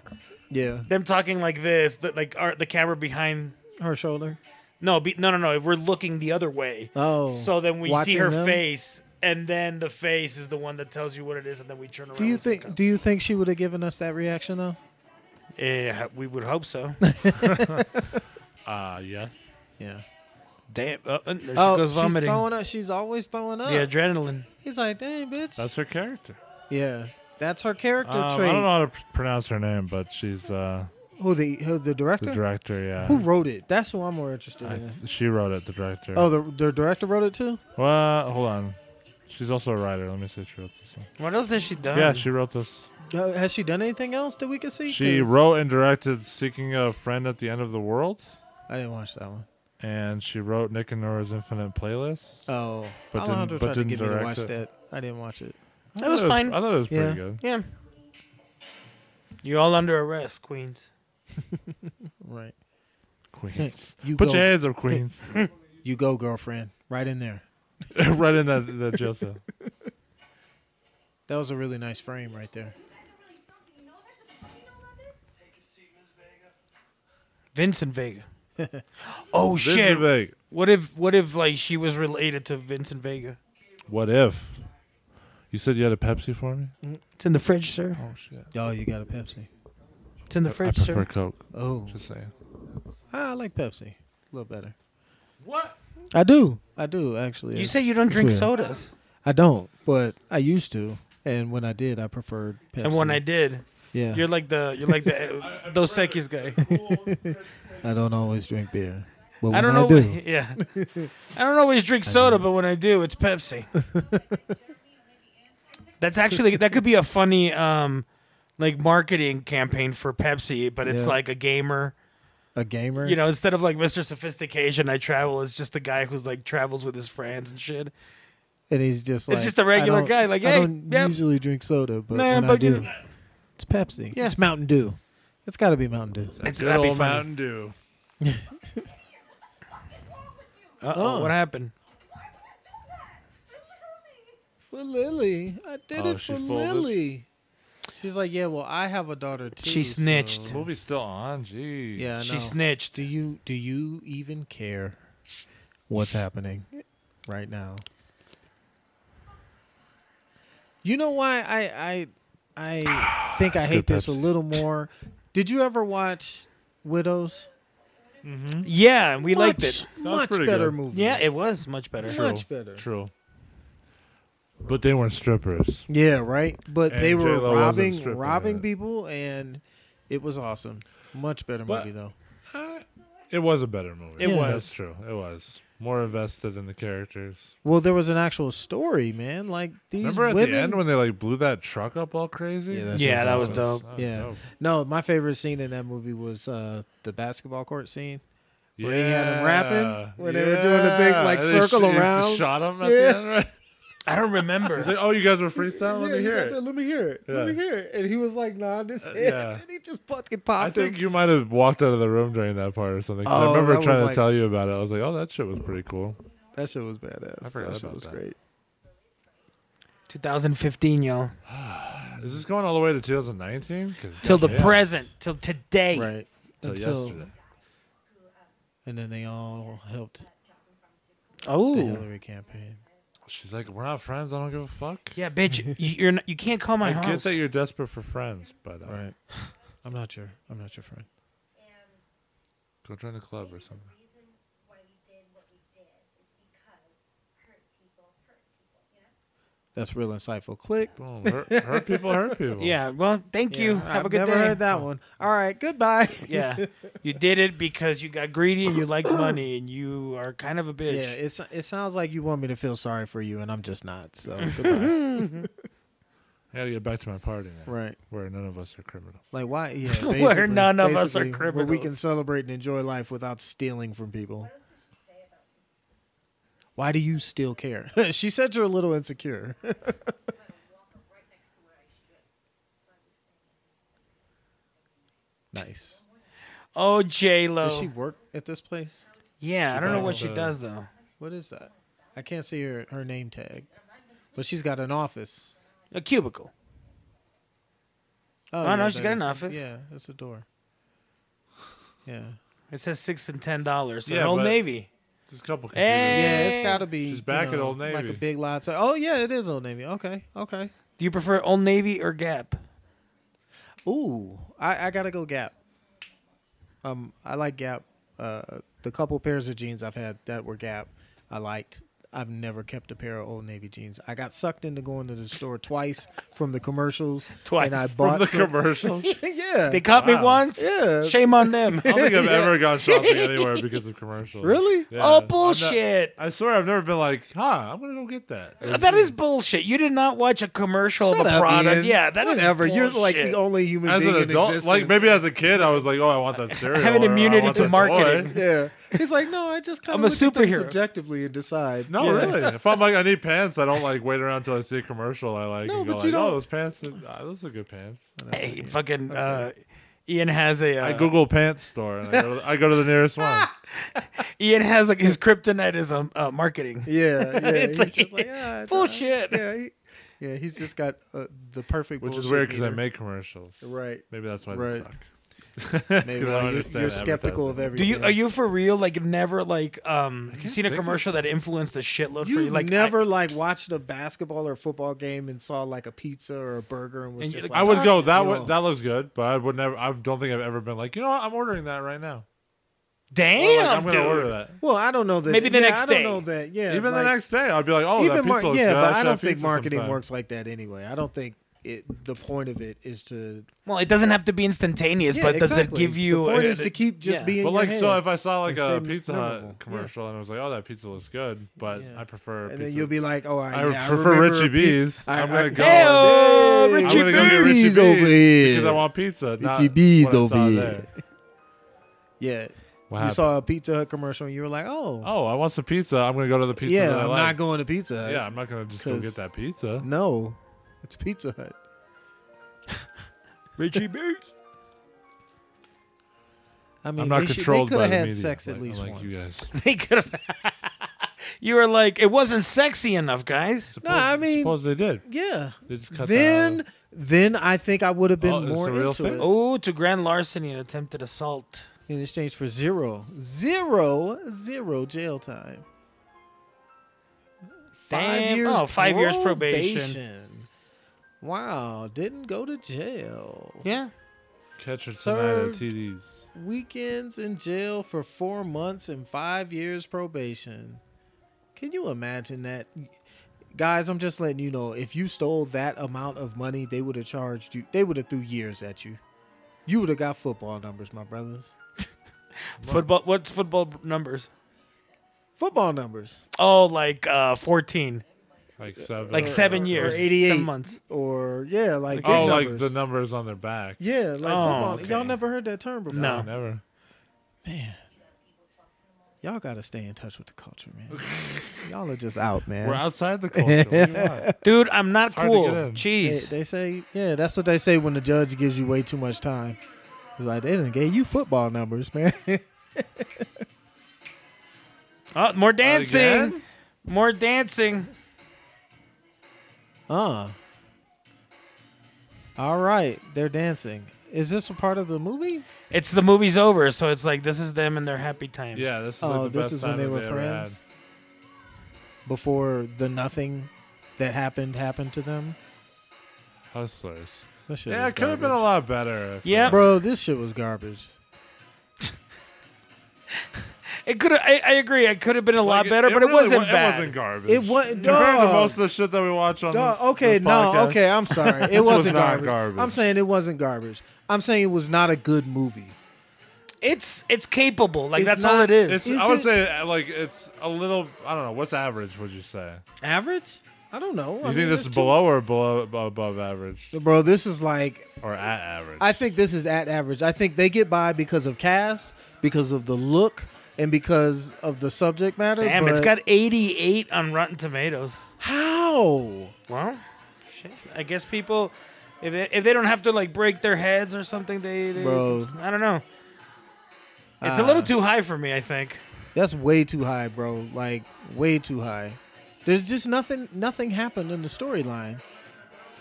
S7: yeah,
S5: them talking like this, the, like our, the camera behind.
S7: her shoulder.
S5: No, be, no, no, no. We're looking the other way.
S7: Oh,
S5: So then we see
S7: watching
S5: her
S7: them?
S5: face, and then the face is the one that tells you what it is, and then we turn around.
S7: Do you
S5: and see
S7: think
S5: cops.
S7: do you think she would have given us that reaction though?
S5: oh. Yeah, we would hope so.
S6: Ah, yes.
S7: Yeah.
S5: Damn. Oh, and there she
S7: Oh,
S5: goes
S7: she's
S5: vomiting.
S7: throwing up. She's always throwing up.
S5: the adrenaline.
S7: He's like, dang, bitch.
S6: That's her character.
S7: yeah, that's her character
S6: Um, I
S7: trait.
S6: don't know how to pr- pronounce her name, but she's uh,
S7: Who the who the director?
S6: the director. Yeah,
S7: Who wrote it? That's who I'm more interested
S6: I
S7: in.
S6: th- she wrote it. The director.
S7: Oh, the, the director wrote it too.
S6: well, hold on. She's also a writer. Let me see if she wrote this one.
S5: What else has she done?
S6: Yeah, she wrote this.
S7: Uh, has she done anything else that we can see?
S6: She
S7: 'Cause
S6: wrote and directed "Seeking a Friend at the End of the World,"
S7: I didn't watch that one.
S6: and she wrote Nick and Nora's Infinite Playlist.
S7: Oh,
S6: But didn't-
S7: Alejandro
S6: but
S7: tried to
S6: didn't
S7: get me to
S6: direct
S7: watch
S6: it.
S7: that. I didn't watch it.
S6: I
S5: That
S6: thought
S5: was
S6: it
S5: fine.
S6: I thought it was pretty
S7: Yeah.
S6: good.
S5: Yeah. You're all under arrest, Queens.
S7: Right.
S6: Queens.
S7: You
S6: Put
S7: go,
S6: your hands up, Queens.
S7: you go, girlfriend. Right in there.
S6: right in that, that jail cell.
S7: That was a really nice frame right there.
S5: Vincent Vega. oh shit!
S6: Vincent Vega.
S5: What if what if like she was related to Vincent Vega?
S6: What if? You said you had a Pepsi for me?
S5: It's in the fridge, sir.
S6: Oh shit.
S7: Oh, you got a Pepsi.
S5: It's in the
S6: I
S5: fridge,
S6: prefer
S5: sir.
S6: Coke.
S7: Oh,
S6: Just saying.
S7: I like Pepsi a little better.
S6: What?
S7: I do. I do actually.
S5: You
S7: It's-
S5: say you don't drink
S7: weird.
S5: sodas,
S7: I don't, but I used to. And when I did, I preferred Pepsi.
S5: and when I did,
S7: yeah,
S5: you're like the you're like the uh, Dos Equis guy.
S7: I don't always drink beer. But when
S5: I don't know.
S7: do,
S5: why- yeah, I don't always drink soda, but when I do, it's Pepsi. That's actually that could be a funny um, like marketing campaign for Pepsi, but it's
S7: Yeah.
S5: like a gamer.
S7: a gamer.
S5: You know, instead of like Mr. Sophistication, I travel. It's just the guy who's like travels with his friends and shit.
S7: And he's just like
S5: just a regular
S7: I don't-
S5: guy, like,
S7: I
S5: "Hey,
S7: don't
S5: yeah."
S7: usually drink soda, but
S5: Nah,
S7: when I
S5: but you-
S7: do, it's Pepsi.
S5: Yeah.
S7: It's Mountain Dew. It's got to be Mountain Dew.
S5: It's
S6: Good
S5: that'd be
S6: old
S5: funny.
S6: Mountain Dew.
S5: Uh oh, what happened?
S7: For Lily, I did
S6: Oh,
S7: it
S6: she
S7: for
S6: folded?
S7: Lily. She's like, yeah, well, I have a daughter too.
S5: She
S7: so-
S5: snitched.
S6: The movie's still on. Gee.
S7: Yeah, I
S5: She
S7: know.
S5: snitched.
S7: Do you do you even care what's happening right now? You know why I I I think I hate
S6: good,
S7: this a
S6: Pepsi.
S7: little more. Did you ever watch Widows?
S5: Yeah, and we liked
S7: much,
S5: it.
S6: was
S7: Much
S6: pretty
S7: better
S6: good.
S7: movie.
S5: Yeah, it was much better.
S7: True. Much better.
S6: True. But they weren't strippers.
S7: Yeah, right. But
S6: And
S7: they were
S6: J-Lo wasn't
S7: robbing
S6: stripping
S7: robbing
S6: it.
S7: people, and it was awesome. Much better
S6: But-
S7: movie though.
S6: It was a better movie.
S5: It
S7: Yeah. was.
S6: That's true. It was. More invested in the characters.
S7: Well, there was an actual story, man. Like these
S6: Remember at
S7: women.
S6: the end when they like blew that truck up all crazy?
S7: Yeah, that's
S5: Yeah, that was dope.
S6: That was
S7: yeah.
S6: dope.
S7: No, my favorite scene in that movie was uh, the basketball court scene. Where he had 'em rapping,
S6: Yeah.
S7: where they were doing a big, like,
S6: And they
S7: circle
S6: sh- he
S7: around.
S6: Shot him at
S7: Yeah.
S6: the end, right?
S5: I don't remember.
S6: He's like, "Oh, you guys were freestyling. Let me hear it."
S7: Let me hear it.
S6: Let me Yeah.
S7: hear it. And he was like nodding his
S6: head, Uh, yeah.
S7: and he just fucking
S6: I
S7: popped
S6: think you might have walked out of the room during that part or something. 'cause
S7: Oh,
S6: I remember
S7: that was
S6: trying to
S7: like-
S6: tell you about it. I was like, "Oh, that shit was pretty cool."
S7: That shit was badass.
S6: I forgot
S7: that shit
S6: about
S7: was
S6: that.
S7: great.
S5: 2015, y'all.
S6: Is this going all the way to 2019? 'Cause
S5: Till the
S6: goddamn,
S5: present, till today.
S7: Right.
S6: Till
S7: Until-
S6: yesterday.
S7: And then they all helped the
S5: Oh,
S7: Hillary campaign.
S6: She's like, "We're not friends. I don't give a fuck."
S5: yeah, bitch. you- You're not, you can't call my
S6: I get
S5: house.
S6: that you're desperate for friends, but uh,
S7: Right. I'm not your I'm not your friend.
S6: go join a club or something.
S7: That's real insightful. Click.
S6: Boom. Hurt, hurt people, hurt people.
S5: Yeah. Well, thank you.
S7: Yeah,
S5: Have
S7: I've
S5: a good
S7: never
S5: day.
S7: heard that one. All right, goodbye.
S5: Yeah, you did it because you got greedy and you like money and you are kind of a bitch.
S7: Yeah, it's it sounds like you want me to feel sorry for you, and I'm just not. So goodbye.
S6: I gotta get back to my party now.
S7: Right.
S6: Where none of us are criminal.
S7: Like why? Yeah,
S5: Where
S7: basically-
S5: none of us are
S7: basically, Where we can
S5: criminals.
S7: celebrate and enjoy life without stealing from people. Why do you still care? she said you're a little insecure. nice.
S5: Oh, J Lo.
S7: Does she work at this place?
S5: Yeah, I don't know
S6: got
S5: what she
S6: the-
S5: does though.
S7: What is that? I can't see her her name tag, but she's got an office.
S5: A cubicle. Oh, no,
S7: yeah,
S5: she's
S7: that
S5: got an
S7: is-
S5: office.
S7: Yeah, that's a door. Yeah.
S5: It says six and ten dollars.
S6: Yeah,
S5: Yeah, Old
S6: but-
S5: Navy.
S6: There's a couple.
S5: Hey.
S6: computers.
S7: Yeah, it's
S5: Hey.
S7: got to be.
S6: She's back
S7: you
S6: at
S7: know,
S6: Old
S7: Like a
S6: Navy.
S7: big lot. So, oh yeah, it is Old Navy. Okay, okay.
S5: Do you prefer Old Navy or Gap?
S7: Ooh, I, I gotta go Gap. Um, I like Gap. Uh, the couple pairs of jeans I've had that were Gap, I liked. I've never kept a pair of Old Navy jeans. I got sucked into going to the store twice from the commercials.
S5: Twice
S7: and I
S5: from
S7: bought
S6: the
S7: some-
S6: commercials. I
S7: yeah,
S5: They caught me
S6: Wow. Oh
S5: once.
S7: yeah.
S5: Shame on them.
S6: don't think I've ever gone shopping anywhere because of commercials.
S7: Really?
S6: Yeah.
S5: oh
S6: I'm not-
S5: bullshit!
S6: I swear I've never been like, huh, I'm gonna go get that.
S5: that is bullshit. You did not watch a commercial
S7: Shut
S5: of a
S7: up,
S5: product.
S7: Ian.
S5: Yeah, that is
S7: Whatever. You're like the
S5: bullshit.
S7: only human
S6: as
S7: being
S6: an
S7: in
S6: adult,
S7: existence.
S6: like maybe as a kid, I was like, oh, I want that cereal.
S5: have an
S6: or, "I
S5: immunity
S6: want
S5: to
S6: that toy."
S5: marketing.
S7: yeah, he's like, no, I just kind of
S5: I'm a
S7: look at things
S5: superhero.
S7: objectively and decide.
S6: No,
S5: Yeah.
S6: really. If I'm like, I need pants, I don't like wait around until I see a commercial I like.
S7: No,
S6: and go
S7: but
S6: like,
S7: you don't-
S6: Oh, those pants, are, ah, those are good pants.
S5: Hey, fucking uh, Ian has a. Uh,
S6: I Google pants store and I go to, I go to the nearest one.
S5: Ian has like his kryptonite is um, uh, marketing.
S7: Yeah, yeah.
S5: It's
S7: he's
S5: like,
S7: just like "Ah,
S5: bullshit.
S7: Yeah, he, yeah. He's just got uh, the perfect.
S6: Which is
S7: bullshit
S6: weird because I
S7: meter.
S6: make commercials.
S7: right.
S6: Maybe that's why
S7: Right.
S6: they suck. 'Cause
S7: Maybe
S6: I
S7: like, you're,
S6: understand
S7: you're skeptical of
S6: advertising.
S5: Do
S7: everything.
S5: you are you for real? Like never like um you seen a
S6: think of-
S5: commercial that influenced a shitload
S7: You
S5: for you? Like I-
S7: never like watched a basketball or football game and saw like a pizza or a burger and was
S5: And you're
S7: just
S5: like,
S7: like, "Ah,
S6: I would go that
S7: Yo.
S6: would, that looks good, but I would never. I don't think I've ever been like, you know, what? I'm ordering that right now.
S5: damn,
S6: Or, like, I'm gonna
S5: dude.
S6: order that.
S7: Well, I don't know that.
S5: Maybe the
S7: yeah,
S5: next
S7: I don't
S5: day.
S7: know that. Yeah,
S6: Even
S7: like-
S6: the next day, I'd be like, oh, that
S7: even
S6: pizza
S7: mar-
S6: looks
S7: yeah,
S6: good.
S7: but
S6: I'll
S7: I
S6: shop
S7: don't think
S6: pizza
S7: marketing
S6: sometime.
S7: works like that anyway. I don't think it. The point of it is to.
S5: Well, it doesn't have to be instantaneous,
S7: Yeah,
S5: but does it
S7: exactly.
S5: give you?
S7: The point
S5: a-
S7: is to keep just
S5: yeah.
S7: being.
S6: But
S7: your
S6: like, so
S7: head.
S6: if I saw like
S7: and stay
S6: a Pizza
S7: memorable. Yeah.
S6: Hut commercial and I was like, oh, that pizza looks good, but
S7: Yeah.
S6: I prefer.
S7: and
S6: pizza.
S7: then you'll be like, "Oh, I,
S6: I
S7: yeah,
S6: prefer
S7: remember
S6: Richie
S7: Pete-
S6: B's.
S7: I,
S6: I'm
S7: I-
S6: gonna go-
S5: Heyo,
S7: Hey, oh,
S5: Richie
S6: I'm gonna go
S5: B's.
S6: get Richie B's
S7: B's over here.
S6: because I want pizza. not
S7: Richie B's
S6: what I saw
S7: over
S6: there.
S7: here. Yeah,
S6: What
S7: you
S6: happened?
S7: saw a Pizza Hut commercial and you were like, "Oh,
S6: Oh, I want some pizza. I'm gonna go to the pizza.
S7: yeah,
S6: that I
S7: I'm
S6: like.
S7: not going to Pizza Hut."
S6: Yeah, I'm not gonna just go
S7: 'Cause-
S6: get that pizza.
S7: no, it's Pizza Hut.
S5: Richie B's.
S7: I mean,
S6: I'm not
S7: they,
S6: controlled
S7: should, they
S6: by
S7: could
S6: the
S7: have had
S6: media,
S7: sex at
S6: like-
S7: least
S6: unlike
S7: once.
S6: You guys.
S5: They could have. you were like, it wasn't sexy enough, guys.
S6: Suppose,
S7: No, I mean-
S6: suppose they did.
S7: Yeah.
S6: They just cut
S7: then,
S6: the-
S7: then I think I would have been
S6: Oh, it's
S7: more
S6: a real
S7: into
S6: thing?
S7: it
S5: Oh, to grand larceny and attempted assault.
S7: in exchange for zero, zero, zero jail time.
S5: Damn. Oh, five years probation.
S7: Wow, didn't go to jail.
S5: Yeah.
S6: catch her tonight at
S7: served-
S6: TDs.
S7: Weekends in jail for four months and five years probation. Can you imagine that? Guys, I'm just letting you know if you stole that amount of money, they would have charged you, they would have threw years at you. You would have got football numbers, my brothers.
S5: Football. What's football numbers?
S7: Football numbers.
S5: Oh, like uh, fourteen,
S6: Like seven.
S7: Uh,
S5: like
S6: or-
S5: seven
S6: or-
S5: years,
S7: 88.
S5: seven months.
S7: Or, yeah, like,
S6: Oh,
S7: big
S6: like
S7: numbers.
S6: the numbers on their back.
S7: Yeah, like
S5: Oh,
S7: football.
S5: okay.
S7: Y'all never heard that term before.
S5: No.
S6: never.
S7: Man. Y'all gotta stay in touch with the culture, man. Y'all are just out, man.
S6: We're outside the culture. What do you want?
S5: Dude, I'm not
S6: hard to
S5: cool.
S6: get in.
S7: They,
S5: Cheese.
S7: they say, yeah, that's what they say when the judge gives you way too much time. It's like they didn't gave you football numbers, man.
S5: Oh, more dancing.
S6: again?
S5: More dancing.
S7: uh. All right, they're dancing. Is this a part of the movie?
S5: It's the movie's over, so it's like this is them and their happy times.
S6: Yeah, this is like
S7: oh,
S6: the
S7: this
S6: best
S7: is when
S6: time
S7: they
S6: that
S7: were
S6: ever had.
S7: friends. Before the nothing that happened happened to them.
S6: Hustlers.
S7: That shit
S6: Yeah,
S7: was
S6: it could have been
S7: garbage.
S6: a lot better. if-
S5: Yeah,
S7: Bro, this shit was garbage.
S5: it could. I, I agree. It could have been a lot
S6: Like,
S5: better, but it
S6: really
S5: wasn't
S6: wa-
S5: bad.
S6: It wasn't garbage.
S7: It wa-
S6: compared to
S7: dog.
S6: most of the shit that we watch on
S7: Duh,
S6: this.
S7: okay,
S6: this
S7: no,
S6: podcast.
S7: okay, I'm sorry. It
S6: This was
S7: wasn't
S6: not
S7: garbage.
S6: garbage.
S7: I'm saying it wasn't garbage. I'm saying it was not a good movie.
S5: It's it's capable. Like
S7: It's
S5: that's
S7: not-
S5: all it is.
S6: It's,
S7: Is
S6: I would
S7: it-
S6: say like it's a little. I don't know. What's average? Would you say?
S7: Average? I don't know. I
S6: you
S7: mean,
S6: think this
S7: it's
S6: is
S7: too-
S6: below or below above average
S7: Bro, this is like
S6: or at average?
S7: I think this is at average. I think they get by because of cast, because of the look, and because of the subject matter.
S5: Damn, it's
S7: but
S5: got 88 on Rotten Tomatoes.
S7: how?
S5: Well, shit. I guess people, if they, if they don't have to like break their heads or something, they, they
S7: Bro. Uh,
S5: I don't know. It's a little too high for me, I think.
S7: That's way too high, bro. Like way too high. There's just nothing. Nothing happened in the storyline.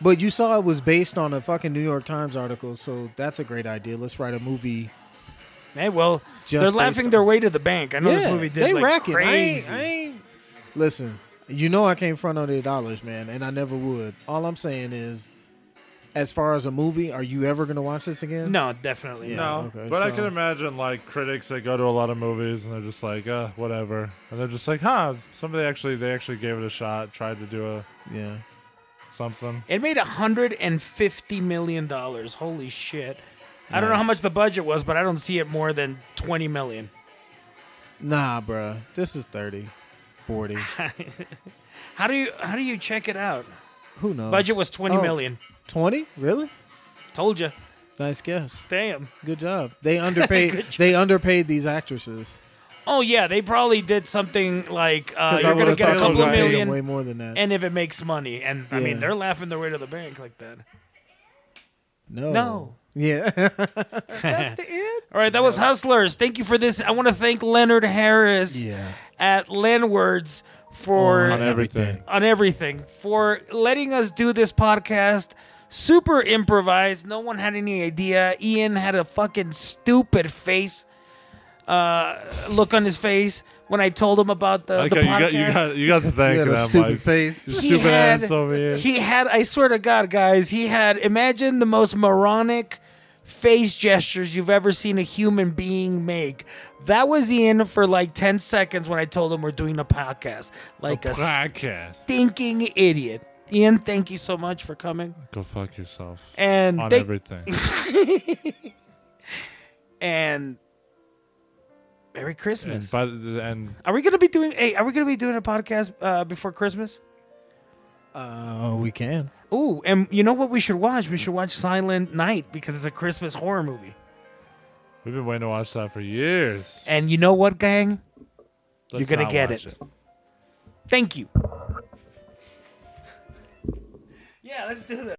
S7: But you saw it was based on a fucking New York Times article, so that's a great idea. Let's write a movie.
S5: Hey, well,
S7: Just
S5: they're
S7: based
S5: laughing
S7: on-
S5: their way to the bank. I know this movie did
S7: they
S5: like
S7: racking. I ain't,
S5: crazy.
S7: I ain't. Listen, you know I can't front on their dollars, man, and I never would. All I'm saying is, as far as a movie, are you ever gonna watch this again?
S5: No, definitely.
S7: Yeah.
S5: not.
S6: no,
S7: okay,
S6: but I
S7: so-
S6: can imagine like critics that go to a lot of movies and they're just like, uh, whatever, and they're just like, huh, somebody actually they actually gave it a shot, tried to do a
S7: Yeah.
S6: something.
S5: It made 150 million dollars. Holy shit. I don't know how much the budget was, but I don't see it more than 20 million.
S7: Nah, bruh. This is 30, 40.
S5: How do you how do you check it out?
S7: Who knows?
S5: Budget was twenty
S7: Oh.
S5: million.
S7: twenty? Really?
S5: Told you.
S7: Nice guess.
S5: Damn.
S7: Good job. They underpaid. They underpaid these actresses.
S5: Oh yeah, they probably did something like uh,
S7: 'Cause I
S5: you're gonna
S7: would've
S5: get a
S7: thought
S5: couple of
S7: they paid
S5: million,
S7: them Way more than that.
S5: and if it makes money, and I mean
S7: Yeah.
S5: they're laughing their way to the bank like that.
S7: no.
S5: No.
S7: Yeah. That's the end.
S5: All right, that was Hustlers. Thank you for this. I want to thank Leonard Harris
S7: Yeah.
S5: at Landwards for
S6: On everything.
S5: on everything for letting us do this podcast. Super improvised. No one had any idea. Ian had a fucking stupid face uh, look on his face when I told him about the, the
S6: Okay, uh, you got
S5: podcast.
S6: you got you got the thank
S7: You
S6: for
S7: got a
S6: that,
S7: stupid
S6: Mike.
S7: face.
S5: He
S6: Stupid
S5: had-
S6: ass over here.
S5: He had, I swear to God, guys, he had, imagine the most moronic face gestures you've ever seen a human being make. That was Ian for like 10 seconds when I told him we're doing a podcast. Like a,
S6: Podcast.
S5: stinking idiot. Ian, thank you so much for coming.
S6: Go fuck yourself.
S5: And
S6: on
S5: thank-
S6: everything.
S5: and Merry
S6: and
S5: Christmas.
S6: by the and
S5: are we gonna be doing? Hey, are we gonna be doing a podcast uh, before Christmas?
S7: Oh, we can.
S5: Ooh, and you know what we should watch? We should watch Silent Night because it's a Christmas horror movie.
S6: we've been waiting to watch that for years.
S5: And you know what, gang?
S6: Let's
S5: gonna
S6: not
S5: get
S6: watch
S5: it. Thank you. Yeah, let's do that.